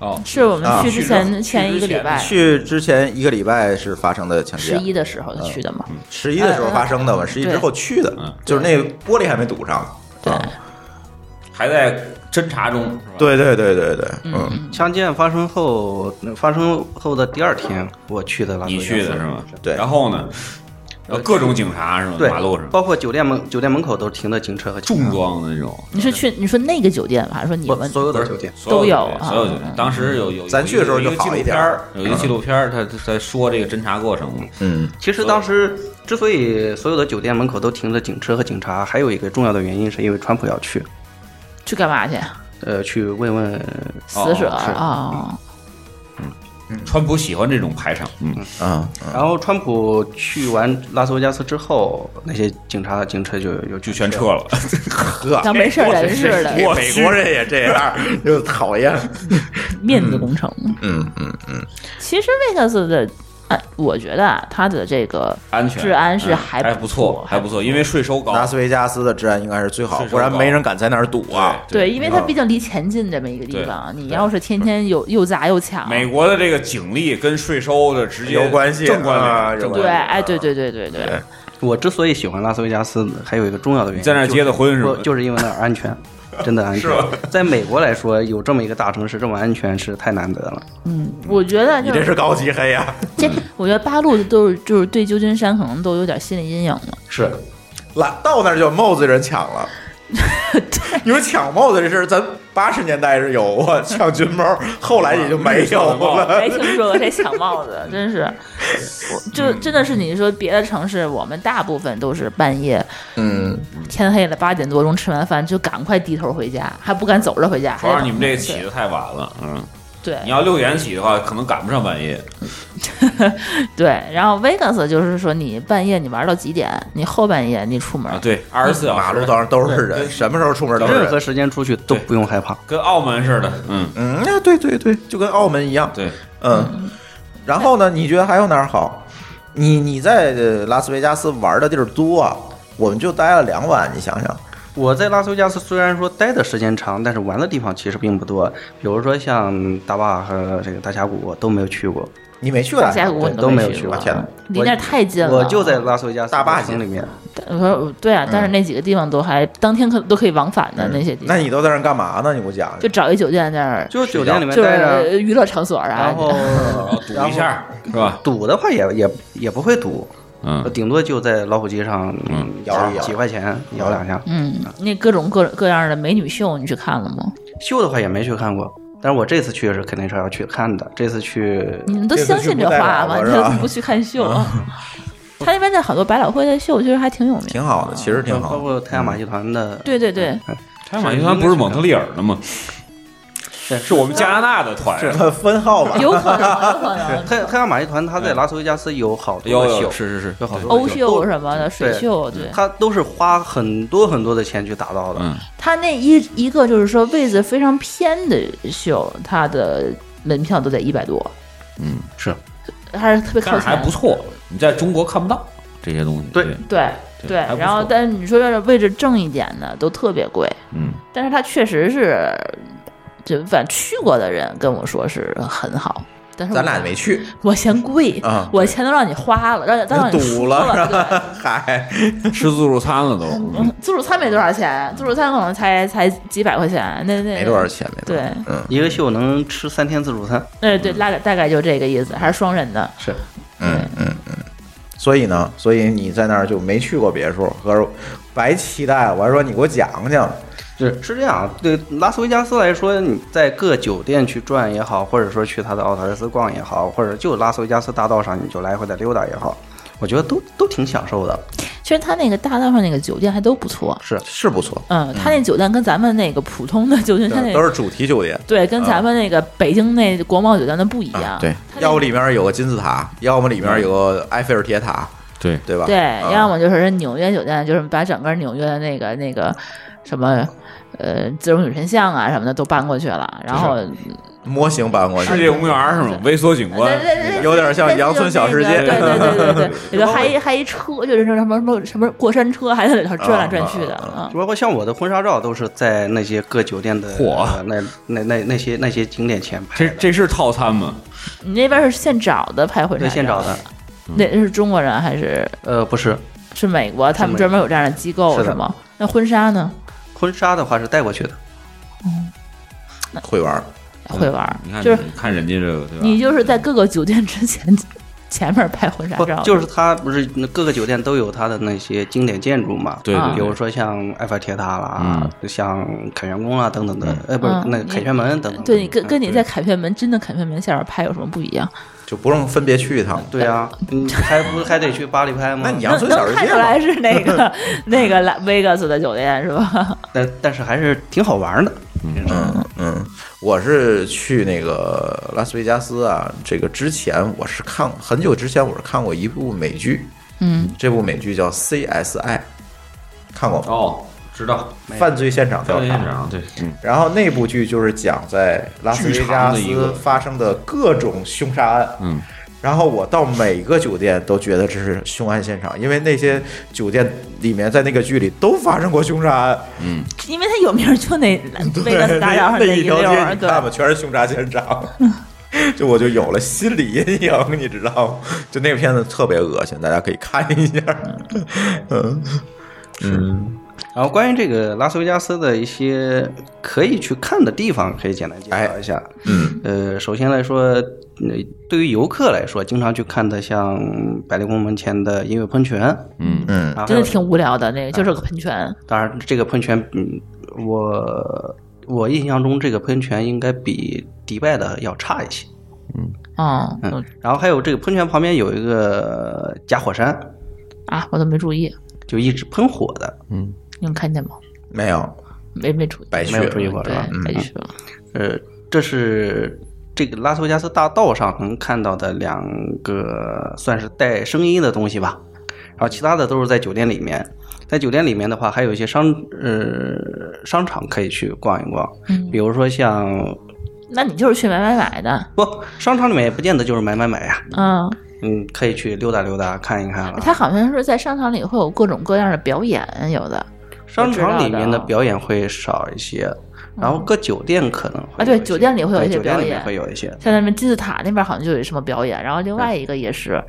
Speaker 6: 哦，
Speaker 4: 是我们
Speaker 3: 啊
Speaker 4: 去之
Speaker 6: 去
Speaker 4: 前、
Speaker 6: 之
Speaker 4: 前一个
Speaker 6: 去之
Speaker 4: 礼
Speaker 6: 前
Speaker 4: 拜
Speaker 3: 去之前一个礼拜是发生的强
Speaker 4: 哎十
Speaker 3: 奸，
Speaker 4: 一的时候去的嘛，
Speaker 3: 十一的时候发生的嘛，十一之后去的，
Speaker 6: 嗯
Speaker 3: 就是那玻璃还没堵上。
Speaker 4: 对
Speaker 3: 嗯
Speaker 6: 还在侦查中是吧？
Speaker 3: 对对对对对，嗯，
Speaker 5: 枪击案发生呃后，发生后的第二天，我去的拉斯
Speaker 6: 你
Speaker 5: 维加斯
Speaker 6: 去的是吗？
Speaker 3: 对
Speaker 6: 然后呢？呃各种警察是吗？
Speaker 5: 对，
Speaker 6: 马路上
Speaker 5: 包括酒店门酒店门口都停的警车和警察
Speaker 6: 重装的那种，
Speaker 4: 你是去你说那个酒店吧，还是说你
Speaker 5: 不
Speaker 4: 们
Speaker 5: 所有的酒店。
Speaker 6: 所
Speaker 4: 都有
Speaker 6: 酒店所有酒
Speaker 4: 啊
Speaker 6: 店。当时有有，
Speaker 3: 咱去的时候就
Speaker 6: 有一个纪
Speaker 3: 好
Speaker 6: 录
Speaker 3: 一点
Speaker 6: 片儿
Speaker 3: 儿，
Speaker 6: 有一个纪录片儿，他他在说这个侦查过程嘛。
Speaker 3: 嗯，
Speaker 5: 其实当时之所以所有的酒店门口都停着警车和警察，还有一个重要的原因是因为川普要去，
Speaker 4: 去干嘛去？
Speaker 5: 呃，去慰问
Speaker 4: 死者
Speaker 5: 哦是
Speaker 4: 啊，
Speaker 6: 川普喜欢这种排场，嗯，
Speaker 3: 啊，
Speaker 5: 然后川普去完拉斯维加斯之后，那些警察警车就有
Speaker 6: 就全撤。了。
Speaker 3: 呵，
Speaker 4: 像没事人似的，
Speaker 3: 美美国人也这样， 就讨厌。
Speaker 4: 面子工程。
Speaker 3: 嗯嗯嗯，
Speaker 4: 其实维克斯的，哎，我觉得啊，他的这个
Speaker 6: 安全
Speaker 4: 治安是
Speaker 6: 嗯
Speaker 4: 还
Speaker 6: 还不错，还不错，因为税收高。
Speaker 3: 拉斯维加斯的治安应该是最好，
Speaker 6: 是
Speaker 3: 不然没人敢在那儿赌啊。
Speaker 4: 对，因为它毕竟离钱近这么一个地方，你要是天天有又砸又抢，
Speaker 6: 美国的这个警力跟税收的直接
Speaker 3: 有关系
Speaker 6: 正
Speaker 3: 啊
Speaker 6: 关
Speaker 3: 有
Speaker 6: 联，正
Speaker 4: 对，
Speaker 6: 关联。
Speaker 4: 哎，对对对对对，
Speaker 5: 我之所以喜欢拉斯维加斯，还有一个重要的原因，
Speaker 6: 在那儿结的婚是
Speaker 5: 就
Speaker 6: 吗
Speaker 5: 不就是因为那儿 安全，真的安全。在美国来说，有这么一个大城市这么安全是太难得了。
Speaker 4: 我觉得
Speaker 3: 你
Speaker 4: 就
Speaker 3: 这是高级黑啊呀！
Speaker 6: 嗯
Speaker 4: 这，我觉得八路都是就是对旧金山可能都有点心理阴影了。
Speaker 3: 是，来到那儿就有帽子人抢 了。你说抢帽子这事儿，咱八十年代是有过抢军帽， 后来也就 没有 了。
Speaker 4: 没听说过谁抢帽子， 真是，我就真的是你说别的城市，我们大部分都是半夜
Speaker 3: 嗯，
Speaker 4: 天黑了八点多钟吃完饭就赶快低头回家，还不敢走着回家。
Speaker 6: 主要是你们这个起的太晚了，嗯，
Speaker 4: 对
Speaker 6: 你要六点起的话，可能赶不上半夜。
Speaker 4: 对，然后 Vegas 就是说你半夜你玩到几点，你后半夜你出门，
Speaker 6: 啊，对，二十四小时
Speaker 3: 马路道上都是人，什么时候出门都是
Speaker 5: 任何
Speaker 3: 人。
Speaker 5: 时间出去都不用害怕。
Speaker 6: 跟澳门似的，嗯，
Speaker 3: 嗯，那对对对，就跟澳门一样。
Speaker 6: 对，
Speaker 3: 嗯，然后呢？你觉得还有哪儿好？你你在呃拉斯维加斯玩的地儿多啊，我们就待了两晚，你想想，
Speaker 5: 我在拉斯维加斯虽然说待的时间长，但是玩的地方其实并不多。比如说像大坝和这个大峡谷，我都没有去过，
Speaker 3: 你没去过大峡
Speaker 4: 峡
Speaker 3: 谷
Speaker 4: 谷
Speaker 5: 对
Speaker 4: 你
Speaker 5: 都没
Speaker 4: 没
Speaker 5: 有去
Speaker 4: 去
Speaker 5: 过
Speaker 4: 过，
Speaker 3: 天哪
Speaker 4: 离那儿太近了。
Speaker 5: 我就在拉斯维加斯
Speaker 3: 大坝
Speaker 5: 城里面。
Speaker 4: 我说对啊，但是那几个地方都还当天可都可以往返的嗯那些地
Speaker 3: 嗯那
Speaker 4: 方，
Speaker 3: 你都在那儿干嘛呢？你给我讲讲。
Speaker 4: 就找一酒店在那儿，
Speaker 5: 就酒店里面
Speaker 4: 就是
Speaker 5: 待着，
Speaker 4: 呃娱乐场所啊
Speaker 5: 然，后
Speaker 6: 然后赌一下是吧？
Speaker 5: 赌的话也也也不会赌，
Speaker 6: 嗯，
Speaker 5: 顶多就在老虎机上嗯
Speaker 3: 摇一摇
Speaker 5: 几块钱摇两下。
Speaker 4: 嗯，那各种各各样的美女秀你去看了吗？
Speaker 5: 秀的话也没去看过，但是我这次去是肯定是要去看的。这次去
Speaker 4: 你们都
Speaker 3: 这次
Speaker 4: 相信
Speaker 3: 去
Speaker 4: 这
Speaker 3: 不带
Speaker 4: 话
Speaker 3: 老
Speaker 4: 吗？
Speaker 3: 婆
Speaker 4: 你
Speaker 3: 是吧
Speaker 4: 怎么不去看秀？他那边在很多百老汇的秀其实还挺有名，
Speaker 3: 挺好的，其实挺
Speaker 5: 嗯包
Speaker 3: 好的。
Speaker 5: 括太阳马戏团的，
Speaker 4: 对对对，
Speaker 6: 开马集团不是蒙特利尔的吗？是我们加拿大的团，
Speaker 3: 分号吧，
Speaker 4: 有可能，有可 能。
Speaker 5: 太太阳马戏团，它在拉斯维加斯有好多
Speaker 6: 有
Speaker 5: 个
Speaker 6: 有
Speaker 5: 秀，
Speaker 6: 是是是
Speaker 5: 有好多
Speaker 4: 欧
Speaker 5: 个
Speaker 4: 秀什么的，水
Speaker 5: 对
Speaker 4: 秀，对，
Speaker 5: 它都是花很多很多的钱去打造的。
Speaker 6: 嗯
Speaker 4: 他那一一个就是说位置非常偏的秀，他的门票都得一百多，
Speaker 6: 嗯，是，
Speaker 4: 还是特别
Speaker 6: 但
Speaker 4: 靠
Speaker 6: 是还
Speaker 4: 前，
Speaker 6: 不错，你在中国看不到这些东西。
Speaker 5: 对
Speaker 6: 对，
Speaker 4: 对
Speaker 6: 对
Speaker 4: 对，
Speaker 6: 还不
Speaker 4: 然后
Speaker 6: 错
Speaker 4: 但是你说要是位置正一点的都特别贵，
Speaker 6: 嗯，
Speaker 4: 但是他确实是，就反正去过的人跟我说是很好，但是
Speaker 3: 咱
Speaker 4: 我
Speaker 3: 俩没去，
Speaker 4: 我嫌贵
Speaker 3: 啊哎
Speaker 4: 我钱都让你花了，让让你
Speaker 3: 堵
Speaker 4: 输
Speaker 3: 了
Speaker 4: 了
Speaker 3: 是吧？嗨，
Speaker 6: 吃自助餐了都，嗯
Speaker 4: 嗯自助餐没多少钱，自助餐可能才才几百块钱，那那
Speaker 3: 没多少钱，没多少
Speaker 4: 对
Speaker 3: 钱。，嗯
Speaker 5: 一个秀能吃三天自助餐，
Speaker 4: 哎对，大概大概就这个意思，还是双人的，
Speaker 5: 是
Speaker 3: 嗯嗯嗯。所以呢，所以你在那儿就没去过别墅，合着白期待。我还说你给我讲讲，
Speaker 5: 是是这样。对拉斯维加斯来说，你在各酒店去转也好，或者说去它的奥特莱斯逛也好，或者就拉斯维加斯大道上你就来回的溜达也好，我觉得都都挺享受的。
Speaker 4: 其实他那个大道上那个酒店还都不错，
Speaker 5: 是
Speaker 3: 是不错，
Speaker 4: 嗯，他那酒店跟咱们那个普通的酒店，他那
Speaker 3: 都是啊主题酒店。
Speaker 4: 对，跟咱们那个北京那国贸酒店的不一
Speaker 6: 嗯
Speaker 4: 样，
Speaker 3: 对，
Speaker 4: 它那
Speaker 3: 要不里面有个金字塔，要么里面有个埃菲尔铁塔，
Speaker 6: 对，
Speaker 3: 对吧？
Speaker 4: 对，
Speaker 3: 嗯
Speaker 4: 要么就是纽约酒店，就是把整个纽约的那个那个什么。呃，自由女神像啊什么的都搬过去了，然后
Speaker 3: 模型搬过去，
Speaker 6: 世界公园是吗？微缩景观，
Speaker 4: 对对对
Speaker 3: 有点像羊村小世界
Speaker 4: 对对对对 对对，里头还一还一车，就是那什么什么什么过山车，还在里头转来转去的啊。
Speaker 5: 包括像我的婚纱照都是在那些各酒店的
Speaker 6: 嚯
Speaker 5: 呃那那那那些那些景点前
Speaker 6: 这
Speaker 5: 拍的，
Speaker 6: 这是套餐吗？
Speaker 4: 你那边是现找的拍婚纱
Speaker 5: 对
Speaker 4: 照？
Speaker 5: 现找的。
Speaker 3: 嗯
Speaker 4: 那是中国人还是
Speaker 5: 呃，不是
Speaker 4: 是美国？他们专门有这样的机构
Speaker 5: 是的
Speaker 4: 是吗？那婚纱呢？
Speaker 5: 婚纱的话是带过去的，
Speaker 3: 会玩儿。
Speaker 4: 会玩儿
Speaker 6: 你看，，
Speaker 4: 就是
Speaker 3: 嗯
Speaker 6: 你看人家这个，对吧？
Speaker 4: 你就是在各个酒店之前前面拍婚纱
Speaker 5: 不
Speaker 4: 照，
Speaker 5: 就是它不是那各个酒店都有它的那些经典建筑嘛？
Speaker 6: 对对
Speaker 5: 比如
Speaker 6: 对，
Speaker 5: 说像埃菲铁塔啦，像凯旋宫啦等等的，呃，不是
Speaker 4: 嗯
Speaker 5: 那个凯旋门等等的。
Speaker 4: 对你跟跟你
Speaker 5: 嗯
Speaker 4: 在凯旋门真的凯旋门下边拍有什么不一样？
Speaker 3: 就不用分别去一趟。
Speaker 5: 对啊，你还不是还得去巴黎拍吗？
Speaker 3: 那你
Speaker 4: 能
Speaker 3: 阳春小
Speaker 4: 能
Speaker 3: 世
Speaker 4: 看
Speaker 3: 界
Speaker 4: 出
Speaker 3: 嘛
Speaker 4: 来，是 那个那个拉维加斯的酒店是吧？
Speaker 5: 但但是还是挺好玩的。嗯，
Speaker 3: 嗯，我是去那个拉斯维加斯啊，这个之前我是看很久之前我是看过一部美剧，
Speaker 4: 嗯，
Speaker 3: 这部美剧叫《CSI》，看过吗？
Speaker 6: 哦，知道，
Speaker 3: 犯罪现场调
Speaker 6: 赵院
Speaker 3: 查。
Speaker 6: 长，对，嗯，
Speaker 3: 然后那部剧就是讲在拉斯维加
Speaker 6: 巨长的一个
Speaker 3: 斯发生的各种凶杀案。
Speaker 6: 嗯，
Speaker 3: 然后我到每个酒店都觉得这是凶案现场，因为那些酒店里面在那个剧里都发生过凶杀案。
Speaker 4: 因为它有名儿 就那维加斯大道上
Speaker 3: 那
Speaker 4: 一
Speaker 3: 一
Speaker 4: 溜
Speaker 3: 条街
Speaker 4: 儿，
Speaker 3: 你
Speaker 4: 对，
Speaker 3: 看吧，全是凶杀现场。 就我就有了心理阴影，你知道吗？就那个片子特别恶心，大家可以看一下。嗯，
Speaker 5: 然后关于这个拉斯维加斯的一些可以去看的地方，可以简单介绍一下。嗯，呃，首先来说，呃对于游客来说，经常去看的像百丽宫门前的音乐喷泉，啊
Speaker 6: 嗯
Speaker 3: 嗯
Speaker 5: 然后还
Speaker 4: 真
Speaker 5: 有
Speaker 4: 的挺无聊的，那个就是个喷泉，
Speaker 5: 当然，这个喷泉，嗯，我我印象中这个喷泉应该比迪拜的要差一些。
Speaker 4: 嗯
Speaker 5: 嗯，然后还有这个喷泉旁边有一个假火山，
Speaker 4: 啊，我都没注意，
Speaker 5: 就一直喷火的。
Speaker 4: 你们看见吗？
Speaker 3: 没有
Speaker 4: 没没注意，
Speaker 3: 白
Speaker 5: 没有
Speaker 3: 雪
Speaker 5: 注意过是
Speaker 4: 对
Speaker 5: 吧？，
Speaker 3: 嗯
Speaker 4: 白去了，
Speaker 5: 呃，这是这个拉斯维加斯大道上能看到的两个算是带声音的东西吧。然后其他的都是在酒店里面，在酒店里面的话，还有一些商呃商场可以去逛一逛，
Speaker 4: 嗯
Speaker 5: 比如说像
Speaker 4: 那你就是去买买买的，
Speaker 5: 不商场里面也不见得就是买买买呀、
Speaker 4: 嗯，
Speaker 5: 嗯，可以去溜达溜达看一看了。
Speaker 4: 它好像是在商场里会有各种各样的表演，有的
Speaker 5: 商场里面
Speaker 4: 我知道
Speaker 5: 的
Speaker 4: 的嗯
Speaker 5: 表演会少一些，然后各酒店可能会
Speaker 4: 啊对
Speaker 5: 有一些
Speaker 4: 酒店里会有一
Speaker 5: 对
Speaker 4: 些
Speaker 5: 酒店里
Speaker 4: 表
Speaker 5: 面
Speaker 4: 演
Speaker 5: 会有一些。
Speaker 4: 像那边金字塔那边好像就有什么表演，然后另外一个也是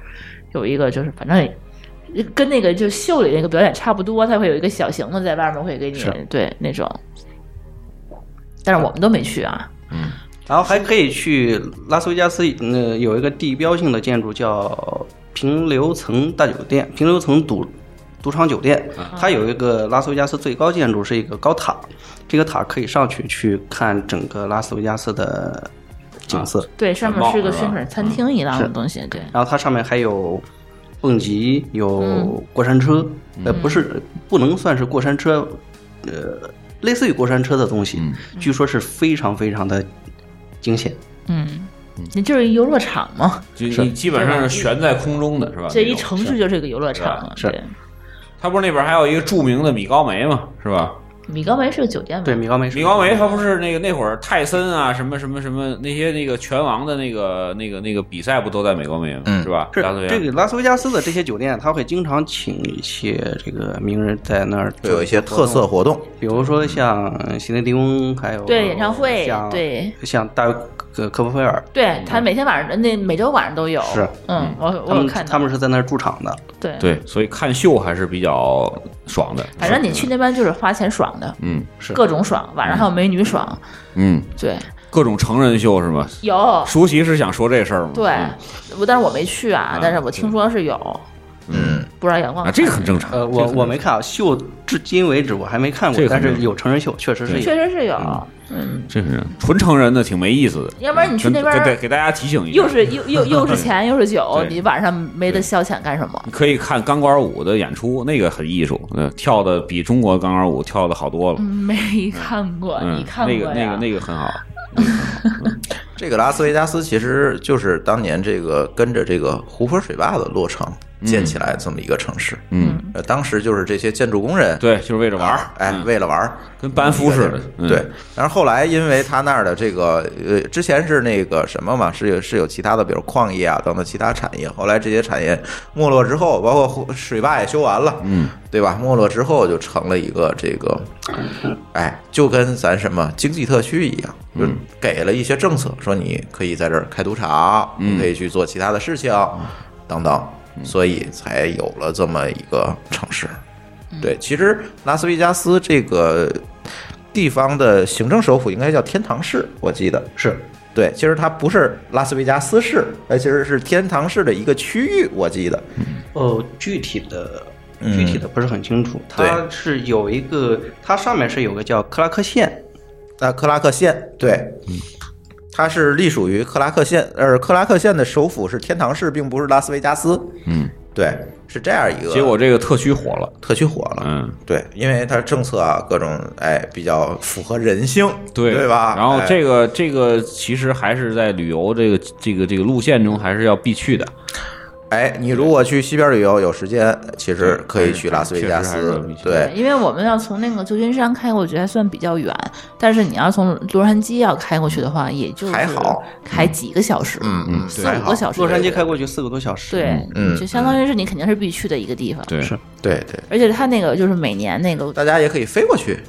Speaker 4: 有一个就是反正也跟那个就秀里那个表演差不多，它会有一个小型的在外面会给你
Speaker 5: 是
Speaker 4: 对那种，但是我们都没去啊，
Speaker 5: 然后还可以去拉斯维加斯，呃，有一个地标性的建筑叫平流层大酒店，平流层赌赌场酒店。它有一个拉斯维加斯最高建筑是一个高塔，这个塔可以上去去看整个拉斯维加斯的景色。
Speaker 4: 对，上面
Speaker 6: 全貌
Speaker 4: 是个
Speaker 6: 是吧
Speaker 4: 宣传餐厅一样的
Speaker 5: 是
Speaker 4: 东西，对，
Speaker 5: 然后它上面还有蹦极，有
Speaker 4: 嗯
Speaker 5: 过山车，呃，不是不能算是过山车，呃，类似于过山车的东西，据说是非常非常的惊险。
Speaker 4: 嗯。你就是一游乐场嘛，
Speaker 5: 嗯
Speaker 6: 就你基本上是悬在空中的是吧？
Speaker 4: 这
Speaker 6: 那
Speaker 4: 一
Speaker 6: 种
Speaker 4: 城市就是一个游乐场，
Speaker 5: 是
Speaker 4: 对。
Speaker 6: 它不是那边还有一个著名的米高梅嘛，是吧？
Speaker 4: 米高梅是个酒店吗？
Speaker 5: 对，米高梅是
Speaker 6: 米高梅他不是那个那会儿泰森啊，什么什么什么那些那个拳王的那个那个那个比赛不都在美国没吗？
Speaker 3: 嗯
Speaker 6: 是吧？啊拉
Speaker 5: 是
Speaker 6: 斯维加
Speaker 5: 这个拉斯维加斯的这些酒店，他会经常请一些这个名人在那儿
Speaker 3: 会有一些特色活动。
Speaker 5: 比如说像席内迪翁，还有
Speaker 4: 对演唱会
Speaker 5: 像嗯
Speaker 4: 对
Speaker 5: 像大卫科科波菲尔，
Speaker 4: 对，他每天晚上那每周晚上都有。
Speaker 5: 是，
Speaker 4: 嗯，我
Speaker 5: 他
Speaker 4: 我有
Speaker 5: 们
Speaker 4: 看到。
Speaker 5: 他们是在那儿驻场的，
Speaker 4: 对，
Speaker 6: 对，所以看秀还是比较爽的。
Speaker 4: 反正你去那边就是花钱爽的，
Speaker 6: 嗯
Speaker 5: 是
Speaker 4: 各种爽，晚上还有美女爽。
Speaker 6: 嗯，
Speaker 4: 对，
Speaker 6: 各种成人秀是吗？
Speaker 4: 有。
Speaker 6: 舒淇是想说这事儿吗？
Speaker 4: 对
Speaker 6: 嗯，
Speaker 4: 我但是我没去啊，但是我听说是有，
Speaker 3: 嗯，
Speaker 4: 不知道阳光
Speaker 6: 啊，这个很正常。
Speaker 5: 呃，我我没看啊，秀至今为止我还没看
Speaker 6: 这
Speaker 5: 过，
Speaker 6: 个
Speaker 5: 但
Speaker 6: 很
Speaker 5: 是有成人秀，确实是
Speaker 4: 确
Speaker 5: 有。
Speaker 4: 实是有，
Speaker 6: 嗯
Speaker 4: 嗯
Speaker 6: 这是纯成人的，挺没意思的。
Speaker 4: 要不然你去那边
Speaker 6: 跟跟对，给大家提醒一下，
Speaker 4: 又是又 又又是钱又是酒，
Speaker 6: 对
Speaker 4: 你晚上没得消遣干什么？
Speaker 6: 你可以看钢管舞的演出，那个很艺术，嗯，跳的比中国钢管舞跳的好多了。
Speaker 4: 嗯没看过，
Speaker 6: 嗯
Speaker 4: 你，看过
Speaker 6: 那
Speaker 4: 呀？
Speaker 6: 个那个那个很好。
Speaker 3: 这个拉斯维加斯其实就是当年这个跟着这个湖泊水坝的落成建起来这么一个城市。
Speaker 6: 嗯，
Speaker 3: 呃，当时就是这些建筑工人
Speaker 6: 对，就是为了玩儿
Speaker 3: 啊，哎，
Speaker 6: 嗯
Speaker 3: 为了玩儿，
Speaker 6: 跟班夫似的。嗯
Speaker 3: 对，，但是后来因为他那儿的这个呃，之前是那个什么嘛，是有是有其他的，比如矿业啊等等其他产业。后来这些产业没落之后，包括湖水坝也修完了，嗯，对吧？没落之后就成了一个这个，哎，就跟咱什么经济特区一样，就
Speaker 6: 嗯
Speaker 3: 给了一些政策，说你可以在这儿开赌场，你
Speaker 6: 嗯
Speaker 3: 可以去做其他的事情等等，所以才有了这么一个城市。
Speaker 6: 嗯
Speaker 3: 对，其实拉斯维加斯这个地方的行政首府应该叫天堂市，我记得
Speaker 5: 是，
Speaker 3: 对，其实它不是拉斯维加斯市，它其实是天堂市的一个区域，我记得。
Speaker 5: 哦，具体的
Speaker 3: 嗯
Speaker 5: 具体的不是很清楚，
Speaker 3: 对
Speaker 5: 它是有一个，它上面是有个叫克拉克县，
Speaker 3: 啊，克拉克县，对，它是隶属于克拉克县，而克拉克县的首府是天堂市，并不是拉斯维加斯。
Speaker 6: 嗯，
Speaker 3: 对，是这样一个。
Speaker 6: 结果这个特区火了，
Speaker 3: 特区火了，
Speaker 6: 嗯，
Speaker 3: 对，因为它政策啊，各种哎比较符合人性，
Speaker 6: 对
Speaker 3: 对吧？
Speaker 6: 然后
Speaker 3: 哎
Speaker 6: 这个这个其实还是在旅游这个这个这个路线中还是要必去的，
Speaker 3: 哎，你如果去西边旅游有时间，其实
Speaker 6: 对
Speaker 3: 可以去拉斯维加
Speaker 6: 确实还是
Speaker 3: 斯
Speaker 6: 必须，
Speaker 3: 对，
Speaker 4: 因为我们要从那个旧金山开过去还算比较远，但是你要从洛杉矶要开过去的话，也就是
Speaker 3: 还好，
Speaker 4: 开几个小时，
Speaker 3: 嗯嗯，
Speaker 4: 四
Speaker 3: 还
Speaker 4: 五
Speaker 3: 好
Speaker 4: 个，小时。
Speaker 5: 洛杉矶开过去四个多小时，
Speaker 4: 对，
Speaker 3: 嗯
Speaker 4: 就相当于是你肯定是必去的一个地方。
Speaker 6: 对，
Speaker 5: 是
Speaker 3: 对对，
Speaker 4: 而且它那个就是每年那个
Speaker 3: 大家也可以飞过去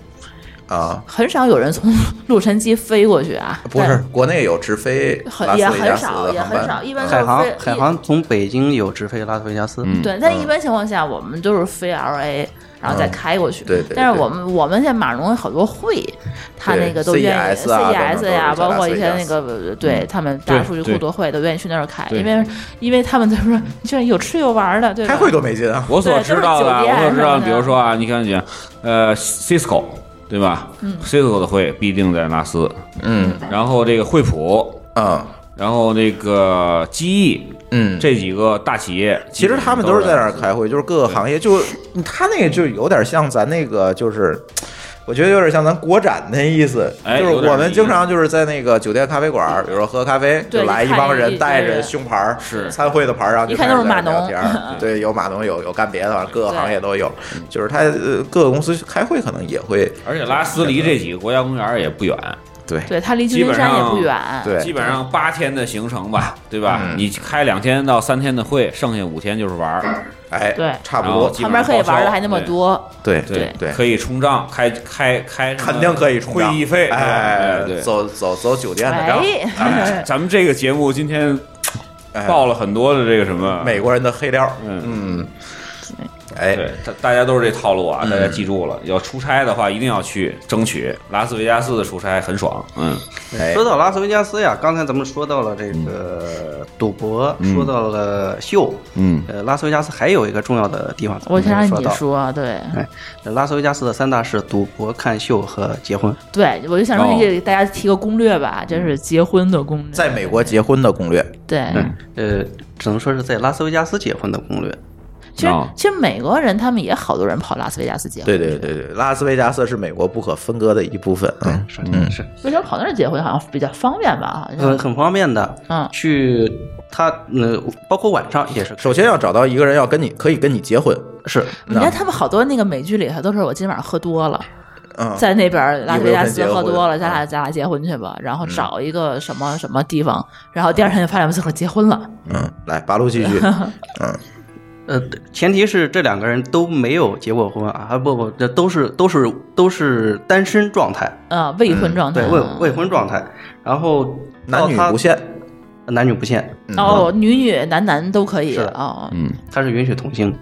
Speaker 3: 啊，
Speaker 4: 很少有人从洛杉矶飞过去啊，
Speaker 3: 不是，国内有直飞
Speaker 4: 但
Speaker 3: 拉
Speaker 4: 很也
Speaker 3: 斯维加
Speaker 4: 很
Speaker 3: 斯
Speaker 4: 少，也
Speaker 3: 的航
Speaker 4: 很少，
Speaker 3: 班，
Speaker 4: 一般都
Speaker 5: 海
Speaker 4: 是
Speaker 5: 航
Speaker 4: 呃飞
Speaker 5: 海
Speaker 4: 一
Speaker 5: 航从北京有直飞拉斯维加斯，
Speaker 6: 嗯
Speaker 4: 对，但一般情况下，我们都是飞 L A，然后再开过去。
Speaker 3: 嗯对对对
Speaker 4: 但是我们我们现在马龙有好多会，他那个都愿意
Speaker 3: CES 啊等等都
Speaker 4: CES
Speaker 3: 是在
Speaker 4: 呀，包括一些
Speaker 3: 拉斯维嗯
Speaker 4: 那
Speaker 3: 加斯
Speaker 4: 个对他们大数据
Speaker 6: 对
Speaker 4: 库多会都愿意去那儿开，
Speaker 6: 对
Speaker 4: 因为因为他们就说你这有吃有玩的，对吧
Speaker 3: 开？会多没劲啊，
Speaker 6: 我所
Speaker 4: 对
Speaker 6: 知
Speaker 4: 都是
Speaker 6: 道的，
Speaker 4: 酒店
Speaker 6: 我所知道
Speaker 4: 什么
Speaker 6: 的，
Speaker 4: 的
Speaker 6: 比如说啊，你看你，呃，Cisco 对吧？嗯，Cisco 的会必定在拉斯，
Speaker 3: 嗯
Speaker 6: 然后这个惠普，
Speaker 3: 嗯
Speaker 6: 然后那个机翼
Speaker 3: 嗯，
Speaker 6: 这几个大企业，
Speaker 3: 其实他们
Speaker 6: 都
Speaker 3: 都是在那儿
Speaker 6: 拉斯
Speaker 3: 开会，就是各个行业，就他那个就有点像咱那个，就是我觉得有点像咱国展那意思，
Speaker 6: 哎
Speaker 3: 就
Speaker 6: 有
Speaker 3: 是
Speaker 6: 点
Speaker 3: 我们经常就是在那个酒店咖啡馆儿，比如说喝咖啡，
Speaker 4: 对
Speaker 3: 就来一帮人
Speaker 4: 一看一
Speaker 3: 带着
Speaker 4: 对
Speaker 3: 胸牌儿，
Speaker 6: 是
Speaker 3: 参会的牌儿，然后就
Speaker 4: 一看都是
Speaker 3: 开始在那儿
Speaker 4: 码
Speaker 3: 聊
Speaker 4: 农
Speaker 3: 天儿， 对，有码农，有有干别的，反正各个行业都有，
Speaker 4: 嗯
Speaker 3: 就是他呃各个公司开会可能也会，
Speaker 6: 而且拉斯离这几个国家公园也不远，
Speaker 3: 对
Speaker 4: 对，它离旧
Speaker 6: 基
Speaker 4: 金
Speaker 6: 本
Speaker 4: 山也
Speaker 6: 上
Speaker 4: 不远。
Speaker 3: 对
Speaker 6: 基本上八天的行程吧，对吧？
Speaker 3: 嗯
Speaker 6: 你开两天到三天的会，剩下五天就是玩儿，
Speaker 3: 哎，
Speaker 4: 对
Speaker 3: 差不
Speaker 6: 然后
Speaker 3: 多
Speaker 6: 基，
Speaker 4: 旁
Speaker 6: 本
Speaker 4: 边
Speaker 6: 上
Speaker 4: 可以玩的还那
Speaker 6: 报
Speaker 4: 么
Speaker 6: 销
Speaker 4: 多，
Speaker 3: 对
Speaker 6: 对
Speaker 3: 对。
Speaker 6: 可以冲账，开开开什么，
Speaker 3: 肯定可以冲
Speaker 6: 会
Speaker 3: 浪
Speaker 6: 议费，
Speaker 3: 哎，
Speaker 6: 对。
Speaker 3: 走走走酒店的账，
Speaker 4: 哎，
Speaker 6: 咱们这个节目今天
Speaker 3: 哎
Speaker 6: 爆了很多的这个什么
Speaker 3: 美国人的黑料儿，
Speaker 6: 嗯
Speaker 3: 嗯，哎，
Speaker 6: 对，大大家都是这套路啊，
Speaker 3: 嗯
Speaker 6: 大家记住了，要出差的话一定要去争取拉斯维加斯的出差很爽，嗯，
Speaker 3: 哎
Speaker 5: 说到拉斯维加斯呀，刚才咱们说到了这个赌博，说到了秀，
Speaker 6: 嗯，
Speaker 5: 呃，拉斯维加斯还有一个重要的地方，咱
Speaker 4: 我
Speaker 5: 们
Speaker 4: 想
Speaker 5: 没有
Speaker 4: 让你
Speaker 5: 到。
Speaker 4: 说，对
Speaker 5: 哎，拉斯维加斯的三大是赌博、看秀和结婚。
Speaker 4: 对，我就想让
Speaker 6: 哦
Speaker 4: 你给大家提个攻略吧，这是结婚的攻略，
Speaker 3: 在美国结婚的攻略，
Speaker 4: 对，
Speaker 5: 呃，只能说是在拉斯维加斯结婚的攻略。
Speaker 4: 其实
Speaker 6: 哦
Speaker 4: 其实美国人他们也好多人跑拉斯维加斯结婚，
Speaker 3: 对对对对，拉斯维加斯是美国不可分割的一部分。嗯，
Speaker 5: 是
Speaker 3: 嗯
Speaker 5: 是，
Speaker 4: 为什么跑那儿结婚好像比较方便吧？好像
Speaker 5: 很很方便的。
Speaker 4: 嗯
Speaker 5: 去他呃，包括晚上也是。
Speaker 3: 首先要找到一个人要跟你可以跟你结婚，
Speaker 5: 是
Speaker 4: 你看他们好多那个美剧里头都是我今晚上喝多了，
Speaker 3: 嗯，
Speaker 4: 在那边拉斯维加斯
Speaker 3: 有没有
Speaker 4: 喝
Speaker 3: 跟结婚
Speaker 4: 多了，咱俩
Speaker 3: 嗯
Speaker 4: 咱俩结婚去吧，然后找一个什么什么地方，然后第二天就发现我们自个儿结婚了。
Speaker 3: 嗯，来八路继续， 嗯，
Speaker 5: 呃，前提是这两个人都没有结过婚啊，啊不不，这都是都是都是单身状态，
Speaker 4: 呃，未婚状态，
Speaker 5: 对未未婚状态。然后
Speaker 3: 男女
Speaker 5: 到他呃
Speaker 3: 不限，
Speaker 5: 男女不限，
Speaker 4: 哦，女女男男都可以
Speaker 5: 是的
Speaker 4: 哦，
Speaker 5: 他是允许同性。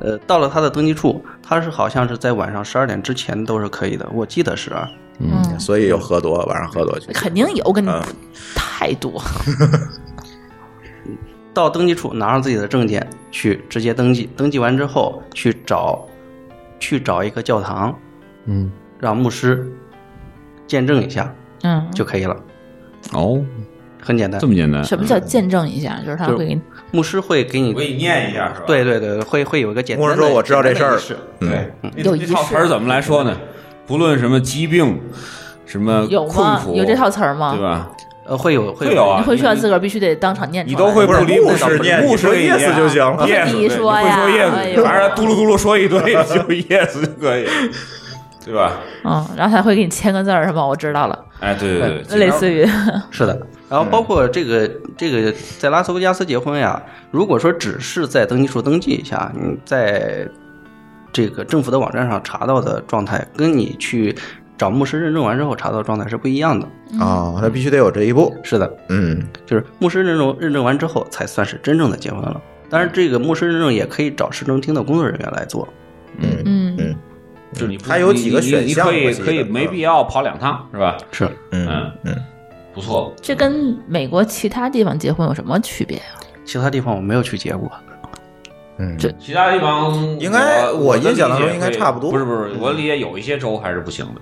Speaker 5: 呃，到了他的登记处，他是好像是在晚上十二点之前都是可以的，我记得是啊。
Speaker 4: 嗯，
Speaker 3: 所以有喝多，晚上喝多去。
Speaker 4: 肯定有，跟你
Speaker 3: 嗯
Speaker 4: 太多，
Speaker 5: 到登记处拿上自己的证件去直接登记，登记完之后去找去找一个教堂，
Speaker 7: 嗯，
Speaker 5: 让牧师见证一下
Speaker 4: 嗯，
Speaker 5: 就可以了，
Speaker 6: 哦，
Speaker 5: 很简单
Speaker 6: 这。么简单，
Speaker 4: 什么叫见证一下？就是他
Speaker 5: 就是
Speaker 4: 会给你
Speaker 5: 牧师会给你
Speaker 6: 我给你念一下是吧？
Speaker 5: 对对对，会会有一个简单的。
Speaker 3: 牧师说我知道这事儿
Speaker 5: 简单的仪式
Speaker 6: 对，
Speaker 4: 有
Speaker 6: 嗯这
Speaker 4: 仪
Speaker 6: 套词儿
Speaker 4: 式
Speaker 6: 怎么来说呢？不论什么疾病，什么
Speaker 4: 有
Speaker 6: 困
Speaker 4: 吗？
Speaker 6: 苦，
Speaker 4: 有这套词儿吗？
Speaker 6: 呃对吧？
Speaker 5: 呃，会有会
Speaker 6: 会有啊
Speaker 4: 你会需要自个儿必须得当场念
Speaker 6: 你
Speaker 4: 出来，
Speaker 6: 都会
Speaker 3: 不是
Speaker 6: 离
Speaker 3: 牧师念
Speaker 6: 牧师
Speaker 3: 你说
Speaker 6: 给
Speaker 3: yes
Speaker 6: 念
Speaker 3: 就行了
Speaker 6: yes，
Speaker 4: 你
Speaker 6: 对
Speaker 4: 说
Speaker 6: 会
Speaker 4: 呀
Speaker 6: 说
Speaker 4: 哎
Speaker 6: yes，
Speaker 4: 呦
Speaker 6: 反正嘟噜嘟噜说一 堆你就 yes 就可以，对吧？
Speaker 4: 嗯，然后他会给你签个字儿是吗？我知道了，
Speaker 6: 哎，对对对，
Speaker 4: 类似于
Speaker 5: 是的。然后包括这个、这个在拉斯维加斯结婚呀，如果说只是在登记处登记一下，你在这个政府的网站上查到的状态，跟你去找牧师认证完之后查到的状态是不一样的。
Speaker 3: 啊，那必须得有这一步。
Speaker 5: 是的，
Speaker 3: 嗯，
Speaker 5: 就是牧师认证认证完之后，才算是真正的结婚了。当然，这个牧师认证也可以找市政厅的工作人员来做。
Speaker 4: 嗯
Speaker 3: 嗯
Speaker 6: 就是你不
Speaker 3: 它有几个
Speaker 6: 你你
Speaker 3: 选项
Speaker 6: 你可
Speaker 3: 我
Speaker 6: 以
Speaker 3: 记得
Speaker 6: 可以没必要跑两趟是吧？
Speaker 5: 是，
Speaker 3: 嗯
Speaker 6: 嗯
Speaker 3: 嗯，
Speaker 6: 不错。
Speaker 4: 这跟美国其他地方结婚有什么区别啊？
Speaker 5: 其他地方我没有去结过。
Speaker 3: 嗯，
Speaker 4: 这
Speaker 6: 其他地方
Speaker 3: 应该
Speaker 6: 我
Speaker 3: 我
Speaker 6: 的
Speaker 3: 印象当中
Speaker 6: 理解
Speaker 3: 应该
Speaker 6: 会
Speaker 3: 差不多
Speaker 6: 不是不是，我理解有一些州还是不行的。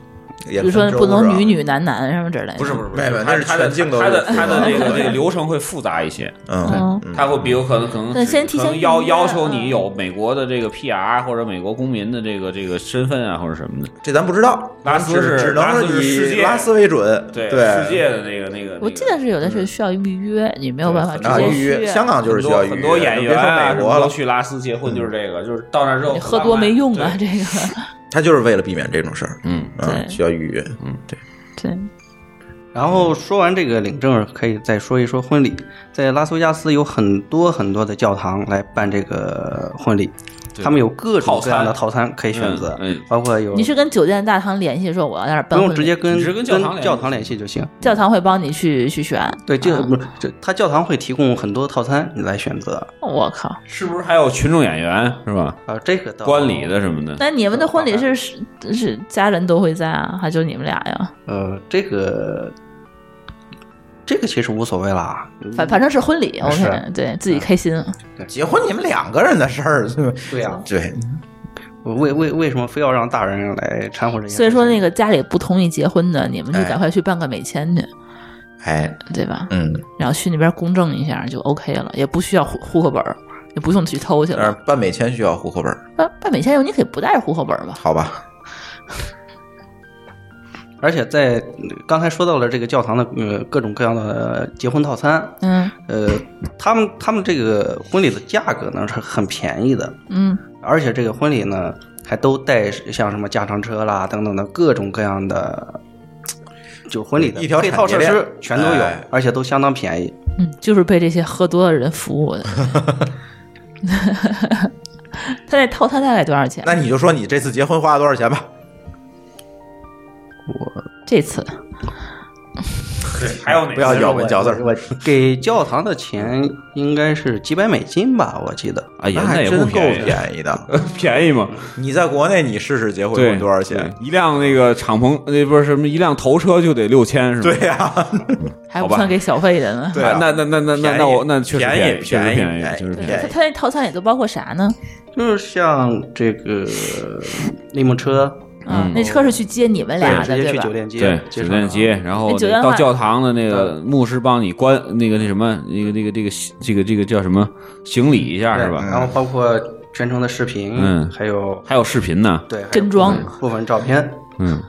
Speaker 3: 也
Speaker 4: 比如说
Speaker 3: 分州
Speaker 4: 不能
Speaker 3: 是吧
Speaker 4: 女女男男什么之类的。
Speaker 6: 不是不是不
Speaker 3: 没
Speaker 6: 是，
Speaker 3: 有
Speaker 6: 它
Speaker 3: 那是
Speaker 6: 它的
Speaker 3: 全境都
Speaker 6: 它的
Speaker 3: 是
Speaker 6: 它的
Speaker 3: 复杂
Speaker 6: 这个
Speaker 3: 的
Speaker 6: 这个流程会复杂一些，
Speaker 3: 嗯
Speaker 4: 嗯，
Speaker 6: 它会比如可能可能
Speaker 4: 对
Speaker 6: 只
Speaker 4: 先提前
Speaker 6: 可能要
Speaker 4: 预约
Speaker 6: 要求你
Speaker 4: 嗯
Speaker 6: 有美国的这个 PR 或者美国公民的这个这个身份啊或者什么的。
Speaker 3: 这咱不知道，
Speaker 6: 拉斯
Speaker 3: 只
Speaker 6: 是
Speaker 3: 只
Speaker 6: 拉斯
Speaker 3: 能
Speaker 6: 是世
Speaker 3: 以
Speaker 6: 界
Speaker 3: 拉斯为准，
Speaker 6: 对
Speaker 3: 对
Speaker 6: 世界的那个那个，
Speaker 4: 我记得是有的是需要预约，你没有办法
Speaker 6: 对
Speaker 3: 啊
Speaker 4: 直接
Speaker 3: 预约，
Speaker 4: 去
Speaker 3: 香港就是
Speaker 6: 很
Speaker 3: 需
Speaker 6: 多
Speaker 3: 要预约，
Speaker 6: 很多演
Speaker 3: 就
Speaker 6: 员
Speaker 3: 别
Speaker 6: 啊
Speaker 3: 说美
Speaker 6: 什
Speaker 3: 国
Speaker 6: 么
Speaker 3: 了
Speaker 6: 都，去拉斯结婚，就是这个，就是到那之后
Speaker 4: 你喝多没用啊，
Speaker 6: 对
Speaker 4: 这个
Speaker 3: 他就是为了避免这种事儿，
Speaker 6: 嗯，
Speaker 3: 嗯，
Speaker 4: 对
Speaker 3: 需要预约，嗯
Speaker 4: 对。
Speaker 5: 然后说完这个领证，可以再说一说婚礼。在拉斯维加斯有很多很多的教堂来办这个婚礼，
Speaker 6: 对
Speaker 5: 他们有各种各样的
Speaker 6: 套
Speaker 5: 套餐可以选择，
Speaker 6: 嗯嗯
Speaker 5: 包括有
Speaker 4: 你是跟酒店大堂联系说我要在那儿
Speaker 5: 不
Speaker 4: 办婚
Speaker 5: 用
Speaker 4: 礼，
Speaker 5: 直接跟
Speaker 6: 你是跟教堂联系
Speaker 5: 教堂联系就行。
Speaker 4: 教堂会帮你去去选。
Speaker 5: 对，这
Speaker 4: 啊
Speaker 5: 个不是这，他教堂会提供很多套餐你来选择。
Speaker 4: 我靠，
Speaker 6: 是不是还有群众演员是吧？
Speaker 5: 啊，这个倒
Speaker 6: 观礼，的什么的，
Speaker 4: 那你们的婚礼是是是家人都会在啊，还就你们俩呀？
Speaker 5: 呃，这个这个其实无所谓啦。
Speaker 4: 反反正是婚礼
Speaker 5: 是
Speaker 4: ，OK，对自己开心。
Speaker 3: 结婚你们两个人的事儿，
Speaker 5: 对
Speaker 4: 啊
Speaker 5: 呀、
Speaker 3: 对，
Speaker 5: 为为为什么非要让大人来掺和这些事情？
Speaker 4: 所以说，那个家里不同意结婚的，你们就
Speaker 3: 哎
Speaker 4: 赶快去办个美签去，
Speaker 3: 哎，
Speaker 4: 对吧？
Speaker 3: 嗯，
Speaker 4: 然后去那边公证一下就 OK 了，也不需要户户口本儿，也不用去偷去
Speaker 3: 但是
Speaker 4: 了。
Speaker 3: 办美签需要户口本儿，
Speaker 4: 办办美签以后，你可以不带着户口本儿吧？
Speaker 3: 好吧？
Speaker 5: 而且在刚才说到了这个教堂的呃各种各样的结婚套餐，
Speaker 4: 嗯
Speaker 5: 呃，他们他们这个婚礼的价格呢是很便宜的，
Speaker 4: 嗯，
Speaker 5: 而且这个婚礼呢还都带像什么加长车啦等等的各种各样的，就婚礼的
Speaker 3: 一条
Speaker 5: 配套设
Speaker 3: 产业
Speaker 5: 施
Speaker 3: 链
Speaker 5: 全都有
Speaker 3: 哎，
Speaker 5: 而且都相当便宜。
Speaker 4: 嗯，就是被这些喝多的人服务的。他那套餐大概多少钱？
Speaker 3: 那你就说你这次结婚花了多少钱吧？
Speaker 4: 这次
Speaker 6: 还有哪
Speaker 3: 不要咬文嚼字儿，
Speaker 5: 我给教堂的钱应该是几百美金吧，我记得。
Speaker 6: 哎呀，
Speaker 3: 还
Speaker 6: 那也
Speaker 3: 真
Speaker 6: 不
Speaker 3: 够
Speaker 6: 便宜，
Speaker 3: 便宜的。
Speaker 6: 便宜吗？
Speaker 3: 你在国内你试试结婚
Speaker 6: 对，
Speaker 3: 多少钱？
Speaker 6: 对？一辆那个敞篷，那不是什么，一辆头车就得六千，是吧？
Speaker 3: 对呀、
Speaker 4: 还不
Speaker 6: 吧
Speaker 4: 算给小费的呢。
Speaker 3: 对
Speaker 6: 啊
Speaker 3: 啊，
Speaker 6: 那那那那那
Speaker 3: 便宜
Speaker 6: 那我那确实
Speaker 3: 便
Speaker 6: 便
Speaker 3: 宜
Speaker 6: 确实
Speaker 3: 便宜
Speaker 6: 宜，确实
Speaker 3: 便宜
Speaker 6: 便宜。
Speaker 4: 他他那套餐也都包括啥呢？
Speaker 5: 就是像 这个那幕车，
Speaker 4: 嗯，那车是去接你们俩
Speaker 5: 对，
Speaker 4: 的，
Speaker 5: 直接
Speaker 4: 对
Speaker 5: 去
Speaker 4: 吧
Speaker 5: 酒？店接，
Speaker 6: 对，
Speaker 5: 接啊
Speaker 6: 酒
Speaker 5: 上
Speaker 6: 店街，然后
Speaker 4: 哎酒店
Speaker 6: 到
Speaker 4: 话
Speaker 6: 教堂的那个牧师帮你关那个那什么，那个那个这个这个这个叫什么行礼一下
Speaker 5: 对
Speaker 6: 是吧？
Speaker 5: 然后包括全程的视频，
Speaker 6: 嗯
Speaker 5: 还有
Speaker 6: 还有视频呢，
Speaker 5: 对还有
Speaker 4: 真装
Speaker 5: 部分部分照片，
Speaker 6: 嗯，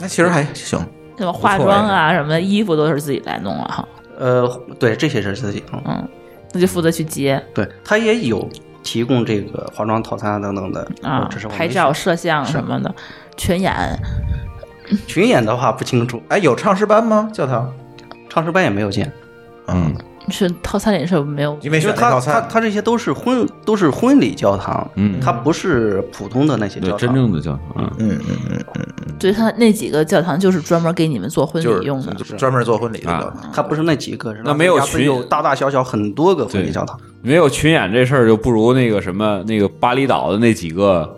Speaker 3: 那其实还行。
Speaker 4: 什么化妆啊什么的，衣服都是自己来弄了哈。
Speaker 5: 呃，对，这些是自己弄，
Speaker 4: 嗯，那就负责去接
Speaker 5: 对，他也有提供这个化妆套餐啊等等的
Speaker 4: 啊
Speaker 5: 只是，我没
Speaker 4: 拍照、
Speaker 5: 选
Speaker 4: 摄像什么的，群演。
Speaker 5: 群演的话不清楚，
Speaker 3: 哎，有唱诗班吗？ 教堂？
Speaker 5: 唱诗班也没有见，
Speaker 3: 嗯，
Speaker 4: 是套餐里是没有
Speaker 3: 因为
Speaker 5: 因为
Speaker 3: 选那
Speaker 5: 他
Speaker 3: 套
Speaker 5: 他
Speaker 3: 餐，
Speaker 5: 他这些都是婚都是婚礼教堂，
Speaker 6: 嗯
Speaker 5: 它不是普通的那些
Speaker 6: 对
Speaker 5: 教，堂，
Speaker 6: 真正的教堂，嗯，
Speaker 3: 嗯嗯嗯，
Speaker 4: 对他那几个教堂就是专门给你们做婚
Speaker 3: 就是
Speaker 4: 礼用的，
Speaker 3: 就是专门做婚礼的
Speaker 6: 啊
Speaker 3: 教堂。
Speaker 5: 它不是那几个，是
Speaker 6: 那没有
Speaker 5: 拉斯维加斯
Speaker 6: 群
Speaker 5: 有大大小小很多个婚礼教堂，
Speaker 6: 没有群演这事儿就不如那个什么那个巴厘岛的那几个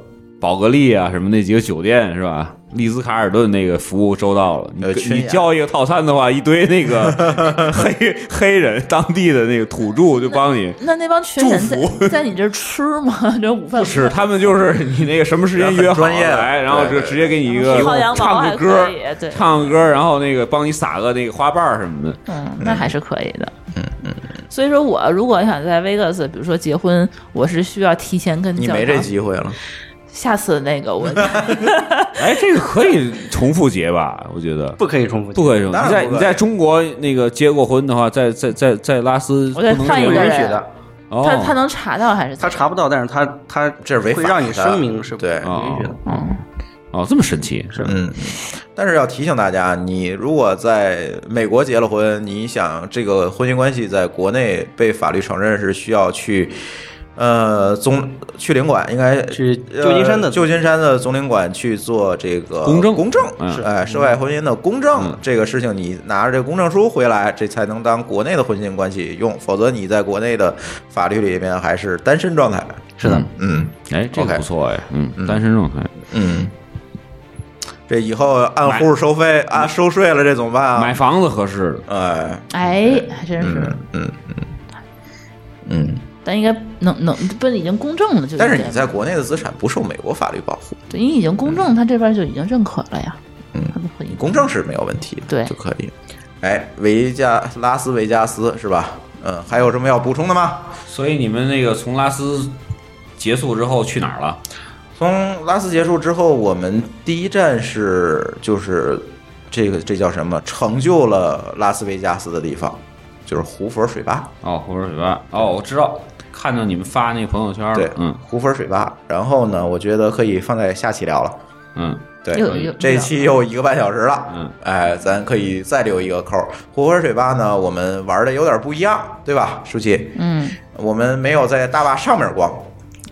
Speaker 6: 宝格丽啊什么那几个酒店是吧？丽兹卡尔顿那个服务周到了，你
Speaker 3: 呃群
Speaker 6: 你
Speaker 3: 演
Speaker 6: 交一个套餐的话，一堆那个 黑黑人当地的那个土著就帮你。
Speaker 4: 那那帮群演
Speaker 6: 祝
Speaker 4: 在在你这儿吃吗？ 这午饭
Speaker 6: 不是，他 们就是你那个什么时间约好
Speaker 3: 很专业的
Speaker 6: 来，然后就
Speaker 3: 对对
Speaker 6: 直接给你一
Speaker 4: 嗯
Speaker 6: 个
Speaker 4: 薅羊毛
Speaker 6: 唱
Speaker 4: 还
Speaker 6: 个歌
Speaker 4: 可以，对
Speaker 6: 唱个歌，然后那个帮你撒个那个花瓣儿什么的。
Speaker 4: 嗯，那还是可以的。嗯嗯。所以说我如果想在 Vegas，比如说结婚，我是需要提前跟
Speaker 3: 你
Speaker 4: 教
Speaker 3: 没
Speaker 4: 堂。
Speaker 3: 这机会了，
Speaker 4: 下次那个我
Speaker 6: 哎，这个可以重复结吧？我觉得
Speaker 5: 不可以重复，
Speaker 6: 不可以重复。
Speaker 3: 当
Speaker 6: 你
Speaker 3: 然
Speaker 6: 在
Speaker 3: 不可以
Speaker 6: 你在中国那个结过婚的话，在在在在拉斯
Speaker 4: 我再
Speaker 6: 不能
Speaker 4: 换一
Speaker 6: 结
Speaker 4: 个
Speaker 6: 婚
Speaker 5: 允
Speaker 4: 人
Speaker 5: 许的。
Speaker 6: 哦，
Speaker 4: 他他能查到还是怎
Speaker 5: 他
Speaker 4: 么
Speaker 5: 查不到，但是他他
Speaker 3: 这是违法
Speaker 5: 会
Speaker 3: 的
Speaker 5: 让你声明是不
Speaker 3: 对
Speaker 5: 允许的。
Speaker 4: 嗯
Speaker 6: 哦这么神奇是吧？
Speaker 3: 嗯，但是要提醒大家，你如果在美国结了婚，你想这个婚姻关系在国内被法律承认是需要去，呃，总去领馆应该
Speaker 5: 去
Speaker 3: 呃
Speaker 5: 旧金山的
Speaker 3: 旧金山的总领馆去做这个
Speaker 6: 公证
Speaker 3: 公证
Speaker 6: 嗯
Speaker 3: 是哎，涉外婚姻的公证
Speaker 6: 嗯
Speaker 3: 这个事情，你拿着这个公证书回来，这才能当国内的婚姻关系用，否则你在国内的法律里面还是单身状态。
Speaker 5: 是的，
Speaker 3: 嗯
Speaker 6: 哎，这个
Speaker 3: OK
Speaker 6: 不错哎，嗯，单身状态。
Speaker 3: 嗯，这以后按户收费按收税了，这怎么办
Speaker 6: 买
Speaker 3: 啊？
Speaker 6: 房子合适的，
Speaker 3: 哎，
Speaker 4: 哎，还真是，
Speaker 3: 嗯嗯嗯嗯。
Speaker 4: 但应该能能不是已经公证了，就
Speaker 3: 但是
Speaker 4: 这
Speaker 3: 你
Speaker 4: 样
Speaker 3: 在国内的资产不受美国法律保护，
Speaker 4: 对，因为已经公证，他这边就已经认可了呀，
Speaker 3: 嗯
Speaker 4: 他不可以
Speaker 3: 公证是没有问题的，
Speaker 4: 对
Speaker 3: 就可以。哎，维加拉斯维加斯是吧？嗯，还有什么要补充的吗？
Speaker 6: 所以你们那个从拉斯结束之后去哪儿了？
Speaker 3: 从拉斯结束之后，我们第一站是就是这个这叫什么？成就了拉斯维加斯的地方，就是胡佛水坝。
Speaker 6: 哦，胡说水吧。哦，我知道，看到你们发那个朋友圈
Speaker 3: 对
Speaker 6: 了。，嗯，
Speaker 3: 胡佛水坝。然后呢，我觉得可以放在下期聊了。
Speaker 6: 嗯，
Speaker 3: 对
Speaker 4: 又又，
Speaker 3: 这期又一个半小时了，
Speaker 6: 嗯，
Speaker 3: 哎，咱可以再留一个扣儿。胡佛水坝呢，我们玩的有点不一样，对吧，舒淇？
Speaker 4: 嗯，
Speaker 3: 我们没有在大坝上面逛，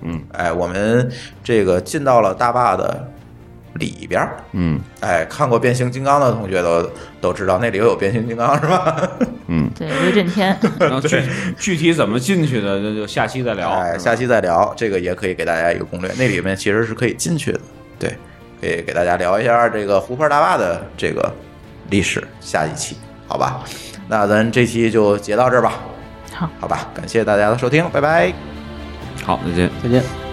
Speaker 6: 嗯，
Speaker 3: 哎，我们这个进到了大坝的里边儿，
Speaker 6: 嗯
Speaker 3: 哎，看过变形金刚的同学都都知道那里头有变形金刚是吧？
Speaker 6: 嗯，
Speaker 4: 对威震天，
Speaker 6: 然后具具体怎么进去的，那就下期再聊。嗯
Speaker 3: 哎，
Speaker 6: 是吧
Speaker 3: 下期再聊，这个也可以给大家一个攻略，那里面其实是可以进去的，对，可以给大家聊一下这个湖泊大坝的这个历史，下一期，好吧？那咱这期就截到这儿吧，
Speaker 4: 好，
Speaker 3: 好吧，感谢大家的收听，拜拜。
Speaker 6: 好，再见。
Speaker 5: 再见。